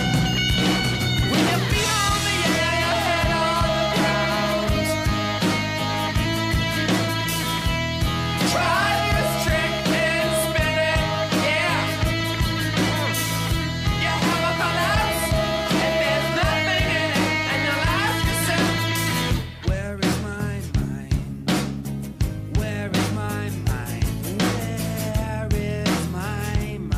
When your feet on the air, your head on the ground. Try this trick and spin it, yeah. You have a collapse if there's nothing in it, and you'll ask yourself, Where is my mind? Where is my mind? Where is my mind?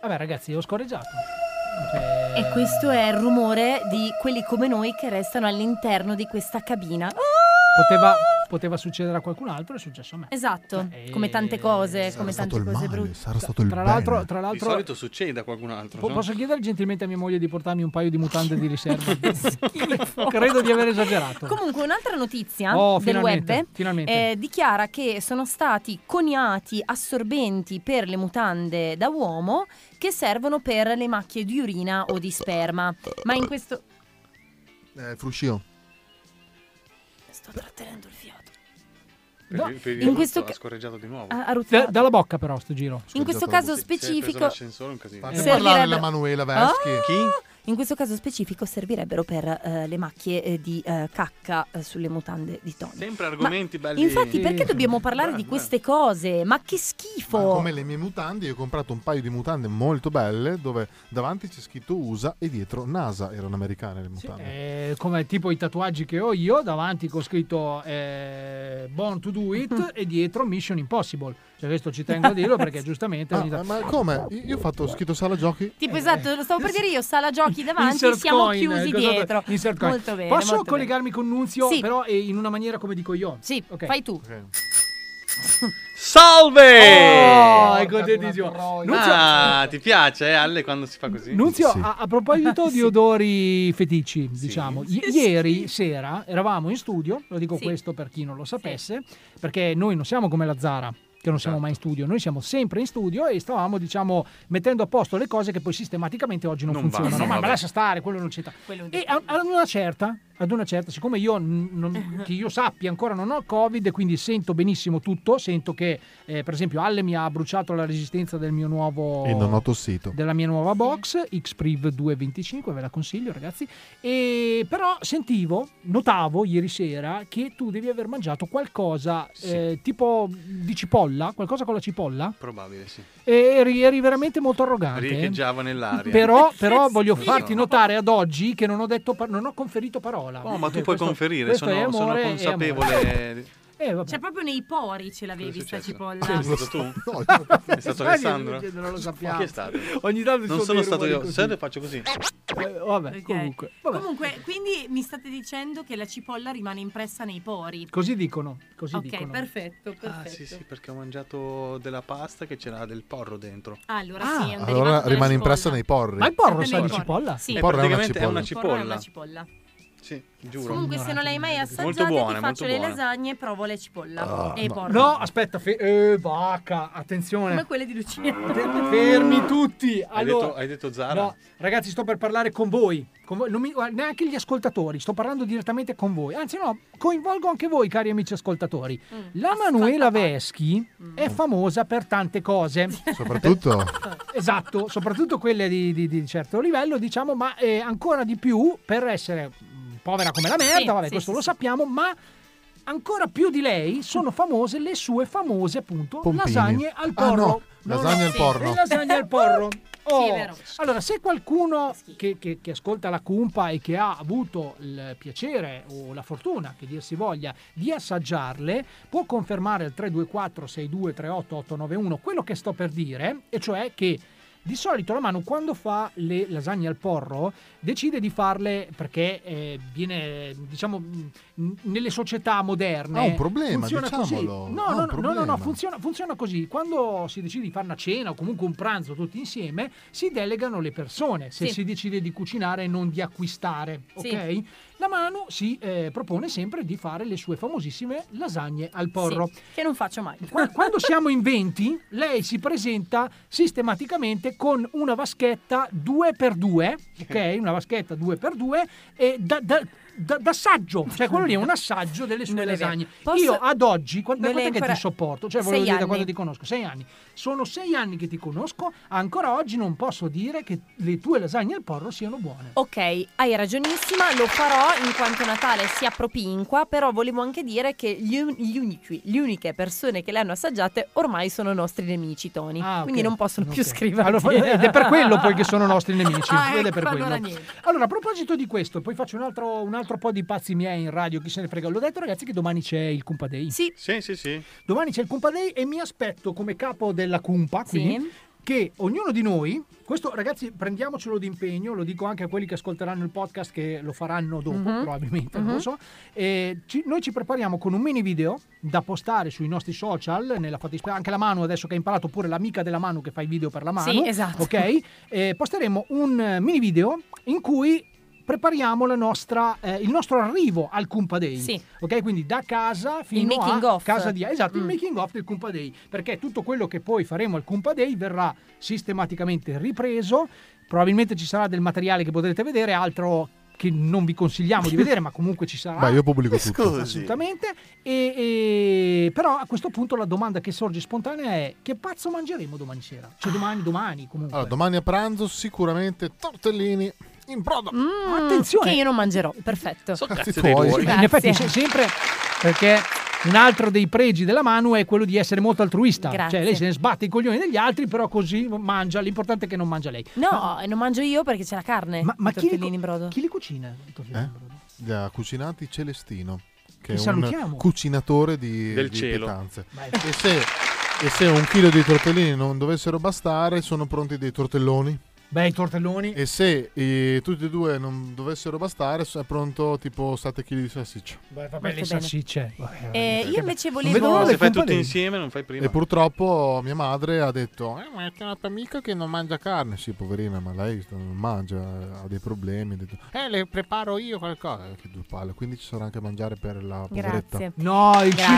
Vabbè, ragazzi, ho scorreggiato. Cioè,
E questo è il rumore di quelli come noi che restano all'interno di questa cabina. Oh,
Poteva, poteva succedere a qualcun altro, è successo a me.
Esatto,
Eh,
come tante cose,
sarà
come
stato
tante
il
cose
male,
brutte.
Sarà stato il
Tra l'altro,
bene.
tra
Di
l'altro
solito succede a qualcun altro.
po-
no?
posso chiedere gentilmente a mia moglie di portarmi un paio di mutande di
[LAUGHS]
riserva? Credo di aver esagerato.
Comunque, un'altra notizia
Ecco. Oh,
del
finalmente,
web
finalmente.
eh, dichiara che sono stati coniati assorbenti per le mutande da uomo che servono per le macchie di urina o di sperma. Ma in questo.
Eh, fruscio.
Sto trattenendo il fiato.
Per
No,
il- per il
in questo Ah.
rutto,
ca-
ha scorreggiato di nuovo.
Ha- ha
Da-
ruzzolato.
dalla bocca però sto giro.
In questo caso
Si è preso
specifico
l'ascensore, un casino.
Fate parlare la
servirebbero-
Manuela Veschi.
Ah!
Chi?
In questo caso specifico servirebbero per eh, le macchie eh, di eh, cacca eh, sulle mutande di Tony.
Sempre argomenti belli.
Infatti, perché dobbiamo parlare di queste cose? Ma che schifo!
Ma come le mie mutande, io ho comprato un paio di mutande molto belle dove davanti c'è scritto USA e dietro NASA. Erano americane le mutande.
Eh, come tipo i tatuaggi che ho io, davanti con scritto eh, Born to do it
[LAUGHS]
e dietro Mission Impossible. Cioè, questo ci tengo a
[LAUGHS]
dirlo perché giustamente.
Ah, ma come? Io- Io ho fatto ho scritto sala giochi.
Tipo esatto, lo stavo per dire io, sala giochi davanti,
Insert
siamo
coin, eh,
chiusi
cosa-
dietro.
insert coin.
Molto bene.
Posso
molto bene.
collegarmi con Nunzio,
Sì.
però eh, in una maniera come dico io?
Sì,
Ok.
fai tu.
Oh,
Salve!
è contentissimo. Nunzio,
ah, ti piace, eh, Ale, quando si fa così?
Nunzio, a, a proposito di odori fetici, diciamo, i- ieri sera eravamo in studio, lo dico questo per chi non lo sapesse, perché noi non siamo come la Zara. Che non siamo mai in studio, noi siamo sempre in studio e stavamo, diciamo, mettendo a posto le cose che poi sistematicamente oggi non,
Non
funzionano.
vanno,
ma, ma
vabbè.
lascia stare, quello non c'entra.
Quello
E a- ad una certa, ad una certa, siccome io, n- non- che io sappia ancora non ho il Covid, quindi sento benissimo tutto, sento che eh, per esempio Alle mi ha bruciato la resistenza del mio nuovo
E non ho tossito.
della mia nuova box Xpriv 225, ve la consiglio ragazzi. E però sentivo, notavo ieri sera che tu devi aver mangiato qualcosa eh, tipo di cipolla, qualcosa con la cipolla
Probabile, sì.
e eri, eri veramente molto arrogante. eh?
Riecheggiava
Ah,
nell'aria.
Però, però voglio
Sì.
farti notare ad oggi che non ho, detto par- non ho conferito parola.
No, ma tu
Eh,
puoi
questo-
conferire,
questo
sono,
è
sono
amore, è amore.
Eh.
consapevole.
Eh,
C'è Cioè, proprio nei pori ce l'avevi sta cipolla.
Sei stato tu?
No,
È stato Alessandro?
Non lo sappiamo.
Ma chi è stato?
[LAUGHS] Ogni tanto ci
non
sono
sono
dei
stato
rumori
io.
così.
Se ne faccio così.
Eh, vabbè,
Ok.
comunque.
Comunque, quindi mi state dicendo che la cipolla rimane impressa nei pori.
Così dicono. Così
ok,
dicono.
perfetto,
Ah,
perfetto.
sì, sì, perché ho mangiato della pasta che c'era del porro dentro.
Ah, allora
Ah,
sì, è un derivato
Allora
della
rimane
cipolla.
impressa nei porri.
Ma il porro
Nei
sa di
porri.
cipolla?
Sì.
Il
È
porro è una
praticamente è una
Il porro è
cipolla.
una cipolla.
Sì, giuro.
Comunque, se non l'hai mai
Molto buona,
assaggiata, ti
molto Ah,
faccio le
buona.
lasagne e provo le cipolla. e i
no.
porri.
Ah, No, aspetta, fe- eh, vacca,
Come
attenzione.
quelle di
Fermi,
Luciano.
Fermi tutti.
Ah. Hai,
Allora,
detto, hai detto Zara?
No, ragazzi, sto per parlare con voi. Con voi- non mi- neanche gli ascoltatori, sto parlando direttamente con voi. Anzi, no, coinvolgo anche voi, cari amici ascoltatori. La Manuela Veschi è famosa per tante cose.
Soprattutto
[LAUGHS] Esatto, soprattutto quelle di, di- di certo livello, diciamo, ma eh, ancora di più per essere mh, povera come la merda,
Sì,
vabbè,
sì,
questo
sì,
lo
sì.
sappiamo, ma ancora più di lei sono famose le sue famose, appunto,
Pompini.
lasagne al
Ah,
porro.
no, lasagne al Sì. porno.
Le lasagne al porro.
Sì,
Oh,
è vero.
allora, se qualcuno che, che- che ascolta la cumpa e che ha avuto il piacere o la fortuna, che dir si voglia, di assaggiarle, può confermare al 324-6238-891 quello che sto per dire, e cioè che di solito la mano quando fa le lasagne al porro decide di farle perché eh, viene, diciamo, mh, nelle società moderne.
Ha un problema,
funziona così.
diciamolo.
No,
Ha un
no, no, no, no,
problema.
funziona, funziona così. Quando si decide di fare una cena o comunque un pranzo tutti insieme, si delegano le persone. Se
Sì.
si decide di cucinare e non di acquistare,
Sì.
ok? La mano si eh, propone sempre di fare le sue famosissime lasagne al porro.
Sì, che non faccio mai. [LAUGHS]
Qua- Quando siamo in 20, lei si presenta sistematicamente con una vaschetta 2x2, ok? Una vaschetta 2x2 e da, da- da- d'assaggio, cioè quello lì è un assaggio delle sue
Non è vero.
lasagne.
Posso-
Io ad oggi, quando
Non è
che
ancora-
ti sopporto, cioè
Sei
volevo dire da
anni.
quando ti conosco, sei anni. Sono sei anni che ti conosco, ancora oggi non posso dire che le tue lasagne al porro siano buone.
Ok, hai ragionissima, lo farò in quanto Natale si appropinqua, però volevo anche dire che gli, un- gli unici- le uniche persone che le hanno assaggiate ormai sono nostri nemici, Tony.
Ah,
Quindi
ok,
non possono più
ok.
scriverti.
Allora, ed è per
[LAUGHS]
quello poi che sono nostri nemici.
Ah,
ed è
ecco,
per quello.
allora niente.
Allora, a proposito di questo, poi faccio un altro, un altro po' di pazzi miei in radio, chi se ne frega. L'ho detto ragazzi che domani c'è il Cumpa Day.
Sì.
Sì, sì, sì.
Domani c'è il Cumpa Day e mi aspetto come capo della Cumpa qui
Sì.
che ognuno di noi, questo ragazzi prendiamocelo d'impegno, lo dico anche a quelli che ascolteranno il podcast che lo faranno dopo
Mhm.
probabilmente, non
Mhm.
lo so, eh, ci- noi ci prepariamo con un mini video da postare sui nostri social, nella fattispecie anche la Manu adesso che ha imparato pure l'amica della Manu che fa i video per la Manu,
Sì, esatto.
ok? Eh, posteremo un eh, mini video in cui prepariamo la nostra, eh, il nostro arrivo al Cumpa Day,
Sì.
ok? Quindi da casa
Il
fino
making
a
of.
casa di esatto, il
Mm.
making of del Cumpa Day, perché tutto quello che poi faremo al Cumpa Day verrà sistematicamente ripreso, probabilmente ci sarà del materiale che potrete vedere, altro che non vi consigliamo di vedere, ma comunque ci sarà.
Ma io pubblico tutto.
Assolutamente. E, e- però a questo punto la domanda che sorge spontanea è: che pazzo mangeremo domani sera? Cioè domani, domani comunque.
Allora, domani a pranzo sicuramente tortellini in brodo.
Mm. Attenzione.
Che io non mangerò, perfetto. So
Ah, cazzi dei tuoi. tuoi.
In effetti,
Grazie.
se- sempre perché. Un altro dei pregi della Manu è quello di essere molto altruista.
Grazie.
Cioè, lei se ne sbatte i coglioni degli altri, però così mangia. L'importante è che non mangia lei.
No, e non mangio io perché c'è la carne. Ma,
ma chi li
in brodo?
Chi li cucina?
Eh? Li ha cucinati Celestino,
Li
che è un
salutiamo.
cucinatore di,
Del
di
cielo.
pietanze.
Vai.
E se, e se un chilo di tortellini non dovessero bastare, sono pronti dei tortelloni.
Beh, i tortelloni.
E se eh, tutti e due non dovessero bastare, è pronto tipo 7 kg di salsiccia.
Vabbè, le salsicce. Vabbè,
Eh,
vabbè.
io invece
Non
volevo-
vedo l'ora
Se
di
fai
comparire.
tutti insieme non fai prima.
E purtroppo mia madre ha detto: Eh, ma c'è un altro amico che non mangia carne. Sì, poverina, ma lei non mangia, ha dei problemi. Ha detto, Eh, le preparo io qualcosa. Eh, Che due palle. Quindi ci sarà anche mangiare per la poveretta.
No, il
Grazie.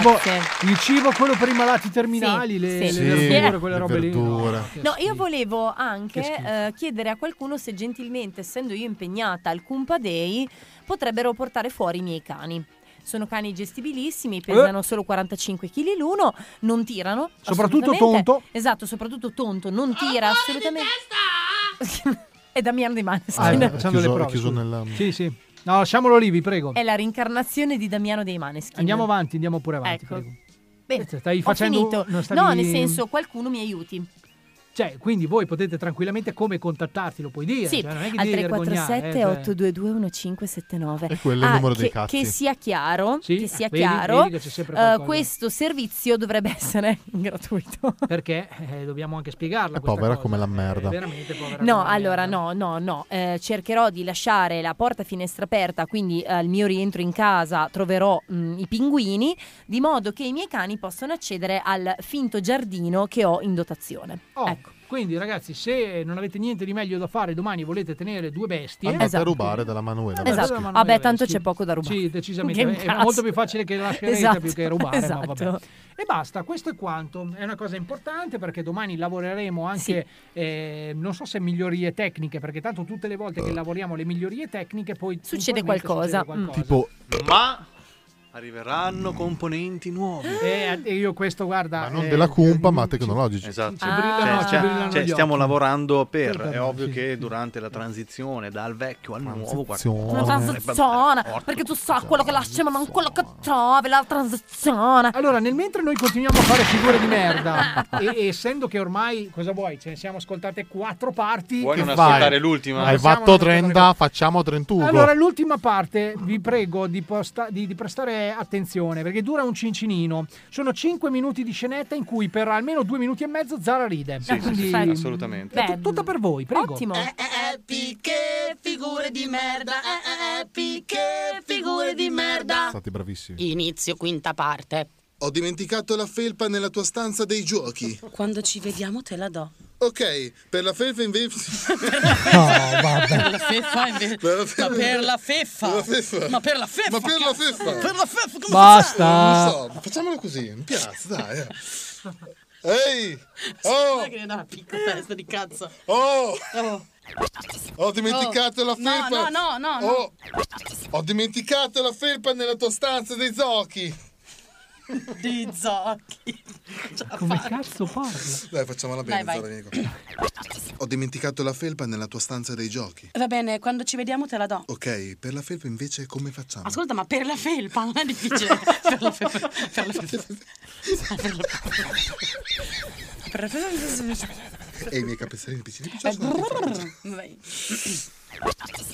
cibo, il cibo è quello per i malati terminali,
Sì,
le,
sì.
le
Sì,
verdure, quelle
le
robe lì.
verdure.
No, che
No,
schifo.
io volevo anche
Che schifo.
eh, chiedere a qualcuno se gentilmente, essendo io impegnata al Cumpa Day, potrebbero portare fuori i miei cani. Sono cani
Eh?
gestibilissimi, pesano solo 45 kg l'uno, non tirano.
Soprattutto
assolutamente.
tonto.
Esatto, soprattutto tonto, non tira assolutamente. [LAUGHS] È Damiano Di
Ah,
Maneskin.
è
eh, facciamo
chiuso-
le prove,
è chiuso
scusa.
nella-
Sì, sì. No, lasciamolo lì, vi prego.
È la reincarnazione di Damiano Dei Maneskin.
Andiamo avanti, andiamo pure avanti.
Ecco.
prego.
Bene,
Stai
ho
facendo-
finito.
non stavi-
No, nel senso, qualcuno mi aiuti.
Cioè, quindi voi potete tranquillamente come contattarti, lo puoi dire.
Sì,
cioè, non è che
al
devi vergognare, eh,
347
cioè.
822 1579.
E quello è il
Ah,
numero
che,
dei cazzi.
Che sia chiaro,
Sì, eh,
che sia
vedi-
chiaro
vedi che c'è sempre
eh,
qualcosa.
questo servizio dovrebbe [LAUGHS] essere gratuito.
Perché eh, dobbiamo anche spiegarla.
È
questa
povera
cosa.
come la merda.
È veramente povera.
[LAUGHS] No, allora no, no, no, Eh, cercherò di lasciare la porta e finestra aperta, quindi eh, al mio rientro in casa troverò mh, i pinguini, di modo che i miei cani possano accedere al finto giardino che ho in dotazione.
Oh, Quindi ragazzi, se non avete niente di meglio da fare domani e volete tenere due bestie,
Andate a rubare dalla Manuela.
Vabbè,
Esatto.
allora
Vabbè,
Manuela
tanto
Veschi.
c'è poco da rubare.
Sì, decisamente.
Che
È
cazzo.
molto più facile che lascerete
Esatto,
più che rubare. ma
esatto.
vabbè. E basta, questo è quanto. È una cosa importante perché domani lavoreremo anche, eh, non so se migliorie tecniche, perché tanto tutte le volte che
Eh.
lavoriamo le migliorie tecniche poi
Succede
puntualmente
qualcosa.
succede qualcosa.
Tipo,
Ma arriveranno componenti nuovi.
Eh, eh, io questo guarda...
ma non
eh,
della cumpa, ma tecnologici.
Esatto.
Ci brillano-
Cioè,
ci
cioè,
brillano
cioè,
gli
stiamo
occhi.
lavorando per.
Per-
È ovvio che durante la transizione dal vecchio al nuovo. guarda-
Una
Eh,
transizione, perché tu sa quello che lasci ma non quello che trovi, la transizione.
Allora, nel mentre noi continuiamo a fare figure di [LAUGHS] merda, e, e essendo che ormai, cosa vuoi, ce ne siamo ascoltate quattro parti...
Vuoi
che
non
fai?
ascoltare l'ultima?
Hai
Possiamo
fatto
non ascoltare
30, facciamo 31.
Allora, l'ultima parte vi prego di, posta- di- di prestare attenzione perché dura un cincinino. Sono 5 minuti di scenetta in cui per almeno 2 minuti e mezzo Zara ride.
Sì, sì, sì,
Quindi-
assolutamente.
È tut- tutta per voi, prego.
Ottimo.
Che figure di merda, eh, eh, eh, che figure di merda.
Stati bravissimi.
Inizio quinta parte.
Ho dimenticato la felpa nella tua stanza dei giochi.
Quando ci vediamo te la do.
Ok, per la
[LAUGHS]
felpa invece.
Per la feffa invece. Ma per la feffa. Ma per la feffa.
Ma per la feffa.
Per la feffa. come
Basta.
Non lo so, facciamolo così, mi piace, dai. eh.
[LAUGHS]
Ehi! Oh!
Guarda che ne dà una piccola testa di cazzo.
Oh! Ho dimenticato la
Oh, no,
felpa!
no, no, no, no.
Oh, Ho dimenticato la felpa nella tua stanza dei giochi!
Di giochi!
Come cazzo parla?
Dai, facciamola
Dai,
bene,
vai.
Zara, vieni qua. Ho dimenticato la felpa nella tua stanza dei giochi.
Va bene, quando ci vediamo te la do.
Ok, per la felpa invece come facciamo?
Ascolta, ma per la felpa non è difficile. [LAUGHS] per la felpa. Per la felpa. Ma Per la felpa. Per la felpa.
E i miei capezzolini piccini piccini
Eh,
sono anche
brrr.
fatti.
Vai.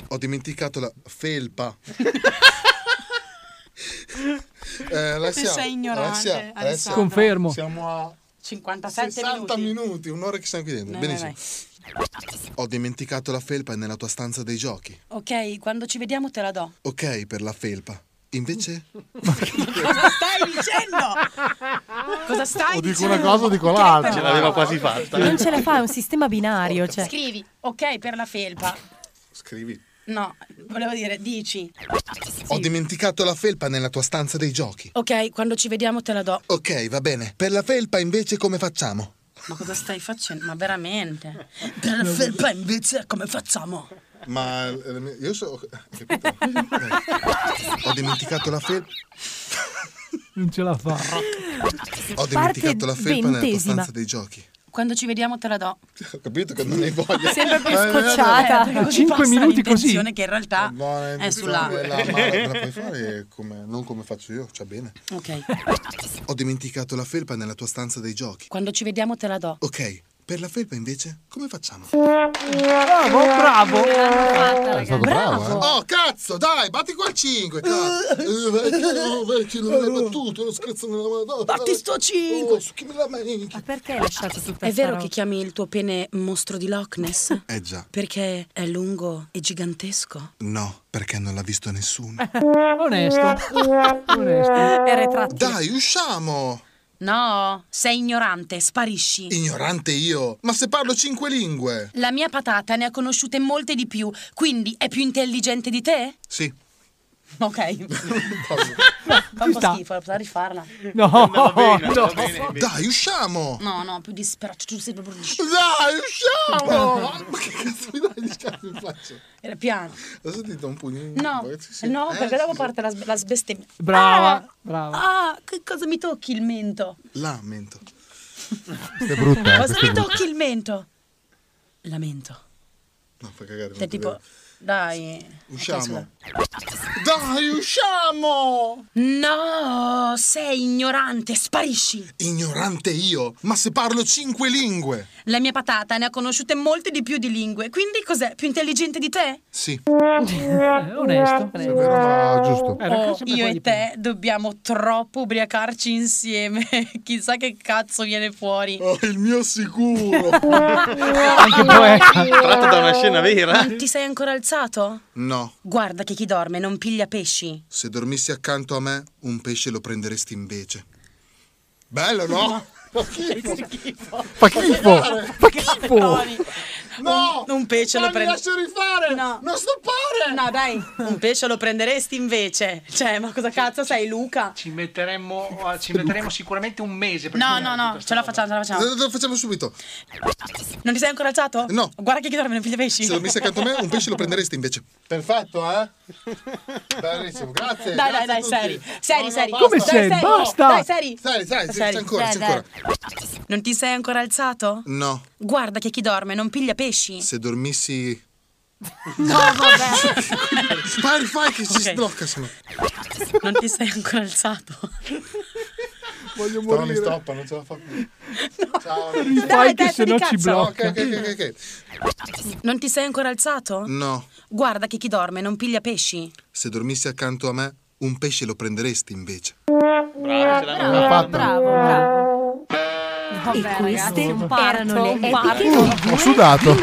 Ho dimenticato la
[LAUGHS]
felpa. eh, la
Sei ignorante, Alessandro.
Confermo.
Siamo a
57
60
minuti.
minuti. un'ora che siamo qui dentro.
Vai, vai,
Benissimo. Ho dimenticato la felpa nella tua stanza dei giochi.
Ok, quando ci vediamo te la
[LAUGHS]
do.
Ok, per la felpa. Invece,
Cosa stai dicendo? Cosa stai
O dico
dicendo?
una cosa o dico l'altra.
Ce l'aveva quasi fatta.
Non ce la fa, è un sistema binario. Cioè.
Scrivi, ok per la felpa.
scrivi.
No, volevo dire, dici.
Ho dimenticato la felpa nella tua stanza dei giochi.
Ok, quando ci vediamo te la do.
Ok, va bene. Per la felpa invece come facciamo?
Ma cosa stai facendo? Ma veramente? Per la felpa invece come facciamo?
Ma eh, la mia- io so. [LAUGHS] capito? Eh, Ho dimenticato la felpa.
Non ce la fa.
Ho dimenticato la felpa nella tua stanza dei giochi.
Quando ci vediamo te la do.
Ho capito che non hai voglia.
Sempre più
Eh, eh,
scocciata.
eh,
Così
cinque
passa
minuti così.
l'intenzione che in realtà
Ah, Buona
è sulla... [LAUGHS]
intenzione, la mala te la puoi fare come- non come faccio io, cioè bene.
Ok.
Ho dimenticato la felpa nella tua stanza dei giochi.
Quando ci vediamo te la do.
Ok, per la felpa invece, come facciamo?
Bravo,
bravo.
È
stato bravo, eh. Oh, cazzo, dai, batti qua il
Eh,
5. Eh, Vecchio, vecchio, non l'hai battuto, lo scherzo nella mano.
Batti sto 5.
chi me la manchi?
Ma perché hai lasciato tutta
È
sta
vero
roba?
che chiami il tuo pene mostro di Loch Ness? [LAUGHS]
Eh già.
Perché è lungo e gigantesco.
No, perché non l'ha visto nessuno.
Eh, È retrattile.
Dai, usciamo.
No, sei ignorante, sparisci.
Ignorante io. Ma se parlo cinque lingue.
La mia patata ne ha conosciute molte di più, quindi è più intelligente di te?
Sì.
Ok. Fa un po' schifo, la poteva rifarla.
[LAUGHS] No, [LAUGHS]
va
bene, no. Eh, va bene, va bene. Dai, usciamo!
No, no, più disperato. Tu sei proprio.
Dai, usciamo! [LAUGHS] Ma che cazzo mi dai di schiaffi in faccia?
Era piano.
Ho sentito un pugno.
No,
Eh,
no, perché dopo parte la, s- la sbestemmia.
Brava,
Ah,
brava.
Ah, che cosa mi tocchi il mento?
Lamento.
È
brutta, eh,
Cosa
questa
mi
è brutta.
tocchi il mento? Lamento.
No, fai cagare.
Te
non ti
tipo,
vedo.
dai.
Usciamo.
Ok, scusa.
Dai, usciamo!
No, sei ignorante, sparisci.
Ignorante io, ma se parlo cinque lingue.
La mia patata ne ha conosciute molte di più di lingue, quindi cos'è? Più intelligente di te?
Sì.
[LAUGHS] onesto.
vero, ma giusto.
Eh,
Oh, io e te dobbiamo troppo ubriacarci insieme. [LAUGHS] Chissà che cazzo viene fuori.
Oh, il mio
[LAUGHS]
sicuro.
Anche
Tratto da una scena vera.
Non ti sei ancora alzato?
No,
Guarda che chi dorme non piglia pesci.
se dormissi accanto a me, un pesce lo prenderesti invece. Bello,
[LAUGHS]
no?
Fa
schifo.
Fa schifo. No, un, un pesce
ma
lo
mi
prendi.
lascio rifare.
No.
Non stoppare.
No, dai, un pesce lo prenderesti invece. Cioè, ma cosa cazzo sei, Luca?
Ci metteremmo, ci metteremo sicuramente un mese. per Eh,
No,
finire
no,
tutta
no, ce la facciamo, ce la facciamo.
Lo facciamo subito. Eh.
Non ti sei ancora alzato? No. Guarda che chi dorme non piglia pesci.
Se dormissi accanto a me, un pesce lo prenderesti invece. Perfetto,
[LAUGHS]
eh? Bellissimo, grazie.
Dai,
grazie
dai, dai,
a tutti.
seri. Seri,
No, no,
seri.
basta.
Dai, seri. Dai, seri.
Seri, seri, c'è ancora, c'è ancora.
Non ti sei ancora alzato?
No,
Guarda che chi dorme non piglia pesci.
se dormissi... [LAUGHS]
No, vabbè.
Fai, fai che si sblocca, se no.
Non ti sei ancora alzato.
Voglio
morire.
mi stoppa, non ce la fa più. Ciao.
Rifai Dai, che dai, sennò ti ci cazzo. blocca.
Ok, ok, ok, ok. Mm.
Non ti sei ancora alzato?
No,
Guarda che chi dorme non piglia pesci.
se dormissi accanto a me, un pesce lo prenderesti invece.
Bravo,
l'hanno fatta.
bravo,
bravo.
e queste
partono le epiche
Ho sudato.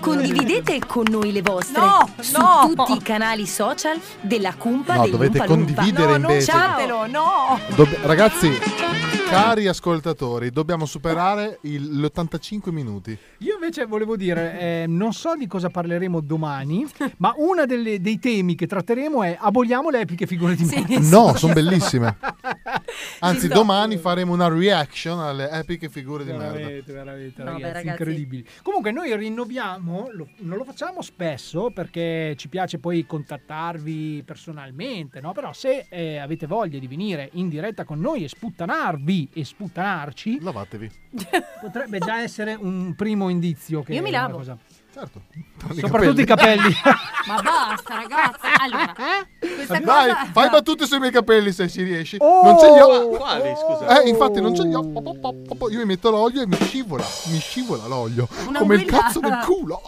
Condividete con noi le vostre
No,
su
no.
tutti i canali social della Cumpa
No,
del
dovete
Lumpa Lumpa.
condividere No, non invece.
fatelo, no.
Dobb- ragazzi, cari ascoltatori, dobbiamo superare il- gli 85 minuti.
Io invece volevo dire, eh, non so di cosa parleremo domani, ma uno dei temi che tratteremo è aboliamo le epiche figure di merda.
[LAUGHS] No, sono bellissime. Anzi,
Ci sto.
domani faremo una reaction alle epiche figure di merda.
Veramente, veramente,
No, beh,
ragazzi,
ragazzi.
incredibili. Comunque noi rinnoviamo, lo- non lo facciamo spesso perché ci piace poi contattarvi personalmente, no? Però se eh, avete voglia di venire in diretta con noi e sputtanarvi e sputtanarci,
lavatevi.
Potrebbe già essere un primo indizio che
Io mi
è una
lavo.
cosa.
Certo.
Soprattutto i capelli.
Ma basta, ragazzi. Allora, questa
Dai,
cosa...
fai battute sui miei capelli se ci riesci.
Oh!
non ce li ho.
Quali,
scusa? Eh, infatti non ce li ho. Po, po, po, po, po. Io mi metto l'olio e mi scivola. Mi scivola l'olio.
Una
Come il
guida.
cazzo del culo.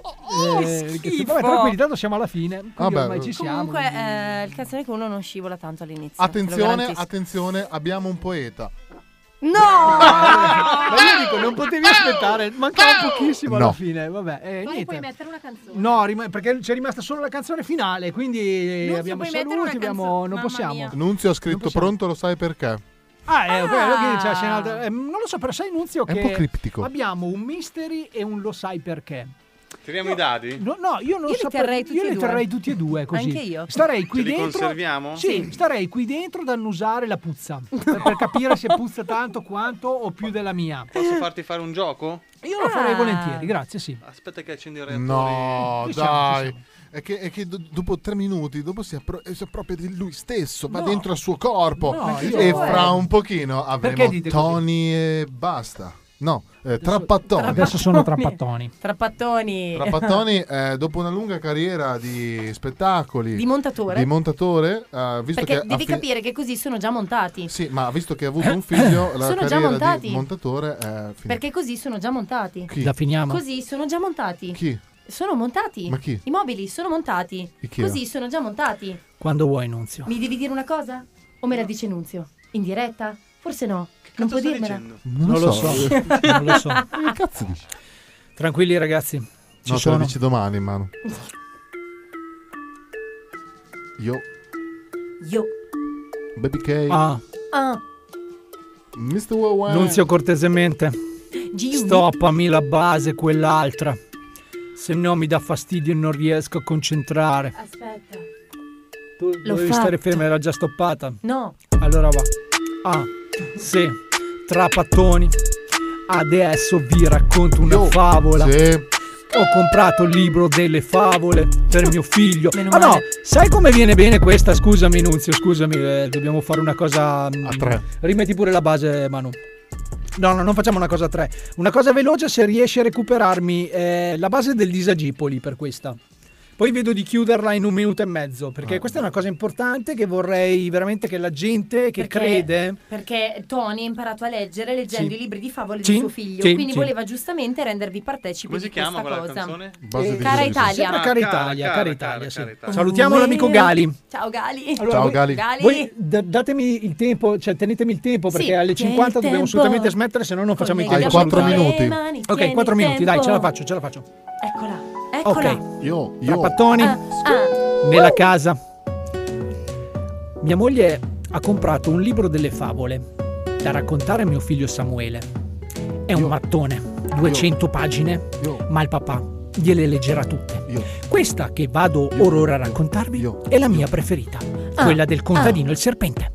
Oh,
Eh, che-
schifo.
vabbè, tranquilli, tanto siamo alla fine. Quindi
Vabbè,
ormai ci siamo.
Comunque, eh, il calzone con uno non scivola tanto all'inizio. te lo
Attenzione,
garantisco.
attenzione, abbiamo un poeta.
[LAUGHS]
No!
Ma io dico, non potevi aspettare, mancava pochissimo
No.
alla fine. Vabbè, eh,
Poi puoi
niente.
mettere una canzone.
No, rim- perché c'è rimasta solo la canzone finale, quindi eh,
Nunzio,
abbiamo i
puoi mettere
saluti,
una
abbiamo-
canzone?
non
Mamma
possiamo.
mia.
Nunzio ha scritto pronto, lo sai perché?
Ah, eh, ok,
Ah.
quindi c'è- c'è un'altra- eh, non lo so, però sai Nunzio
È
che
un po' criptico.
abbiamo un mystery e un lo sai perché.
Tiriamo i dadi?
No, no, io non
Io li
saprei-
terrei tutti
io
e
li
due.
terrei tutti e due così.
Anche io.
Starei qui
Ce li
dentro.
conserviamo?
Sì,
Sì.
starei qui dentro ad annusare la puzza per, per capire se puzza tanto quanto o più della mia.
Posso farti fare un gioco?
Io lo farei volentieri, grazie, sì.
Aspetta che accendi il
Diciamo,
No,
reattore.
dai. È che, è che do- dopo tre minuti dopo si, appro- si appropria di lui stesso, va
No.
dentro al suo corpo.
No, io-
e fra un pochino
Perché
avremo
dite così?
Tony e basta. No, eh, Trappattoni.
Adesso sono trappattoni.
Trappattoni.
Trappattoni, eh, dopo una lunga carriera di spettacoli,
Di montatore.
di montatore, eh, visto che
Perché
ha
devi
fi-
capire che così sono già montati.
Sì, ma visto che ha avuto un figlio, la
Sono già
carriera
montati.
di montatore è finita.
Perché così sono già montati.
Chi? La finiamo?
Così sono già montati.
Chi?
Sono montati.
Ma chi?
I mobili sono montati.
Ikea.
Così sono già montati.
Quando vuoi, Nunzio.
Mi devi dire una cosa? O me la dice Nunzio? In diretta? Forse no. non può dirmela.
Non, lo so,
[LAUGHS]
non lo so.
cazzo dici?
Tranquilli ragazzi, ci
No, te lo
sono.
dici domani, mano. Yo,
Io.
Baby K.
Ah.
Ah.
Mr. Wawa.
Nunzio cortesemente.
Giuni.
Stoppami la base, quell'altra. Se no mi dà fastidio e non riesco a concentrare.
Aspetta. L'ho
Dovevi
fatto.
stare ferma, era già stoppata.
No.
Allora va. Ah, sì, trapattoni. Adesso vi racconto una favola. Ho comprato il libro delle favole per mio figlio. Ah no, sai come viene bene questa? Scusami Nunzio, scusami, eh, dobbiamo fare una cosa... A
tre.
Rimetti pure la base Manu. No, no, non facciamo una cosa a tre. Una cosa veloce se riesci a recuperarmi eh, la base del disagipoli per questa. Poi vedo di chiuderla in un minuto e mezzo,
Ah.
perché questa è una cosa importante che vorrei veramente che la gente che
Perché-
crede...
Perché Tony ha imparato a leggere leggendo
Sì.
i libri di favole
Sì,
di suo figlio,
sì,
quindi
sì.
voleva giustamente rendervi partecipi
Come
di
si chiama
questa
quella
cosa.
canzone?
Base
Eh,
di
cara
disagio.
Italia. Sempre cara
Ah,
Italia, cara Italia, sì.
Italia.
Salutiamo l'amico Gali.
Ciao Gali.
Allora, voi- Voi da- datemi il tempo, cioè tenetemi il tempo
Sì,
perché alle
tieni
50
il
dobbiamo
tempo.
assolutamente smettere, se no non facciamo i
Hai
tempi.
quattro
assolutamente.
minuti.
Ok,
tieni
4
il
minuti, dai, ce la
tempo.
faccio, ce la faccio.
Eccola, eccola. Ah.
Ok,
io,
Trappattoni nella casa. Mia moglie ha comprato un libro delle favole da raccontare a mio figlio Samuele. È un mattone, 200 pagine, ma il papà gliele leggerà tutte. Questa che vado or ora a raccontarvi è la mia preferita,
Ah,
quella del contadino e il serpente.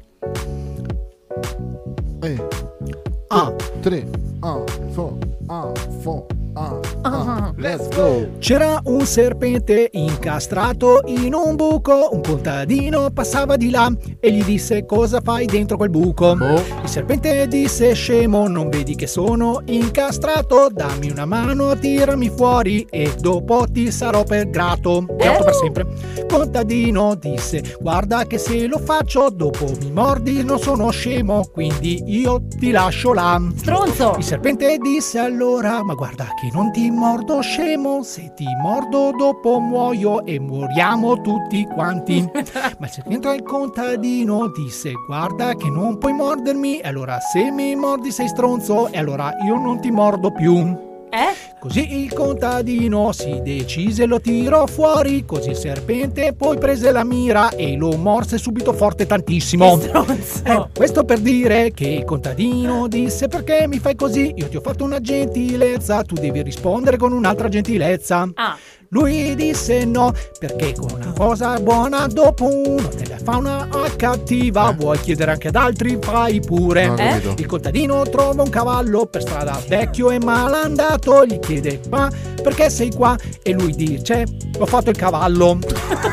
A, 3, A, fo, A, fo, A,
ah,
Ah,
A. Let's go.
C'era un serpente incastrato in un buco, un contadino passava di là e gli disse cosa fai dentro quel buco. Il serpente disse scemo, non vedi che sono incastrato, dammi una mano, tirami fuori e dopo ti sarò per grato. Grato per sempre. Contadino disse guarda che se lo faccio dopo mi mordi, non sono scemo, quindi io ti lascio là.
Stronzo!
Il serpente disse allora ma guarda che non ti mordo scemo, se ti mordo dopo muoio e moriamo tutti quanti. ma il serpente al contadino disse guarda che non puoi mordermi, e allora se mi mordi sei stronzo e allora io non ti mordo più. Così il contadino si decise, lo tirò fuori, così il serpente poi prese la mira e lo morse subito forte tantissimo. Eh, questo per dire che il contadino disse perché mi fai così? Io ti ho fatto una gentilezza, tu devi rispondere con un'altra gentilezza. Lui disse no, perché con una cosa buona dopo uno te la fa una cattiva, vuoi chiedere anche ad altri, fai pure.
Non ho capito.
Il contadino trova un cavallo per strada vecchio e malandato, gli chiede qua perché sei qua e lui dice ho fatto il cavallo. [LAUGHS]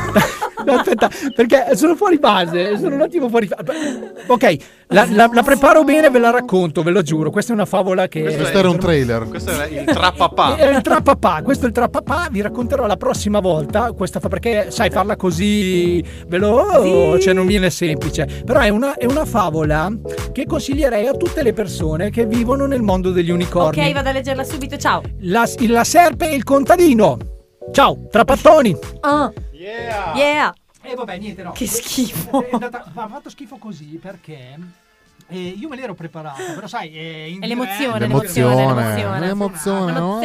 No, aspetta, perché sono fuori base, sono un attimo fuori base. Ok, la, la- la preparo bene, ve la racconto, ve lo giuro. Questa è una favola che...
Questo era un trailer.
Questo era il trappapà.
Era il trappapà, questo è il trappapà, vi racconterò la prossima volta, questa fa perché sai farla così ve lo- cioè non viene semplice, però è una, è una favola che consiglierei a tutte le persone che vivono nel mondo degli unicorni.
Ok, vado a leggerla subito, ciao.
La, la serpe e il contadino. Ciao, trappattoni.
Ah.
Yeah.
Yeah.
E Eh, vabbè, niente, no.
Che schifo.
È andata- Ma Eh, ha fatto schifo così perché eh, io me l'ero preparato, però sai, eh, in diretta-
È l'emozione,
oh,
oh,
L'emozione, l'emozione, l'emozione, l'emozione.
No,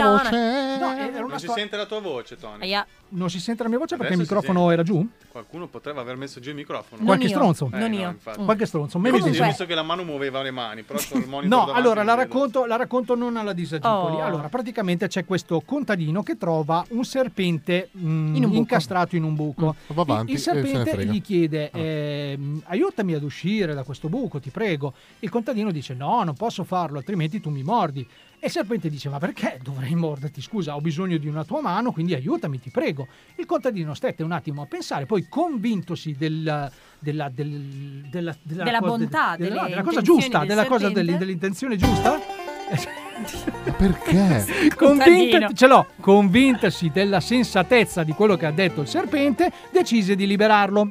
era una
Non si sente la tua voce, Tony.
Non si sente la mia voce perché il
Adesso si
microfono
sente.
era giù?
Qualcuno poteva aver messo giù il microfono.
Qualche stronzo.
Eh, no,
Mm.
infatti.
Qualche stronzo. me ne
Comunque... Ho
penso.
visto che la mano muoveva le mani, però sul monitor
No,
davanti
allora
non
la
vedo.
racconto, la racconto non alla disagipoli.
Oh.
Allora, praticamente c'è questo contadino che trova un serpente mm,
In un buco. Mm.
incastrato in un buco.
va avanti
il, il
e se ne
serpente
frega. Ah.
gli chiede: ehm, aiutami ad uscire da questo buco, ti prego. Il contadino dice: No, non posso farlo, altrimenti tu mi mordi. E il serpente dice: Ma perché dovrei morderti? Scusa, ho bisogno di una tua mano, quindi aiutami, ti prego. Il contadino stette un attimo a pensare, poi convintosi del- della, del- della- della
Della
cosa-
bontà,
della-
delle
della cosa
intenzioni
giusta,
del
della cosa
serpente.
dell- dell'intenzione
[LAUGHS]
giusta, Eh, cioè,
[LAUGHS]
Perché?
convinta, ce l'ho, convintasi della sensatezza di quello che ha detto il serpente, decise di liberarlo.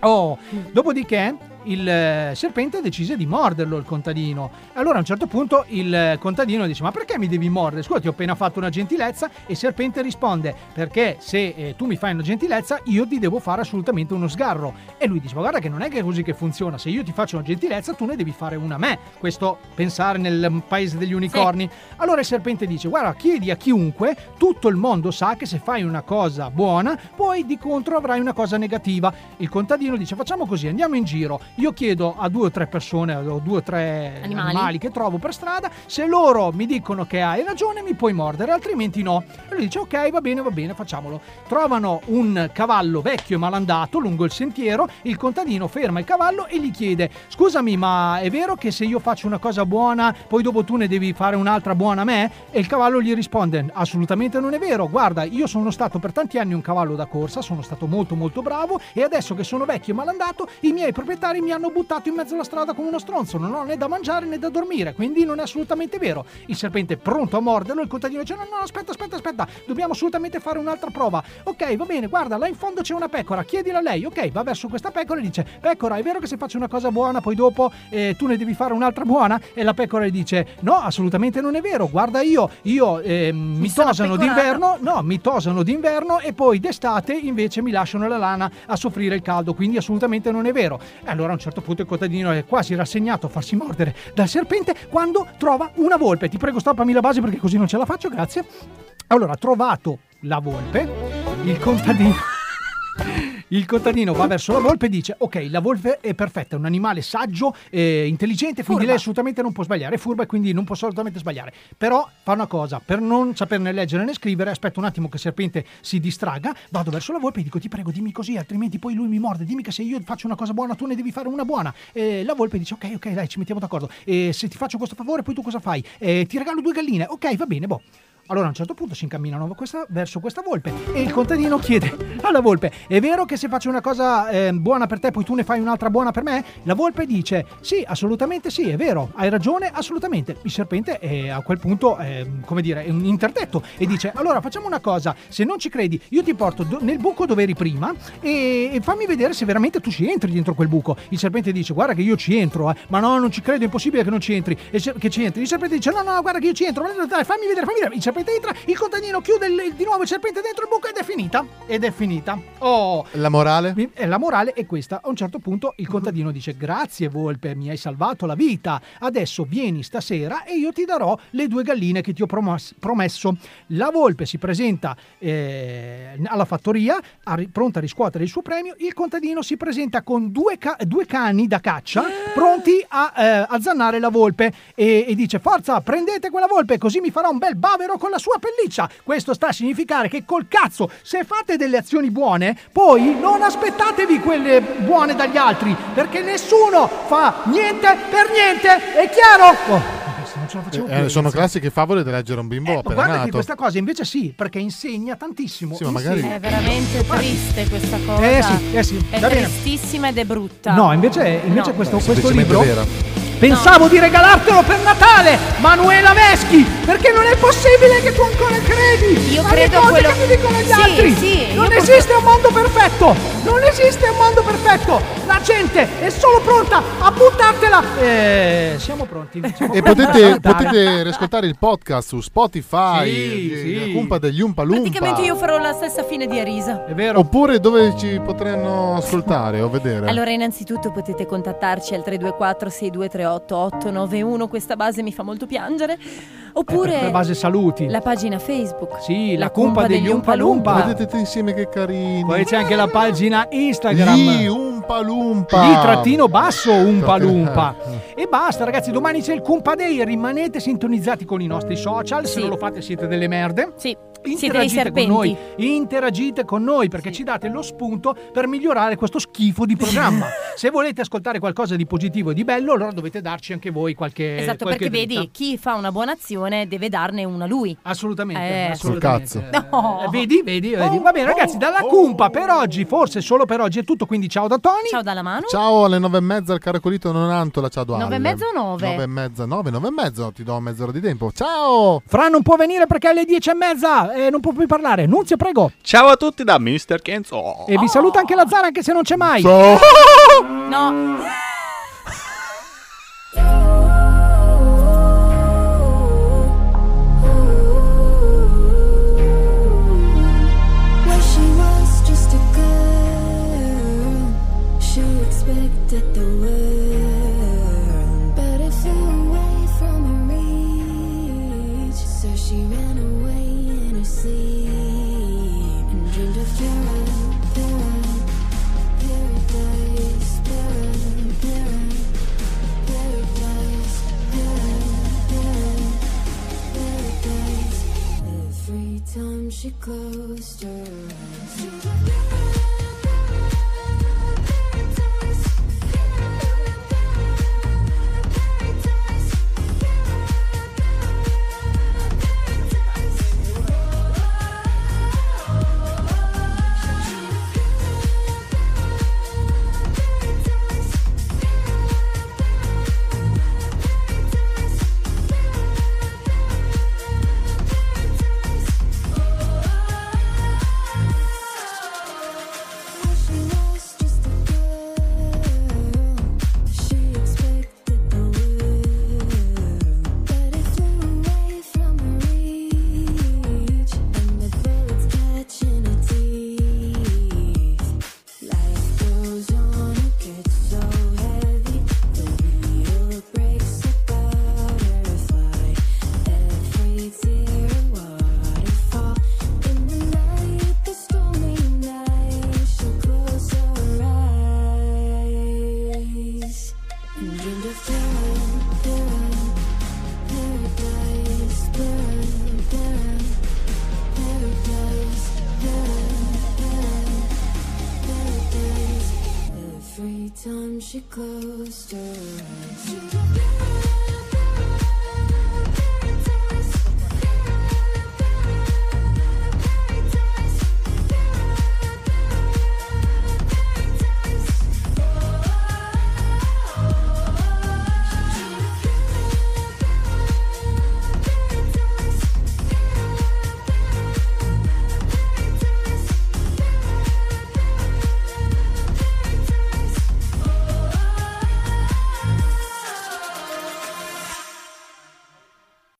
Oh, dopodiché il eh, serpente decise di morderlo il contadino. Allora a un certo punto il eh, contadino dice: Ma perché mi devi mordere? Scusa, ti ho appena fatto una gentilezza. E il serpente risponde: Perché se eh, tu mi fai una gentilezza, io ti devo fare assolutamente uno sgarro. E lui dice: Ma guarda che non è che è così che funziona. Se io ti faccio una gentilezza, tu ne devi fare una a me. Questo pensare nel mm, paese degli unicorni. Allora il serpente dice: Guarda, chiedi a chiunque, tutto il mondo sa che se fai una cosa buona, poi di contro avrai una cosa negativa. Il contadino dice: Facciamo così, andiamo in giro. Io chiedo a due o tre persone o due o tre
Animali.
animali. che trovo per strada. Se loro mi dicono che hai ragione, mi puoi mordere, altrimenti no. E lui dice: Ok, va bene, va bene, facciamolo. Trovano un cavallo vecchio e malandato lungo il sentiero. Il contadino ferma il cavallo e gli chiede: Scusami, ma è vero che se io faccio una cosa buona, poi dopo tu ne devi fare un'altra buona a me? E il cavallo gli risponde: Assolutamente non è vero. Guarda, io sono stato per tanti anni un cavallo da corsa, sono stato molto, molto bravo. E adesso che sono vecchio e malandato, i miei proprietari mi hanno buttato in mezzo alla strada come uno stronzo. Non ho né da mangiare né da dormire, quindi non è assolutamente vero. Il serpente è pronto a morderlo. Il contadino dice: No, no, aspetta, aspetta, aspetta, dobbiamo assolutamente fare un'altra prova. Ok, va bene, guarda, là in fondo c'è una pecora, chiedila a lei. Ok, va verso questa pecora e dice: Pecora, è vero che se faccio una cosa buona, poi dopo eh, tu ne devi fare un'altra buona? E la pecora gli dice: No, assolutamente non è vero. Guarda, io, io ehm, mi
sono
tosano
pecorata."
d'inverno, no, mi tosano d'inverno e poi d'estate invece mi lasciano la lana a soffrire il caldo. Quindi assolutamente non è vero. E allora a un certo punto il contadino è quasi rassegnato a farsi mordere dal serpente quando trova una volpe. Ti prego, stoppami la base perché così non ce la faccio, grazie. Allora, ha trovato la volpe, il contadino. Il contadino va verso la volpe e dice: Ok, la volpe è perfetta, è un animale saggio, eh, intelligente, quindi lei assolutamente non può sbagliare, è furba e quindi non può assolutamente sbagliare. Però fa una cosa: per non saperne leggere né scrivere, aspetto un attimo che il serpente si distraga, vado verso la volpe e dico: Ti prego, dimmi così, altrimenti poi lui mi morde. Dimmi che se io faccio una cosa buona, tu ne devi fare una buona. E la volpe dice: Ok, ok, dai, ci mettiamo d'accordo. E se ti faccio questo favore, poi tu cosa fai? Eh, ti regalo due galline. Ok, va bene, boh. Allora a un certo punto si incamminano questa- verso questa volpe e il contadino chiede alla volpe, è vero che se faccio una cosa eh, buona per te poi tu ne fai un'altra buona per me? La volpe dice, sì, assolutamente sì, è vero, hai ragione, assolutamente. Il serpente eh, a quel punto, eh, come dire, è un interdetto e dice, allora facciamo una cosa, se non ci credi io ti porto do- nel buco dove eri prima e, e fammi vedere se veramente tu ci entri dentro quel buco. Il serpente dice, guarda che io ci entro, eh. ma no, non ci credo, è impossibile che non ci entri. E se- che ci entri. Il serpente dice, no, no, guarda che io ci entro, dai, fammi vedere, fammi vedere. Il serpente entra, il contadino chiude il- di nuovo il serpente dentro il buco ed è finita. Ed è finita. Oh.
La morale?
Mi- eh, La morale è questa. A un certo punto il contadino dice: Grazie, Volpe, mi hai salvato la vita. Adesso vieni stasera e io ti darò le due galline che ti ho promos- promesso. La Volpe si presenta eh, alla fattoria, a ri- pronta a riscuotere il suo premio. Il contadino si presenta con due, ca- due cani da caccia, pronti a eh, azzannare la Volpe. E-, e dice: Forza, prendete quella Volpe, così mi farà un bel bavero con la sua pelliccia. Questo sta a significare che col cazzo, se fate delle azioni buone, poi non aspettatevi quelle buone dagli altri, perché nessuno fa niente per niente, è chiaro? Oh, adesso non ce la facevo più,
Eh, sono
ragazzi.
classiche favole da leggere a un bimbo
Ma
appena
Eh, guarda che
nato.
questa cosa invece sì, perché insegna tantissimo.
Sì, ma magari-
Insegna.
È
veramente triste questa cosa.
Eh sì, eh sì,
È
va bene.
tristissima ed è brutta.
No, invece, invece
No.
questo,
Beh,
questo
semplicemente
libro.
vera.
Pensavo di regalartelo per Natale, Manuela Veschi, perché non è possibile che tu ancora credi.
Io
alle
credo
cose
quello-
che ti dicono gli
Sì,
altri.
sì, io
non
proprio-
esiste un mondo perfetto. Non esiste un mondo perfetto. La gente è solo pronta a buttartela. Eh, siamo pronti. siamo
E
pronti
potete,
ad andare.
potete ascoltare il podcast su Spotify,
Sì,
eh,
sì.
la cumpa degli Umpa Lumpa.
Praticamente io farò la stessa fine di Arisa.
È vero.
Oppure dove ci potranno ascoltare o vedere?
Allora, innanzitutto potete contattarci al 324
348-891, questa base mi fa molto piangere. Oppure
La base saluti.
la pagina Facebook.
Eh, Sì, la, cumpa, degli Umpa Lumpa.
Vedete insieme che carini.
Poi c'è anche la pagina Instagram.
Gli
uh,
Umpa Lumpa.
Lì trattino basso Umpa Lumpa. E basta ragazzi, domani c'è il Cumpa Day, rimanete sintonizzati con i nostri social, se non lo fate siete delle merde.
Sì. Siete dei
Interagite con
serpenti.
noi, interagite con noi perché ci date lo spunto per migliorare questo schifo di programma. Se volete ascoltare qualcosa di positivo e di bello, allora dovete darci anche voi qualche
Esatto,
eh, qualche
perché
dritta.
vedi, chi fa una buona azione deve darne una lui.
Assolutamente.
Sul
Eh, assolutamente.
cazzo.
Eh, Vedi, vedi, vedi. Va bene, ragazzi, dalla cumpa per oggi, forse solo per oggi è tutto. Quindi, ciao da Tony.
Ciao dalla mano.
Ciao alle nove e mezza al caracolito non Antola, ciao Duale.
Oh, Nove e mezza o nove?
Nove e mezza, nove, nove e mezzo, ti do mezz'ora di tempo. Ciao!
Fra non può venire perché è alle dieci e mezza e non può più parlare. Nunzio, prego.
Ciao a tutti da Mr. Kenzo.
E vi saluta anche la Zara, anche se non c'è mai. [LAUGHS]
Ciao.
No.
When she was just a girl, she expected the world, but it flew away from her reach. So she ran away in her sleep and dreamed of para, para, paradise, para, para, paradise, para, para, paradise. Every time she closed her eyes. When she was just a girl, she expected the world, but it flew away from her reach, and the bullets catching her teeth. Life goes on, it gets so heavy. The wheel breaks a butterfly. Every tear a waterfall. In the night, the stormy night, she closed her eyes and dreamed of Paran, Paran, paradise, Paran, Paran, paradise, Paran, Paran, paradise. Every time she closed her eyes.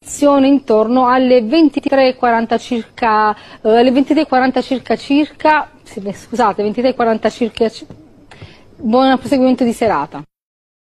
Sono intorno alle 23.40 circa, eh, alle 23.40 circa circa, sì, beh, scusate, 23.40 circa, ci- buon proseguimento di serata.